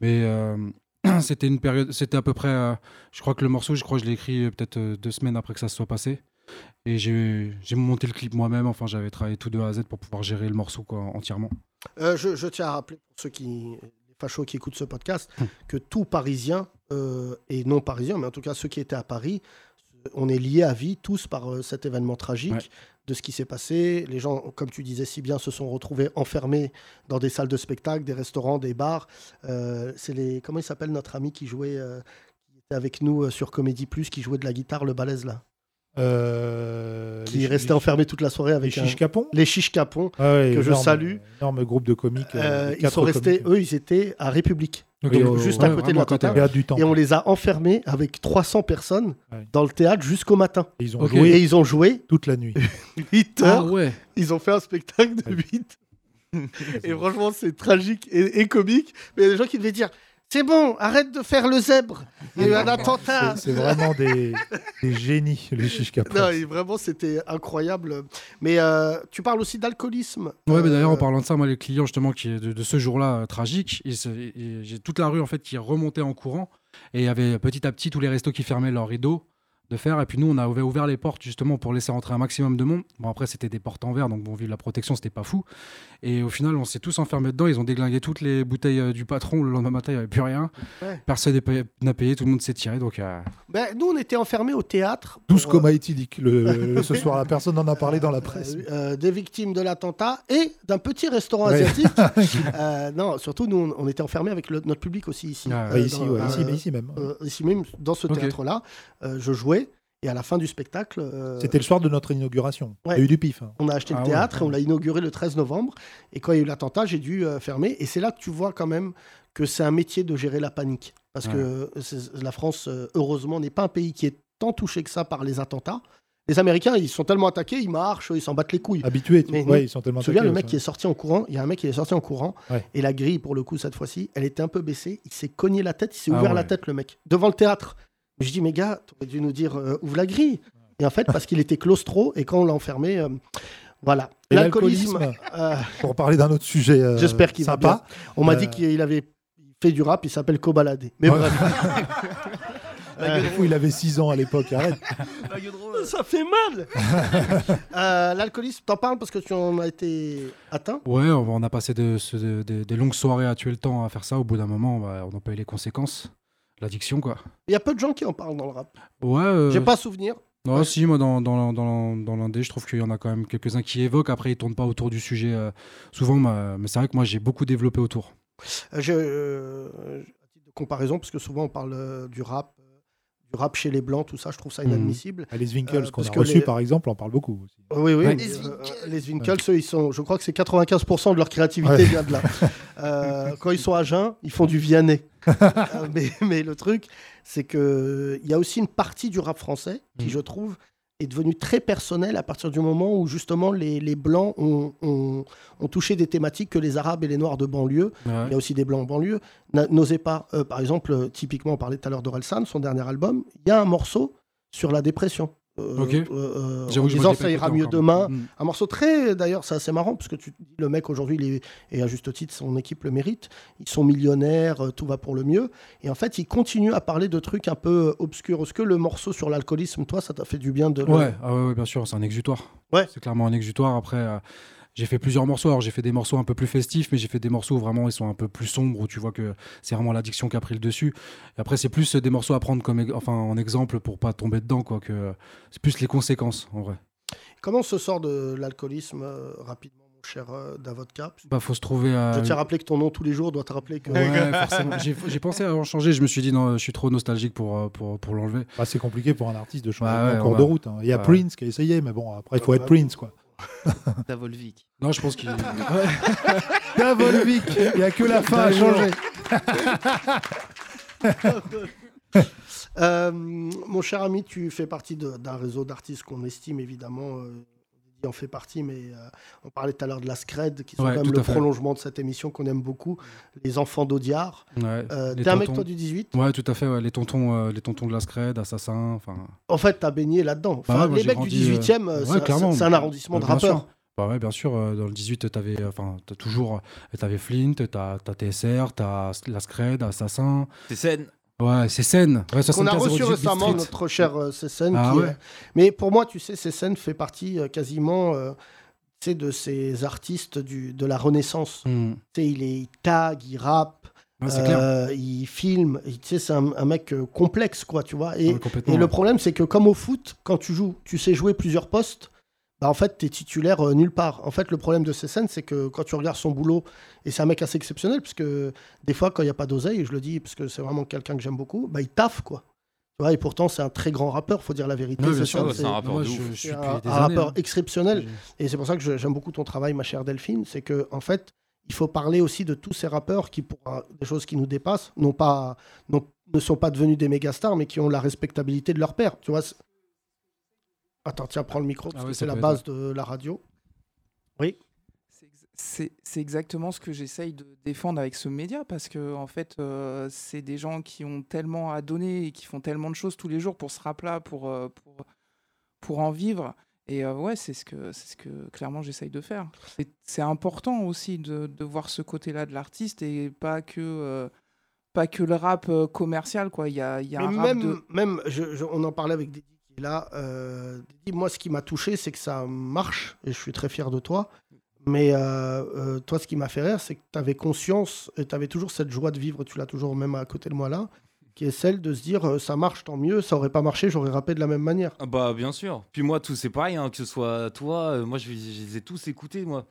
Speaker 7: Mais euh, c'était une période, c'était à peu près, euh, je crois que le morceau, je crois que je l'ai écrit euh, peut-être euh, deux semaines après que ça se soit passé. Et j'ai j'ai monté le clip moi-même, enfin j'avais travaillé tout de A à Z pour pouvoir gérer le morceau quoi, entièrement.
Speaker 3: Euh, je, je tiens à rappeler pour ceux qui, les fachos qui écoutent ce podcast,
Speaker 4: Hum.
Speaker 3: que tout Parisien euh, et non Parisien, mais en tout cas ceux qui étaient à Paris, on est liés à vie tous par euh, cet événement tragique de ce qui s'est passé. Les gens, comme tu disais si bien, se sont retrouvés enfermés dans des salles de spectacle, des restaurants, des bars. Euh, C'est les comment il s'appelle notre ami qui jouait, euh, qui était avec nous euh, sur Comédie Plus, qui jouait de la guitare, le balèze là.
Speaker 4: Euh,
Speaker 3: qui
Speaker 4: les-
Speaker 3: restait enfermé toute la soirée avec
Speaker 4: les
Speaker 3: un-
Speaker 4: Chiches Capons
Speaker 3: les Chiches Capons
Speaker 4: Ah ouais,
Speaker 3: que je
Speaker 4: énorme,
Speaker 3: salue.
Speaker 4: Énorme groupe de comiques.
Speaker 3: Euh,
Speaker 4: euh,
Speaker 3: ils
Speaker 4: quatre
Speaker 3: sont restés,
Speaker 4: comiques.
Speaker 3: eux, ils étaient à République,
Speaker 4: Ok.
Speaker 3: donc
Speaker 4: Oui, oh,
Speaker 3: juste
Speaker 4: ouais,
Speaker 3: à côté de
Speaker 4: vraiment à côté,
Speaker 3: l'attentat.
Speaker 4: ouais. Perdre du temps.
Speaker 3: Et on les a enfermés avec 300 personnes
Speaker 4: Ouais.
Speaker 3: dans le théâtre jusqu'au matin.
Speaker 4: Ils ont
Speaker 3: Ok.
Speaker 4: joué
Speaker 3: et ils ont joué
Speaker 4: toute la nuit.
Speaker 3: 8 heures.
Speaker 7: Ah ouais.
Speaker 3: Ils ont fait un spectacle de 8. et franchement, c'est tragique et, et comique. Mais il y a des gens qui devaient dire C'est bon, arrête de faire le zèbre. Il y a eu un attentat.
Speaker 4: C'est- C'est vraiment des, des génies, les chiches Capons.
Speaker 3: Ah. Non, et vraiment, c'était incroyable. Mais euh, tu parles aussi d'alcoolisme.
Speaker 7: Ouais, mais
Speaker 3: Euh,
Speaker 7: d'ailleurs, en parlant de ça, moi, les clients, justement, qui, de, de ce jour-là euh, tragique, ils se- ils- j'ai toute la rue, en fait, qui remontait en courant. Et il y avait petit à petit tous les restos qui fermaient leurs rideaux de fer. Et puis nous, on avait ouvert les portes, justement, pour laisser rentrer un maximum de monde. Bon, après, c'était des portes en verre, donc bon, vu la protection, c'était pas fou. Et au final, on s'est tous enfermés dedans. Ils ont déglingué toutes les bouteilles euh, du patron. Le lendemain matin, il n'y avait plus rien.
Speaker 3: Ouais.
Speaker 7: Personne n'est payé- n'a payé, tout le monde s'est tiré. Donc, euh,
Speaker 3: ben, nous, on était enfermés au théâtre
Speaker 4: 12 comas éthyliques le, ce soir-là. Personne n'en a parlé dans la presse.
Speaker 3: euh, des victimes de l'attentat et d'un petit restaurant
Speaker 4: Ouais.
Speaker 3: asiatique. Euh, non, surtout nous, on, on était enfermés avec le- notre public aussi ici.
Speaker 4: Ah, ouais, ici, ouais, ici, mais ici même.
Speaker 3: euh, ici même, dans ce
Speaker 4: Ok.
Speaker 3: théâtre-là, euh, je jouais et à la fin du spectacle. euh,
Speaker 4: C'était le soir de notre inauguration. Il
Speaker 3: ouais.
Speaker 4: y a eu du pif. hein.
Speaker 3: On a acheté
Speaker 4: Ah
Speaker 3: le
Speaker 4: ouais.
Speaker 3: théâtre et on l'a inauguré le 13 novembre. Et quand il y a eu l'attentat, j'ai dû euh, fermer. Et c'est là que tu vois quand même que c'est un métier de gérer la panique. Parce que c'est- la France, euh, heureusement, n'est pas un pays qui est tant touché que ça par les attentats. Les Américains, ils sont tellement attaqués, ils marchent, ils s'en battent les couilles.
Speaker 4: Habitués, tu-
Speaker 3: Mais
Speaker 4: ouais,
Speaker 3: nous,
Speaker 4: ils sont tellement
Speaker 3: Tu te souviens,
Speaker 4: attaqués,
Speaker 3: le mec
Speaker 4: ça.
Speaker 3: qui est sorti en courant, il y a un mec qui est sorti en courant,
Speaker 4: Ouais.
Speaker 3: et la grille, pour le coup, cette fois-ci, elle était un peu baissée, il s'est cogné la tête, il s'est
Speaker 4: Ah
Speaker 3: ouvert la
Speaker 4: ouais.
Speaker 3: tête, le mec, devant le théâtre. Je dis, mais gars, t'aurais dû nous dire, euh, ouvre la grille. Et en fait, parce qu'il était claustro, et quand on l'a enfermé, euh, voilà.
Speaker 4: Et
Speaker 3: L'alcoolisme.
Speaker 4: l'alcoolisme,
Speaker 3: euh,
Speaker 4: Pour parler d'un autre sujet euh,
Speaker 3: J'espère qu'il va
Speaker 4: sympa.
Speaker 3: bien. On m'a
Speaker 4: Euh,
Speaker 3: dit qu'il avait fait du rap, il s'appelle Cobaladé. Mais
Speaker 4: Ouais.
Speaker 3: bref.
Speaker 4: Euh, du coup, il avait 6 ans à l'époque, arrête.
Speaker 3: Ça fait mal Euh, L'alcoolisme, t'en parles parce que tu en as été atteint
Speaker 7: Ouais, on on a passé de- ce- de- des- des longues soirées à tuer le temps à faire ça. Au bout d'un moment, bah, on en paye les conséquences. L'addiction, quoi.
Speaker 3: Il y a peu de gens qui en parlent dans le rap.
Speaker 7: Ouais. euh,
Speaker 3: J'ai pas souvenir.
Speaker 7: Non, si, moi, dans, dans, dans, dans l'Indé, je trouve qu'il y en a quand même quelques-uns qui évoquent. Après, ils tournent pas autour du sujet euh, souvent, mais, mais c'est vrai que moi, j'ai beaucoup développé autour.
Speaker 3: Euh, Je, euh, à titre de comparaison, parce que souvent on parle euh, du rap, euh, du rap chez les Blancs, tout ça, je trouve ça
Speaker 7: Mhm.
Speaker 3: inadmissible.
Speaker 4: Les Winkles,
Speaker 3: Euh,
Speaker 4: qu'on
Speaker 3: parce
Speaker 4: a
Speaker 3: que
Speaker 4: reçu
Speaker 3: les-
Speaker 4: par exemple, on en parle beaucoup. aussi.
Speaker 3: Oui, oui.
Speaker 4: Ouais.
Speaker 3: Les, euh, les Winkles, eux, ils sont, je crois que c'est 95% de leur créativité
Speaker 4: Ouais.
Speaker 3: vient de là. Euh, quand ils sont à jeun, ils font du Vianney. Euh, mais, mais le truc, c'est qu'il y a aussi une partie du rap français
Speaker 4: Mm.
Speaker 3: qui, je trouve, est devenue très personnelle à partir du moment où, justement, les, les Blancs ont, ont- ont touché des thématiques que les Arabes et les Noirs de banlieue,
Speaker 7: Ouais.
Speaker 3: il y a aussi des Blancs en banlieue, n'a- n'osaient pas. Euh, par exemple, euh, typiquement, on parlait tout à l'heure d'Orelsan, son dernier album, il y a un morceau sur la dépression. Euh,
Speaker 7: Ok.
Speaker 3: euh, euh,
Speaker 7: J'avoue
Speaker 3: en
Speaker 7: que je me
Speaker 3: disant
Speaker 7: l'ai pas
Speaker 3: ça ira
Speaker 7: écouté
Speaker 3: mieux
Speaker 7: encore.
Speaker 3: demain.
Speaker 7: Mm.
Speaker 3: Un morceau très, d'ailleurs, c'est assez marrant parce que tu te dis le mec aujourd'hui, il est- et à juste titre, son équipe le mérite. Ils sont millionnaires, euh, tout va pour le mieux. Et en fait, il continue à parler de trucs un peu euh, obscurs. Est-ce que le morceau sur l'alcoolisme, toi, ça t'a fait du bien de le-
Speaker 7: Ouais, ah ouais, ouais, bien sûr, c'est un exutoire. C'est clairement un exutoire. Après, euh, j'ai fait plusieurs morceaux. Alors, j'ai fait des morceaux un peu plus festifs, mais j'ai fait des morceaux où vraiment ils sont un peu plus sombres, où tu vois que c'est vraiment l'addiction qui a pris le dessus. Et après, c'est plus euh, des morceaux à prendre comme, ex- enfin, en exemple pour pas tomber dedans, quoi. Que euh, c'est plus les conséquences, en vrai.
Speaker 3: Comment on se sort de l'alcoolisme euh, rapidement, mon cher euh, Davodka
Speaker 7: Bah, faut se trouver. euh,
Speaker 3: Je tiens à rappeler que ton nom tous les jours doit te rappeler que.
Speaker 7: Ouais, forcément. J'ai j'ai pensé à en changer. Je me suis dit non, je suis trop nostalgique pour euh, pour, pour l'enlever.
Speaker 4: Bah, c'est compliqué pour un artiste de changer
Speaker 7: Bah ouais,
Speaker 4: en cours
Speaker 7: on
Speaker 4: de
Speaker 7: va-
Speaker 4: route. hein. Il y a
Speaker 7: Ouais.
Speaker 4: Prince qui a essayé, mais bon, après, il faut
Speaker 7: Ouais,
Speaker 4: être
Speaker 7: ouais.
Speaker 4: Prince, quoi.
Speaker 8: Davolvic.
Speaker 7: Non, je pense qu'il.
Speaker 4: Davolvic, il n'y a que la fin à changer.
Speaker 3: Euh, mon cher ami, tu fais partie de- d'un réseau d'artistes qu'on estime évidemment. euh, il en fait partie, mais euh, on parlait tout à l'heure de la Scred, qui sont
Speaker 7: Ouais,
Speaker 3: quand
Speaker 7: tout
Speaker 3: même le
Speaker 7: à fait.
Speaker 3: prolongement de cette émission qu'on aime beaucoup. Les enfants d'Audiard.
Speaker 7: Ouais,
Speaker 3: Euh,
Speaker 7: les
Speaker 3: T'es un mec,
Speaker 7: tontons.
Speaker 3: toi, du 18
Speaker 7: Ouais, tout à fait. ouais, Les tontons, euh, les tontons de la Scred, Assassin, enfin.
Speaker 3: En fait, t'as baigné là-dedans.
Speaker 7: Bah
Speaker 3: Enfin,
Speaker 7: ouais, moi,
Speaker 3: les
Speaker 7: j'ai
Speaker 3: mecs
Speaker 7: grandi,
Speaker 3: du
Speaker 7: euh,
Speaker 3: 18e, euh,
Speaker 7: ouais,
Speaker 3: c'est un-
Speaker 7: clairement.
Speaker 3: c'est un arrondissement
Speaker 7: Euh,
Speaker 3: de
Speaker 7: bien
Speaker 3: rappeurs.
Speaker 7: sûr. Bah ouais, bien sûr, euh, dans le 18, t'avais, enfin, t'as toujours, euh, t'avais Flint, t'as, t'as TSR, t'as S- la Scred, Assassin.
Speaker 8: C'est scène.
Speaker 7: Ouais, c'est scène. Ouais,
Speaker 3: Qu'on a
Speaker 7: 75,
Speaker 3: reçu
Speaker 7: 18
Speaker 3: récemment
Speaker 7: Street.
Speaker 3: notre cher euh, Cécène.
Speaker 7: Ah
Speaker 3: qui,
Speaker 7: ouais.
Speaker 3: euh, mais pour moi, tu sais, Cécène fait partie euh, quasiment euh, tu sais, de ces artistes du, de la Renaissance. Tu sais, Il, est, il tag, il rappe.
Speaker 7: Hmm. Ouais, c'est clair.
Speaker 3: euh, il filme, il- tu sais, c'est un, un mec euh, complexe, quoi, tu vois. Et,
Speaker 7: Ouais, complètement,
Speaker 3: et le
Speaker 7: ouais.
Speaker 3: problème, c'est que comme au foot, quand tu joues, tu sais jouer plusieurs postes, bah en fait, t'es titulaire euh, nulle part. En fait, le problème de Cécène, c'est que quand tu regardes son boulot, et c'est un mec assez exceptionnel, parce que des fois, quand il n'y a pas d'oseille, et je le dis parce que c'est vraiment quelqu'un que j'aime beaucoup, bah il taffe, quoi. Tu vois, et pourtant, c'est un très grand rappeur, faut dire la vérité.
Speaker 7: Ouais, bien
Speaker 3: Cécène,
Speaker 7: sûr, ouais, c'est un rappeur Moi, de je- ouf. je suis
Speaker 3: C'est
Speaker 7: depuis
Speaker 3: un-
Speaker 7: des
Speaker 3: un
Speaker 7: années,
Speaker 3: rappeur
Speaker 7: hein.
Speaker 3: exceptionnel. Et c'est pour ça que je- j'aime beaucoup ton travail, ma chère Delphine. C'est que, en fait, il faut parler aussi de tous ces rappeurs qui, pour euh, des choses qui nous dépassent, n'ont pas, n'ont- ne sont pas devenus des méga stars, mais qui ont la respectabilité de leur père. Tu vois, c'est- Attends, tiens, prends le micro, parce
Speaker 6: ouais,
Speaker 3: que
Speaker 6: ça
Speaker 3: c'est la
Speaker 6: peut être.
Speaker 3: base de la radio. Oui.
Speaker 6: c'est c'est exactement ce que j'essaye de défendre avec ce média parce que en fait euh, c'est des gens qui ont tellement à donner et qui font tellement de choses tous les jours pour ce rap là pour, euh, pour pour en vivre et euh, ouais c'est ce que c'est ce que clairement j'essaye de faire C'est- c'est important aussi de, de voir ce côté là de l'artiste et pas que euh, pas que le rap euh, commercial quoi il y a, il y a
Speaker 3: Mais
Speaker 6: un rap
Speaker 3: même,
Speaker 6: de
Speaker 3: même je- je- on en parlait avec Didi qui est là. euh, Didi, moi, ce qui m'a touché, c'est que ça marche et je suis très fier de toi. Mais euh, euh, toi, ce qui m'a fait rire, c'est que tu avais conscience et tu avais toujours cette joie de vivre, tu l'as toujours même à côté de moi là, qui est celle de se dire euh, ça marche, tant mieux, ça aurait pas marché, j'aurais rappé de la même manière.
Speaker 8: Ah Bah bien sûr. Puis moi tout c'est pareil, hein, que ce soit toi, euh, moi je, je les ai tous écoutés moi,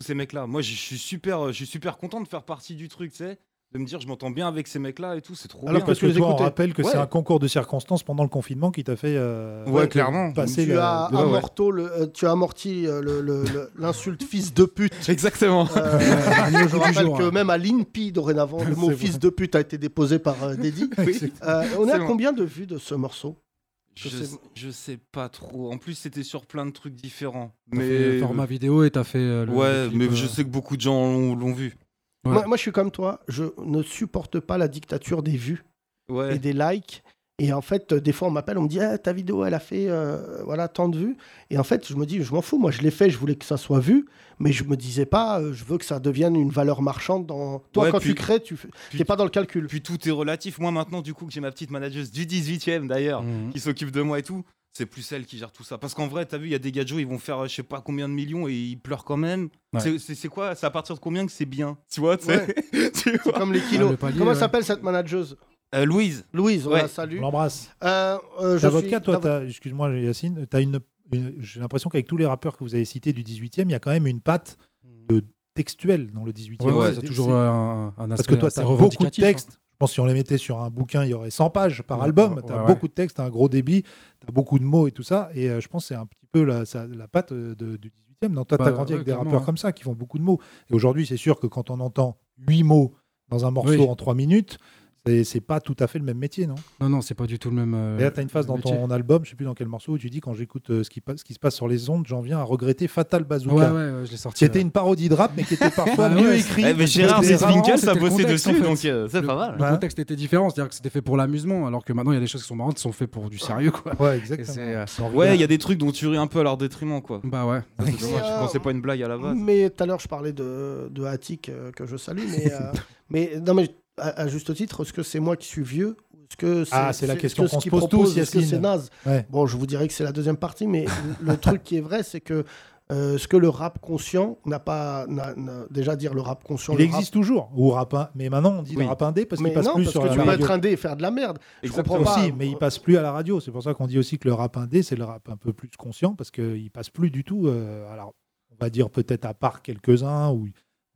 Speaker 8: tous ces mecs là. Ah, Moi je suis super, euh, je suis super content de faire partie du truc, tu sais, de me dire je m'entends bien avec ces mecs là et tout, c'est trop
Speaker 4: Alors
Speaker 8: bien.
Speaker 4: parce que toi, on rappelle que c'est
Speaker 8: Ouais.
Speaker 4: un concours de circonstances pendant le confinement qui t'a fait euh,
Speaker 8: Ouais, clairement.
Speaker 4: passer
Speaker 3: Tu
Speaker 4: le-
Speaker 3: as,
Speaker 4: le-
Speaker 3: amorto le- euh, tu as amorti euh, le- le- le- l'insulte fils de pute.
Speaker 8: Exactement.
Speaker 3: Euh, je rappelle que même à l'INPI, dorénavant, le mot
Speaker 8: C'est
Speaker 3: fils de pute a été déposé par euh, Didi. Euh, on est à
Speaker 8: C'est bon.
Speaker 3: combien de vues de ce morceau Je
Speaker 8: Je,
Speaker 3: sais-
Speaker 8: sais... je sais pas trop. En plus c'était sur plein de trucs différents.
Speaker 7: T'as
Speaker 8: Mais
Speaker 7: fait le format vidéo et t'as fait. euh, le-
Speaker 8: ouais,
Speaker 7: le clip,
Speaker 8: mais
Speaker 7: euh,
Speaker 8: je sais que beaucoup de gens l'ont l'ont vu.
Speaker 3: Moi, moi, je suis comme toi, je ne supporte pas la dictature des vues
Speaker 8: Ouais.
Speaker 3: et des likes. Et en fait, euh, des fois, on m'appelle, on me dit Ah, ta vidéo, elle a fait euh, voilà tant de vues. Et en fait, je me dis, je m'en fous. Moi, je l'ai fait, je voulais que ça soit vu, mais je me disais pas, euh, je veux que ça devienne une valeur marchande. Dans toi,
Speaker 8: Ouais,
Speaker 3: quand
Speaker 8: puis-
Speaker 3: tu crées, tu n'es pas dans le calcul.
Speaker 8: Puis tout est relatif. Moi maintenant, du coup, que j'ai ma petite manageuse du 18e d'ailleurs, qui s'occupe de moi et tout, c'est plus celle qui gère tout ça. Parce qu'en vrai, t'as vu, il y a des gadgets, ils vont faire euh, je sais pas combien de millions et ils pleurent quand même.
Speaker 7: Ouais.
Speaker 8: C'est- C'est c'est quoi C'est à partir de combien que c'est bien Tu vois, tu sais Ah, Tu vois
Speaker 3: Comme les kilos. Comment s'appelle cette manageuse
Speaker 8: Euh, Louise.
Speaker 3: Louise, on
Speaker 8: Ouais.
Speaker 3: la salue.
Speaker 4: On l'embrasse.
Speaker 3: Euh, euh, je
Speaker 4: Dans votre
Speaker 3: suis-
Speaker 4: cas, toi,
Speaker 3: dans votre-
Speaker 4: t'as- excuse-moi Yacine, t'as une, une- j'ai l'impression qu'avec tous les rappeurs que vous avez cités du 18e, il y a quand même une patte de textuelle dans le 18e.
Speaker 7: Ouais, ouais,
Speaker 4: C'est-
Speaker 7: c'est toujours
Speaker 4: c'est-
Speaker 7: un- un
Speaker 4: Parce
Speaker 7: aspect
Speaker 4: que toi,
Speaker 7: assez
Speaker 4: t'as beaucoup de
Speaker 7: revendicatif,
Speaker 4: textes.
Speaker 7: hein.
Speaker 4: pense que si on les mettait sur un bouquin, il y aurait 100 pages par album. T'as
Speaker 7: ouais, ouais.
Speaker 4: beaucoup de textes, t'as un gros débit, t'as beaucoup de mots et tout ça. Et euh, je pense que c'est un petit peu la, ça- la patte euh, de- du 18e. Non, toi,
Speaker 7: Bah,
Speaker 4: t'as grandi
Speaker 7: ouais,
Speaker 4: avec des
Speaker 7: clairement,
Speaker 4: rappeurs
Speaker 7: ouais.
Speaker 4: comme ça qui font beaucoup de mots. Et aujourd'hui, c'est sûr que quand on entend 8 mots dans un morceau
Speaker 7: Oui.
Speaker 4: en 3 minutes, c'est c'est pas tout à fait le même métier, non
Speaker 7: Non, non, c'est pas du tout le même. euh,
Speaker 4: et là, tu as une phase dans
Speaker 7: métier.
Speaker 4: ton album, je sais plus dans quel morceau, où tu dis quand j'écoute euh, ce, qui passe- ce qui se passe sur les ondes, j'en viens à regretter Fatal Bazooka.
Speaker 7: Ouais, ouais, ouais, je l'ai sorti,
Speaker 4: Qui était
Speaker 7: ouais.
Speaker 4: une parodie de rap, mais qui était parfois
Speaker 7: Ah
Speaker 4: mieux
Speaker 7: ouais,
Speaker 4: écrite.
Speaker 3: Eh,
Speaker 7: c'est-
Speaker 4: parce que les
Speaker 7: c'était
Speaker 4: paroles,
Speaker 7: marrant,
Speaker 4: c'était le
Speaker 7: c'était le
Speaker 4: contexte, en fait.
Speaker 7: Le- Le contexte était différent, c'est-à-dire que c'était fait pour l'amusement, alors que maintenant il y a des choses qui sont marrantes, qui sont faites pour du sérieux, quoi.
Speaker 4: Ouais,
Speaker 7: exactement.
Speaker 8: euh, Ouais, il y a des trucs dont tu ris un peu à leur détriment, quoi.
Speaker 7: Bah ouais.
Speaker 8: C'est dommage, quand c'est pas une blague à la base.
Speaker 3: Mais tout à l'heure, je parlais de, de Attic euh, que je salue, mais, euh, mais non, mais à, à juste titre, est-ce que c'est moi qui suis vieux ou est-ce que c'est,
Speaker 4: Ah, c'est la
Speaker 3: est-ce
Speaker 4: question
Speaker 3: que ce
Speaker 4: qu'on se
Speaker 3: qu'il
Speaker 4: pose tous,
Speaker 3: propose, est-ce que
Speaker 4: Yacine.
Speaker 3: c'est naze
Speaker 4: Ouais.
Speaker 3: Bon, je vous dirais que c'est la deuxième partie, mais le le truc qui est vrai, c'est que euh, ce que le rap conscient n'a pas. n'a- n'a- déjà dire le rap conscient.
Speaker 4: Il
Speaker 3: le rap-
Speaker 4: existe toujours. Ou rap in- Mais maintenant, on dit
Speaker 3: Oui.
Speaker 4: le rap indé parce
Speaker 3: Mais
Speaker 4: qu'il passe
Speaker 3: non,
Speaker 4: plus
Speaker 3: parce
Speaker 4: sur
Speaker 3: que
Speaker 4: la
Speaker 3: tu peux
Speaker 4: radio.
Speaker 3: être indé et faire de la merde. Je comprends pas.
Speaker 4: Aussi, mais il passe plus à la radio. C'est pour ça qu'on dit aussi que le rap indé, c'est le rap un peu plus conscient parce qu'il passe plus du tout. euh, alors, on va dire peut-être à part quelques-uns ou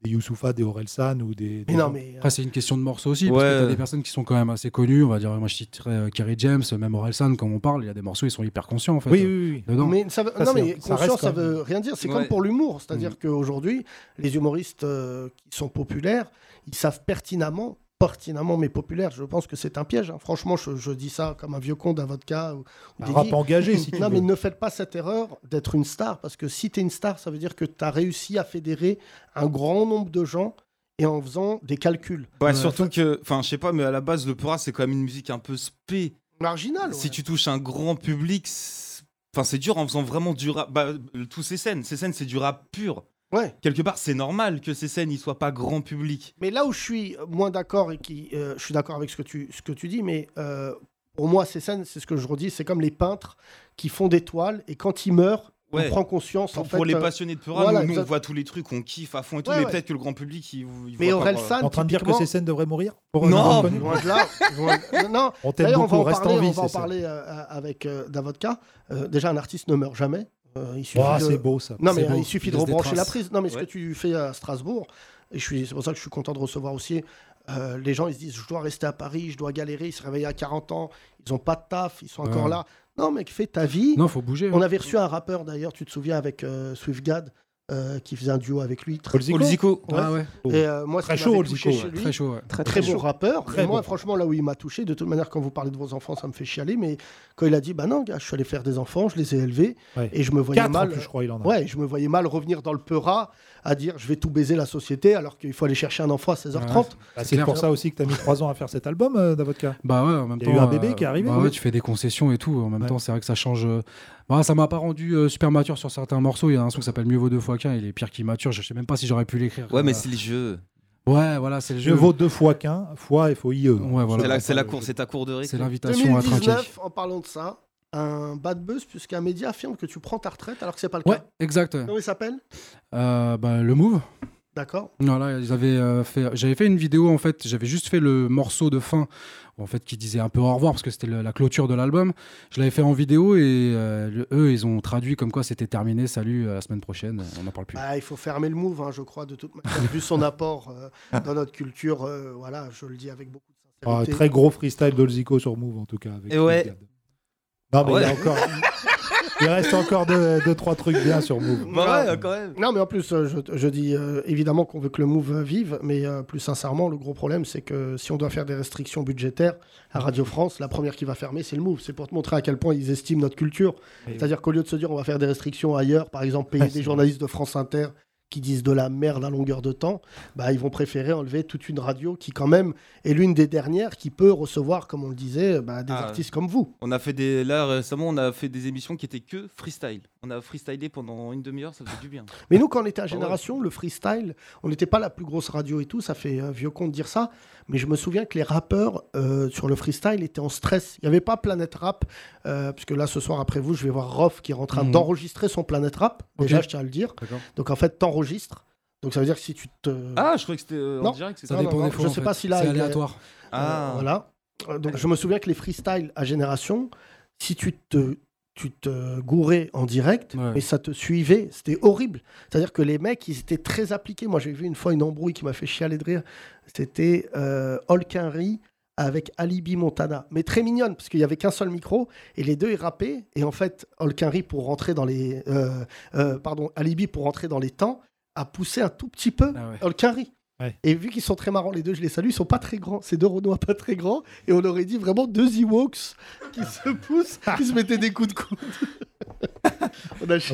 Speaker 4: des Youssoufa, des Orelsan ou des. des
Speaker 3: non,
Speaker 4: gens-
Speaker 3: mais, euh,
Speaker 7: Après, c'est une question de morceaux aussi, parce
Speaker 4: Ouais.
Speaker 7: que t'as des personnes qui sont quand même assez connues. On va dire, moi je citerai euh, Kerry James, même Orelsan, quand on parle, il y a des morceaux, ils sont hyper conscients en fait.
Speaker 4: Oui,
Speaker 7: euh,
Speaker 4: oui, oui.
Speaker 7: Dedans.
Speaker 3: Mais ça veut- non, mais conscient, ça veut rien dire. C'est comme pour l'humour. C'est-à-dire qu'aujourd'hui, les humoristes euh, qui sont populaires, ils savent pertinemment, pertinemment, mais populaires, je pense que c'est un piège. hein. Franchement, je, je dis ça comme un vieux con d'avocat. Ou, ou
Speaker 4: Un
Speaker 3: des
Speaker 4: rap
Speaker 3: geeks.
Speaker 4: engagé, si tu
Speaker 3: Non,
Speaker 4: veux.
Speaker 3: mais ne faites pas cette erreur d'être une star, parce que si tu es une star, ça veut dire que tu as réussi à fédérer un grand nombre de gens et en faisant des calculs.
Speaker 8: Ouais, surtout que, enfin, je sais pas, mais à la base, le pura, c'est quand même une musique un peu spé.
Speaker 3: Marginal.
Speaker 8: Si tu touches un grand public, c'est- enfin, c'est dur en faisant vraiment du rap. Bah, le- tous ces scènes, ces scènes, c'est du rap pur.
Speaker 3: Ouais.
Speaker 8: Quelque part, c'est normal que ces scènes, ils soient pas grand public.
Speaker 3: Mais là où je suis moins d'accord et qui, euh, je suis d'accord avec ce que tu, ce que tu dis, mais euh, pour moi, ces scènes, c'est ce que je redis, c'est comme les peintres qui font des toiles et quand ils meurent,
Speaker 8: Ouais.
Speaker 3: on prend conscience.
Speaker 8: Pour,
Speaker 3: en fait,
Speaker 8: pour les
Speaker 3: euh,
Speaker 8: passionnés de pura,
Speaker 3: voilà,
Speaker 8: nous, nous, on
Speaker 3: exact-
Speaker 8: voit tous les trucs, on kiffe à fond et tout,
Speaker 3: Ouais,
Speaker 8: mais
Speaker 3: ouais.
Speaker 8: peut-être que le grand public, il, il
Speaker 3: Mais
Speaker 8: voit pas,
Speaker 3: Orelsan,
Speaker 8: voilà.
Speaker 4: en train de dire que
Speaker 3: typiquement-
Speaker 4: ces scènes devraient mourir pour un
Speaker 3: Non,
Speaker 4: album connu
Speaker 3: loin de là. loin de- Non,
Speaker 4: On t'aime
Speaker 3: d'ailleurs, on va en
Speaker 4: beaucoup, reste en
Speaker 3: parler, on
Speaker 4: vie,
Speaker 3: va en
Speaker 4: c'est ça.
Speaker 3: parler euh, avec euh, Davodka. Euh, déjà, un artiste ne meurt jamais. Euh, il suffit
Speaker 4: Ouah,
Speaker 3: de-
Speaker 4: c'est beau, ça.
Speaker 3: Non,
Speaker 4: C'est
Speaker 3: mais euh,
Speaker 4: beau.
Speaker 3: il suffit
Speaker 4: Il
Speaker 3: de
Speaker 4: laisse des
Speaker 3: rebrancher la
Speaker 4: traces.
Speaker 3: prise. Non, mais ce
Speaker 4: Ouais.
Speaker 3: que tu fais à Strasbourg, et je suis, c'est pour ça que je suis content de recevoir aussi. euh, les gens, ils se disent, je dois rester à Paris, je dois galérer. Ils se réveillent à 40 ans, ils n'ont pas de taf, ils sont encore
Speaker 7: Ouais.
Speaker 3: là. Non, mec, fais ta vie.
Speaker 7: Non, faut bouger,
Speaker 3: On
Speaker 7: hein.
Speaker 3: avait reçu un rappeur d'ailleurs, tu te souviens, avec euh, SwiftGad, euh, qui faisait un duo avec lui. Très...
Speaker 7: Olzico Olzico.
Speaker 3: Ouais.
Speaker 7: Ah ouais.
Speaker 3: Et euh, moi, ce
Speaker 7: Très
Speaker 3: qui
Speaker 7: chaud,
Speaker 3: m'avait touché
Speaker 7: Olzico,
Speaker 3: chez
Speaker 7: ouais.
Speaker 3: lui,
Speaker 7: Très chaud, ouais.
Speaker 3: Très,
Speaker 7: Très
Speaker 3: beau
Speaker 7: chaud.
Speaker 3: rappeur.
Speaker 7: Très
Speaker 3: Et moi,
Speaker 7: beau.
Speaker 3: franchement, là où il m'a touché, de toute manière, quand vous parlez de vos enfants, ça me fait chialer. Mais quand il a dit, bah non, gars, je suis allé faire des enfants, je les ai élevés.
Speaker 4: Ouais.
Speaker 3: Et je me voyais
Speaker 4: Quatre, en
Speaker 3: mal.
Speaker 4: plus, je crois, il en a.
Speaker 3: Ouais, je me voyais mal revenir dans le Peura à dire, je vais tout baiser la société, alors qu'il faut aller chercher un enfant à 16h30.
Speaker 4: Bah, c'est pour ça aussi que tu as mis 3 ans à faire cet album, euh, Davodka.
Speaker 7: Bah ouais, en même
Speaker 4: Il
Speaker 7: temps.
Speaker 4: y a eu un
Speaker 7: euh,
Speaker 4: bébé qui est arrivé.
Speaker 7: bah ouais, tu fais des concessions et tout. En même temps, c'est vrai que ça change. euh, bah, ça m'a pas rendu euh, super mature sur certains morceaux. Il y a un son qui s'appelle Mieux vaut deux fois qu'un. Il est pire qu'immature. Je sais même pas si j'aurais pu l'écrire.
Speaker 8: Ouais, mais
Speaker 7: euh,
Speaker 8: c'est le jeu.
Speaker 7: Ouais, voilà, c'est le
Speaker 4: Je
Speaker 7: jeu.
Speaker 4: vaux deux fois qu'un, fois FOIE.
Speaker 7: Ouais, voilà.
Speaker 8: C'est la,
Speaker 4: Euh,
Speaker 8: c'est la cour, c'est ta cour de récré.
Speaker 7: C'est l'invitation à trinquer.
Speaker 3: 2019, en parlant de ça, un bad buzz, puisqu'un média affirme que tu prends ta retraite alors que c'est pas le
Speaker 7: Ouais,
Speaker 3: cas.
Speaker 7: exact.
Speaker 3: Comment il s'appelle
Speaker 7: Euh, bah, le move.
Speaker 3: D'accord.
Speaker 7: Voilà, ils avaient euh, fait. J'avais fait une vidéo en fait. J'avais juste fait le morceau de fin, en fait, qui disait un peu au revoir parce que c'était le- la clôture de l'album. Je l'avais fait en vidéo et euh, le- eux, ils ont traduit comme quoi c'était terminé. Salut, à la semaine prochaine. On n'en parle plus.
Speaker 3: Bah, il faut fermer le move, hein, je crois, de toute manière. Vu son apport euh, dans notre culture, euh, voilà, je le dis avec beaucoup de
Speaker 4: Ah,
Speaker 3: sincérité.
Speaker 4: très gros freestyle d'Olzico sur Move, en tout cas. Avec
Speaker 3: Et ouais.
Speaker 4: Sweet Gad. Non,
Speaker 8: Ah
Speaker 4: mais il, y a
Speaker 3: Ouais.
Speaker 4: encore... il reste encore 2-3 trucs bien sur Move.
Speaker 3: Voilà. Non, mais en plus, euh, je, je dis euh, évidemment qu'on veut que le move euh, vive, mais euh, plus sincèrement, le gros problème, c'est que si on doit faire des restrictions budgétaires à Radio France, la première qui va fermer, c'est le move. C'est pour te montrer à quel point ils estiment notre culture.
Speaker 4: Et
Speaker 3: C'est-à-dire qu'au lieu de se dire on va faire des restrictions ailleurs, par exemple payer
Speaker 4: Ah,
Speaker 3: des
Speaker 4: c'est
Speaker 3: journalistes de France Inter qui disent de la merde à longueur de temps, bah, ils vont préférer enlever toute une radio qui quand même est l'une des dernières qui peut recevoir, comme on le disait, bah, des
Speaker 8: Ah,
Speaker 3: artistes comme vous.
Speaker 8: On a fait des là récemment, on a fait des émissions qui étaient que freestyle. On a freestylé pendant une demi-heure, ça faisait du bien.
Speaker 3: Mais nous, quand on était à
Speaker 8: Ah ouais.
Speaker 3: Génération, le freestyle, on n'était pas la plus grosse radio et tout, ça fait euh, vieux con de dire ça, mais je me souviens que les rappeurs euh, sur le freestyle étaient en stress. Il n'y avait pas Planète Rap, euh, puisque là, ce soir, après vous, je vais voir Rof qui est en train
Speaker 7: Mhm.
Speaker 3: d'enregistrer son Planète Rap,
Speaker 7: Ok.
Speaker 3: déjà, je tiens à le dire.
Speaker 7: D'accord.
Speaker 3: Donc en fait, t'enregistres. Donc ça veut dire que si tu te...
Speaker 8: Ah, je croyais que c'était Ah. euh, en
Speaker 3: Non.
Speaker 8: direct.
Speaker 3: Non, non, non, Je sais pas si là.
Speaker 7: C'est
Speaker 3: il est-
Speaker 7: aléatoire.
Speaker 3: Euh, Voilà. Euh, Donc, je me souviens que les freestyles à génération, si tu te, tu te gourais en direct, mais ça te suivait, c'était horrible. C'est-à-dire que les mecs, ils étaient très appliqués. Moi, j'ai vu une fois une embrouille qui m'a fait chialer de rire. C'était euh, Hulk Henry avec Alibi Montana, mais très mignonne, parce qu'il n'y avait qu'un seul micro, et les deux, ils rappaient, et en fait, Olkinry, pour rentrer dans les... euh, euh, pardon, Alibi, pour rentrer dans les temps, a poussé un tout petit peu Olkinry. Et vu qu'ils sont très marrants, les deux, je les salue, ils sont pas très grands. Ces deux Renois pas très grands. Et on aurait dit vraiment deux Ewoks qui se
Speaker 4: Ah.
Speaker 3: poussent, qui se mettaient des coups de coude.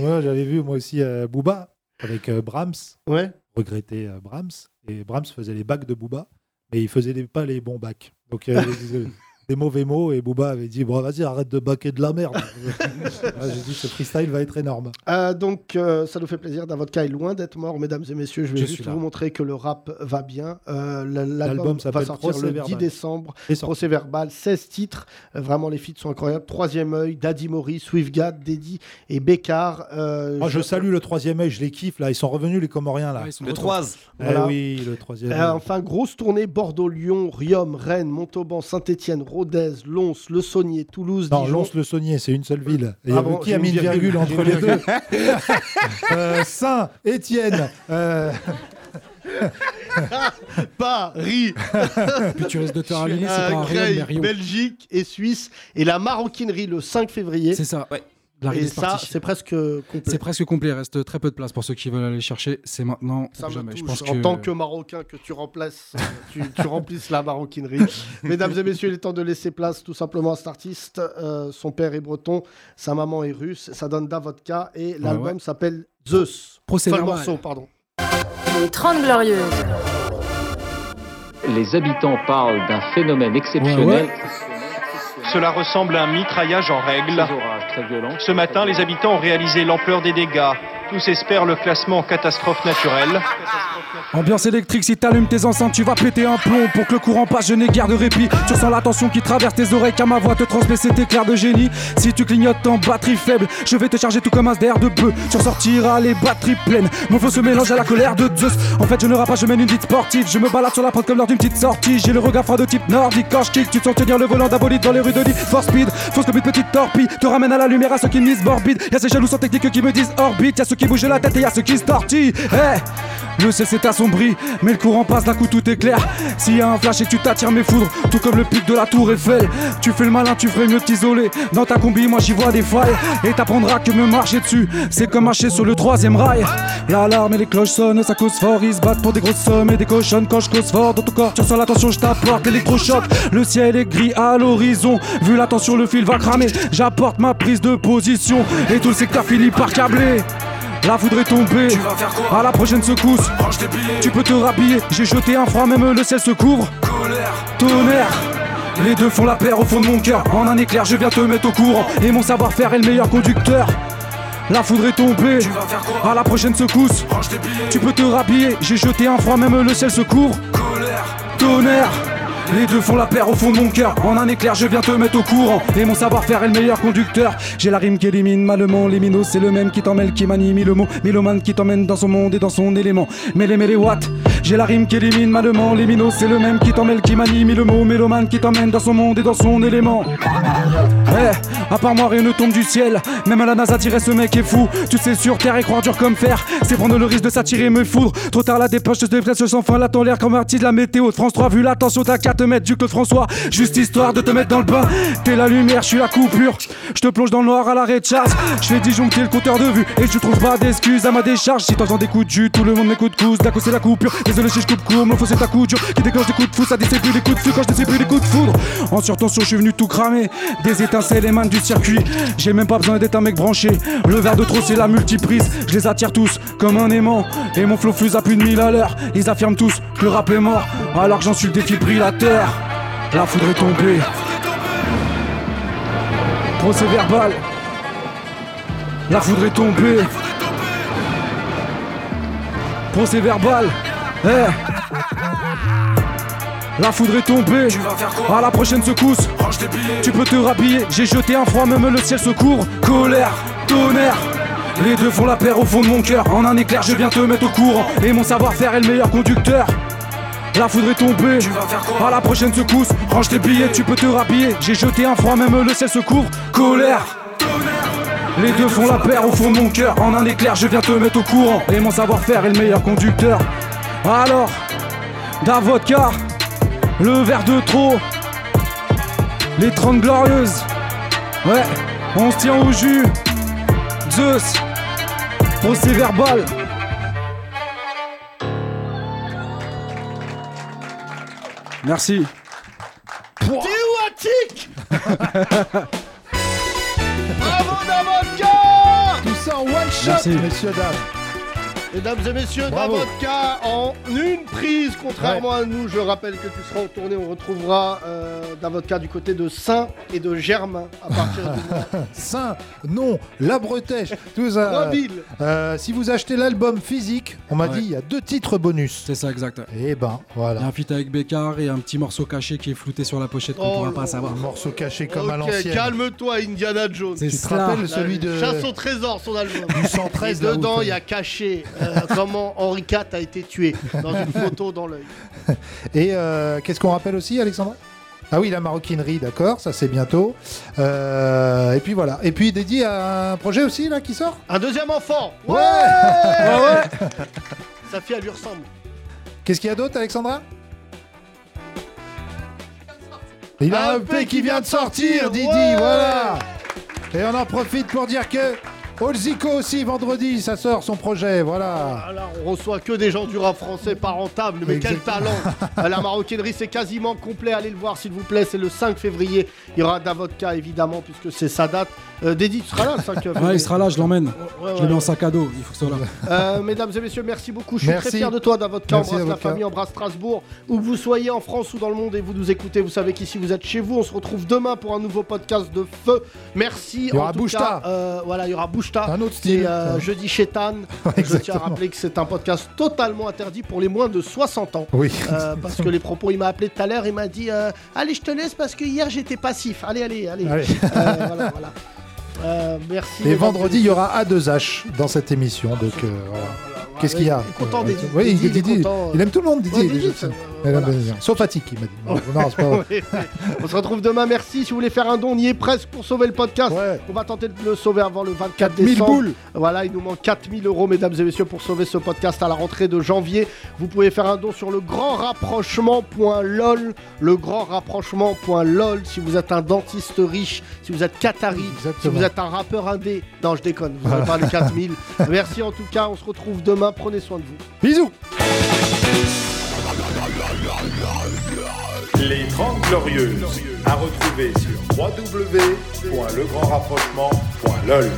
Speaker 4: Moi, j'avais vu moi aussi euh, Booba avec euh, Brahms.
Speaker 3: Ouais.
Speaker 4: Regretté euh, Brahms. Et Brahms faisait les bacs de Booba, mais il faisait les- pas les bons bacs. Donc euh, il disait des mauvais mots et Booba avait dit bon vas-y arrête de baquer de la merde. Ah, J'ai dit ce freestyle va être énorme.
Speaker 3: Euh, donc, euh, ça nous fait plaisir. Davodka est loin d'être mort, mesdames et messieurs. Je vais
Speaker 4: Je suis
Speaker 3: juste
Speaker 4: là.
Speaker 3: vous montrer que le rap va bien. Euh, l-
Speaker 4: L'album
Speaker 3: L'album va
Speaker 4: s'appelle
Speaker 3: sortir le 10
Speaker 4: Procès-verbal.
Speaker 3: décembre. Procès verbal, 16 titres. Euh, vraiment, les feats sont incroyables. Troisième œil, Daddy Mori, Swiftgat, Deddy et Bécard. Euh,
Speaker 4: Moi, Ah, je salue le troisième œil, je les kiffe là. Ils sont revenus les Comoriens là.
Speaker 3: Le retour. troise.
Speaker 4: Eh
Speaker 3: Voilà.
Speaker 4: oui, le troisième.
Speaker 3: Euh, enfin, grosse tournée Bordeaux, Lyon, Riom, Rennes, Montauban, Saint-Étienne, Rodez, Lons, Le Saunier, Toulouse,
Speaker 4: non,
Speaker 3: Dijon.
Speaker 4: Lons-le-Saunier, c'est une seule ville. Et euh,
Speaker 3: Ah bon,
Speaker 4: qui a
Speaker 3: j'ai
Speaker 4: mis
Speaker 3: une
Speaker 4: une virgule,
Speaker 3: virgule, j'ai
Speaker 4: entre les
Speaker 3: une
Speaker 4: deux
Speaker 3: virgule.
Speaker 4: Euh, Saint, Étienne. euh,
Speaker 3: Paris. Euh,
Speaker 4: Puis tu risques de te faire
Speaker 7: allumer, c'est pas un Rennes, mais Riom.
Speaker 3: Belgique et Suisse et la maroquinerie le 5 février.
Speaker 7: C'est ça. L'arrivée
Speaker 3: Et
Speaker 7: c'est
Speaker 3: ça,
Speaker 7: parti.
Speaker 3: c'est presque euh, complet.
Speaker 7: C'est presque complet, il reste très peu de place pour ceux qui veulent aller chercher. C'est maintenant
Speaker 3: Ça
Speaker 7: ou
Speaker 3: me
Speaker 7: jamais. Je
Speaker 3: touche.
Speaker 7: pense
Speaker 3: en
Speaker 7: que...
Speaker 3: tant que Marocain que tu remplaces, euh, tu, tu remplisses la maroquinerie. Mesdames et messieurs, il est temps de laisser place tout simplement à cet artiste. Euh, son père est breton, sa maman est russe, ça donne Davodka et l'album
Speaker 7: ouais.
Speaker 3: s'appelle Zeus.
Speaker 7: Procès
Speaker 3: Enfin, le
Speaker 7: verbal.
Speaker 3: morceau, pardon.
Speaker 2: Les 30 Glorieuses.
Speaker 11: Les habitants parlent d'un phénomène exceptionnel.
Speaker 12: Cela ressemble à un mitraillage en règle. Ce matin, les habitants ont réalisé l'ampleur des dégâts. Tous espèrent le classement en catastrophe naturelle.
Speaker 7: Ambiance électrique, si t'allumes tes enceintes, tu vas péter un plomb. Pour que le courant passe, je n'ai guère de répit. Tu ressens la tension qui traverse tes oreilles, car ma voix te transmet cet éclair de génie. Si tu clignotes en batterie faible, je vais te charger tout comme un SDR de bœuf. Tu ressortiras les batteries pleines. Mon feu se mélange à la colère de Zeus. En fait, je ne rappe pas, je mène une dite sportive. Je me balade sur la prod comme lors d'une petite sortie. J'ai le regard froid de type nordique. Quand je kick, tu te sens tenir le volant d'abolite dans les rues de Lille. For speed, fonce comme une petite torpille. Te ramène à la lumière à ceux qui misent morbide. Y'a ces jaloux sans technique qui me disent orbite. Y'a ceux qui bougent la tête et y'a ceux qui se tortillent. Eh le ciel s'est assombri, mais le courant passe d'un coup tout est clair. S'il y a un flash et que tu t'attires mes foudres, tout comme le pic de la tour Eiffel. Tu fais le malin, tu ferais mieux de t'isoler. Dans ta combi, moi j'y vois des failles. Et t'apprendras que me marcher dessus, c'est comme marcher sur le troisième rail. L'alarme et les cloches sonnent, ça cause fort. Ils se battent pour des grosses sommes et des cochonnes. Quand je cause fort dans ton corps, tu ressens la tension, je t'apporte l'électrochoc. Le ciel est gris à l'horizon. Vu la tension, le fil va cramer. J'apporte ma prise de position et tout le secteur finit par câbler. La foudre est tombée. à la prochaine secousse. Tu peux te rhabiller. J'ai jeté un froid, même le ciel se couvre. Tonnerre. Les deux font la paire au fond de mon cœur. En un éclair, je viens te mettre au courant. Et mon savoir-faire est le meilleur conducteur. La foudre est tombée. à la prochaine secousse. Tu peux te rhabiller. J'ai jeté un froid, même le ciel se couvre. Tonnerre. Les deux font la paire au fond de mon cœur. En un éclair, je viens te mettre au courant. Et mon savoir-faire est le meilleur conducteur. J'ai la rime qui élimine malement les minos. C'est le même qui t'emmêle, qui manie mille mots. Mélomane qui t'emmène dans son monde et dans son élément. Mais les les watts. J'ai la rime qui élimine malement les minos. C'est le même qui t'emmêle, qui manie mille mots. Mélomane qui t'emmène dans son monde et dans son élément. Eh, à part moi, rien ne tombe du ciel. Même à la NASA dirait ce mec est fou. Tu sais, sur Terre et croire dur comme fer. C'est prendre le risque de s'attirer mes foudres. Trop tard, la dépêche se dépresse sans fin. La l'air comme artiste la météo de France 3. Vu l'attention, t'as qu'à te mettre du Claude François. Juste histoire de te mettre dans le bain. T'es la lumière, je suis la coupure. Je te plonge dans le noir à l'arrêt de chasse. Je fais disjoncter le compteur de vue. Et je trouve pas d'excuses à ma décharge. Si t'entends des coups de jus, tout le monde m'écoute cousse. D'un coup, c'est la coupure. Désolé si je coupe court, mon faux c'est ta couture. Qui déclenche des coups de fou, ça dissipe plus les coups de feu quand je dissipe plus les coups de foudre. En surtension, je suis venu tout cramer. Des étincelles émanent du circuit. J'ai même pas besoin d'être un mec branché. Le verre de trop, c'est la multiprise. Je les attire tous comme un aimant. Et mon flow fuse à plus de 1000 à l'heure. Ils affirment tous que le rap est mort. Alors que j'en suis le défibrillateur. La foudre est tombée. Procès verbal. La foudre est tombée. Procès verbal. Eh. La foudre est tombée. à la prochaine secousse. Tu peux te rhabiller. J'ai jeté un froid, même le ciel se couvre. Colère, tonnerre. Les deux font la paire au fond de mon cœur. En un éclair, je viens te mettre au courant. Et mon savoir-faire est le meilleur conducteur. La foudre est tombée. à la prochaine secousse. Range tes billets, tu peux te rhabiller. J'ai jeté un froid, même le ciel se couvre. Colère. Les deux font la paire au fond de mon cœur. En un éclair, je viens te mettre au courant. Et mon savoir-faire est le meilleur conducteur. Alors, d'un vodka, le verre de trop,
Speaker 13: Les 30 glorieuses. Ouais, on se tient au jus. Zeus, procès verbal. Merci.
Speaker 10: Tiwatik Bravo d'avocat
Speaker 3: Tout ça en one shot,
Speaker 10: Merci.
Speaker 3: messieurs, dames. Mesdames et messieurs, d'un
Speaker 10: Bravo.
Speaker 3: vodka en une prise, contrairement à nous. Je rappelle que tu seras en tournée, on retrouvera euh, d'un vodka du côté de Saint et de Germain à partir de
Speaker 4: Saint, non, la bretèche, tout ça.
Speaker 3: Mobile.
Speaker 4: Euh, si vous achetez l'album physique, on m'a
Speaker 7: Ouais.
Speaker 4: dit il y a deux titres bonus.
Speaker 7: C'est ça, exact.
Speaker 4: Et ben, voilà.
Speaker 7: Il y a un feat avec Bécard et un petit morceau caché qui est flouté sur la pochette qu'on
Speaker 3: Oh
Speaker 7: pourra
Speaker 3: là
Speaker 7: pas
Speaker 3: là.
Speaker 7: savoir.
Speaker 4: Morceau caché
Speaker 7: comme
Speaker 3: Ok, calme-toi, Indiana Jones.
Speaker 7: C'est Tu te cela. rappelles celui de-
Speaker 3: Chasse au trésor, son album.
Speaker 4: Du 113,
Speaker 3: Et
Speaker 4: là,
Speaker 3: dedans,
Speaker 4: où-
Speaker 3: il y a caché euh, comment Henri IV a été tué dans une photo dans l'œil.
Speaker 4: Et euh, qu'est-ce qu'on rappelle aussi, Alexandra Ah oui, la maroquinerie, d'accord, ça c'est bientôt. Euh, et puis voilà. Et puis dédié à un projet aussi, là, qui sort
Speaker 3: Un deuxième enfant. Ouais. Sa fille, elle lui ressemble.
Speaker 4: Qu'est-ce qu'il y a d'autre, Alexandra Il a un EP qui vient de sortir, Didi,
Speaker 10: Ouais
Speaker 4: voilà Et on en profite pour dire que Olzico aussi, vendredi, ça sort son projet, voilà.
Speaker 3: Voilà, Ah on reçoit que des gens du rap français pas rentable, mais quel talent Euh, La maroquinerie, c'est quasiment complet. Allez le voir, s'il vous plaît. C'est le 5 février. Il y aura Davodka, évidemment, puisque c'est sa date. Euh, Dédi, tu seras là le 5 février.
Speaker 7: Ouais, Ah, il sera là, je l'emmène.
Speaker 3: Ouais, ouais,
Speaker 7: je le mets en
Speaker 3: ouais.
Speaker 7: sac à dos, il faut que ça là.
Speaker 3: Euh, mesdames et messieurs, merci beaucoup. Je suis
Speaker 7: Merci.
Speaker 3: très fier de toi, Davodka.
Speaker 7: Merci,
Speaker 3: Embrasse la
Speaker 7: Davodka.
Speaker 3: famille, embrasse Strasbourg. Où que vous soyez en France ou dans le monde et vous nous écoutez, vous savez qu'ici vous êtes chez vous. On se retrouve demain pour un nouveau podcast de feu. Merci.
Speaker 4: Il y aura
Speaker 3: en tout cas,
Speaker 4: Boucheta.
Speaker 3: euh, voilà, il y aura Bouchta.
Speaker 4: Un autre style. Ouais.
Speaker 3: euh, jeudi chez Tan. Je tiens à rappeler que c'est un podcast totalement interdit pour les moins de 60 ans.
Speaker 4: Oui.
Speaker 3: Euh, parce que les propos, il m'a appelé tout à l'heure. Il m'a dit euh, Allez, je te laisse parce que hier j'étais passif. Allez, allez, allez.
Speaker 4: Allez.
Speaker 3: Euh, voilà, voilà. Euh, merci.
Speaker 4: Et
Speaker 3: mesdames
Speaker 4: vendredi, il y aura A2H dans cette émission, donc euh, voilà. Qu'est-ce qu'il y a
Speaker 3: Ah,
Speaker 4: Euh,
Speaker 3: il est content, Didi.
Speaker 4: Oui,
Speaker 3: Didi, il est
Speaker 4: Didi,
Speaker 3: content.
Speaker 4: il aime tout le monde, Didi.
Speaker 3: Ouais,
Speaker 4: il est
Speaker 3: Didi,
Speaker 4: gentil.
Speaker 3: ça, euh,
Speaker 4: Il aime
Speaker 3: voilà.
Speaker 4: bien. Sauf Attic, il m'a dit. Non, non, c'est pas vrai.
Speaker 3: Oui, oui. On se retrouve demain, merci. Si vous voulez faire un don, on y est presque pour sauver le podcast. On va tenter de le sauver avant le 24
Speaker 4: 4000
Speaker 3: décembre.
Speaker 4: boules.
Speaker 3: Voilà, il nous manque 4000 euros, mesdames et messieurs, pour sauver ce podcast à la rentrée de janvier. Vous pouvez faire un don sur le grand rapprochement.lol. Le grand rapprochement.lol. Si vous êtes un dentiste riche, si vous êtes qatari, si vous êtes un rappeur indé. Non, je déconne, vous n'aurez pas les 4000. Merci en tout cas, on se retrouve demain. Prenez soin de vous.
Speaker 4: Bisous
Speaker 14: Les 30 Glorieuses, à retrouver sur www.legrandrapprochement.lol.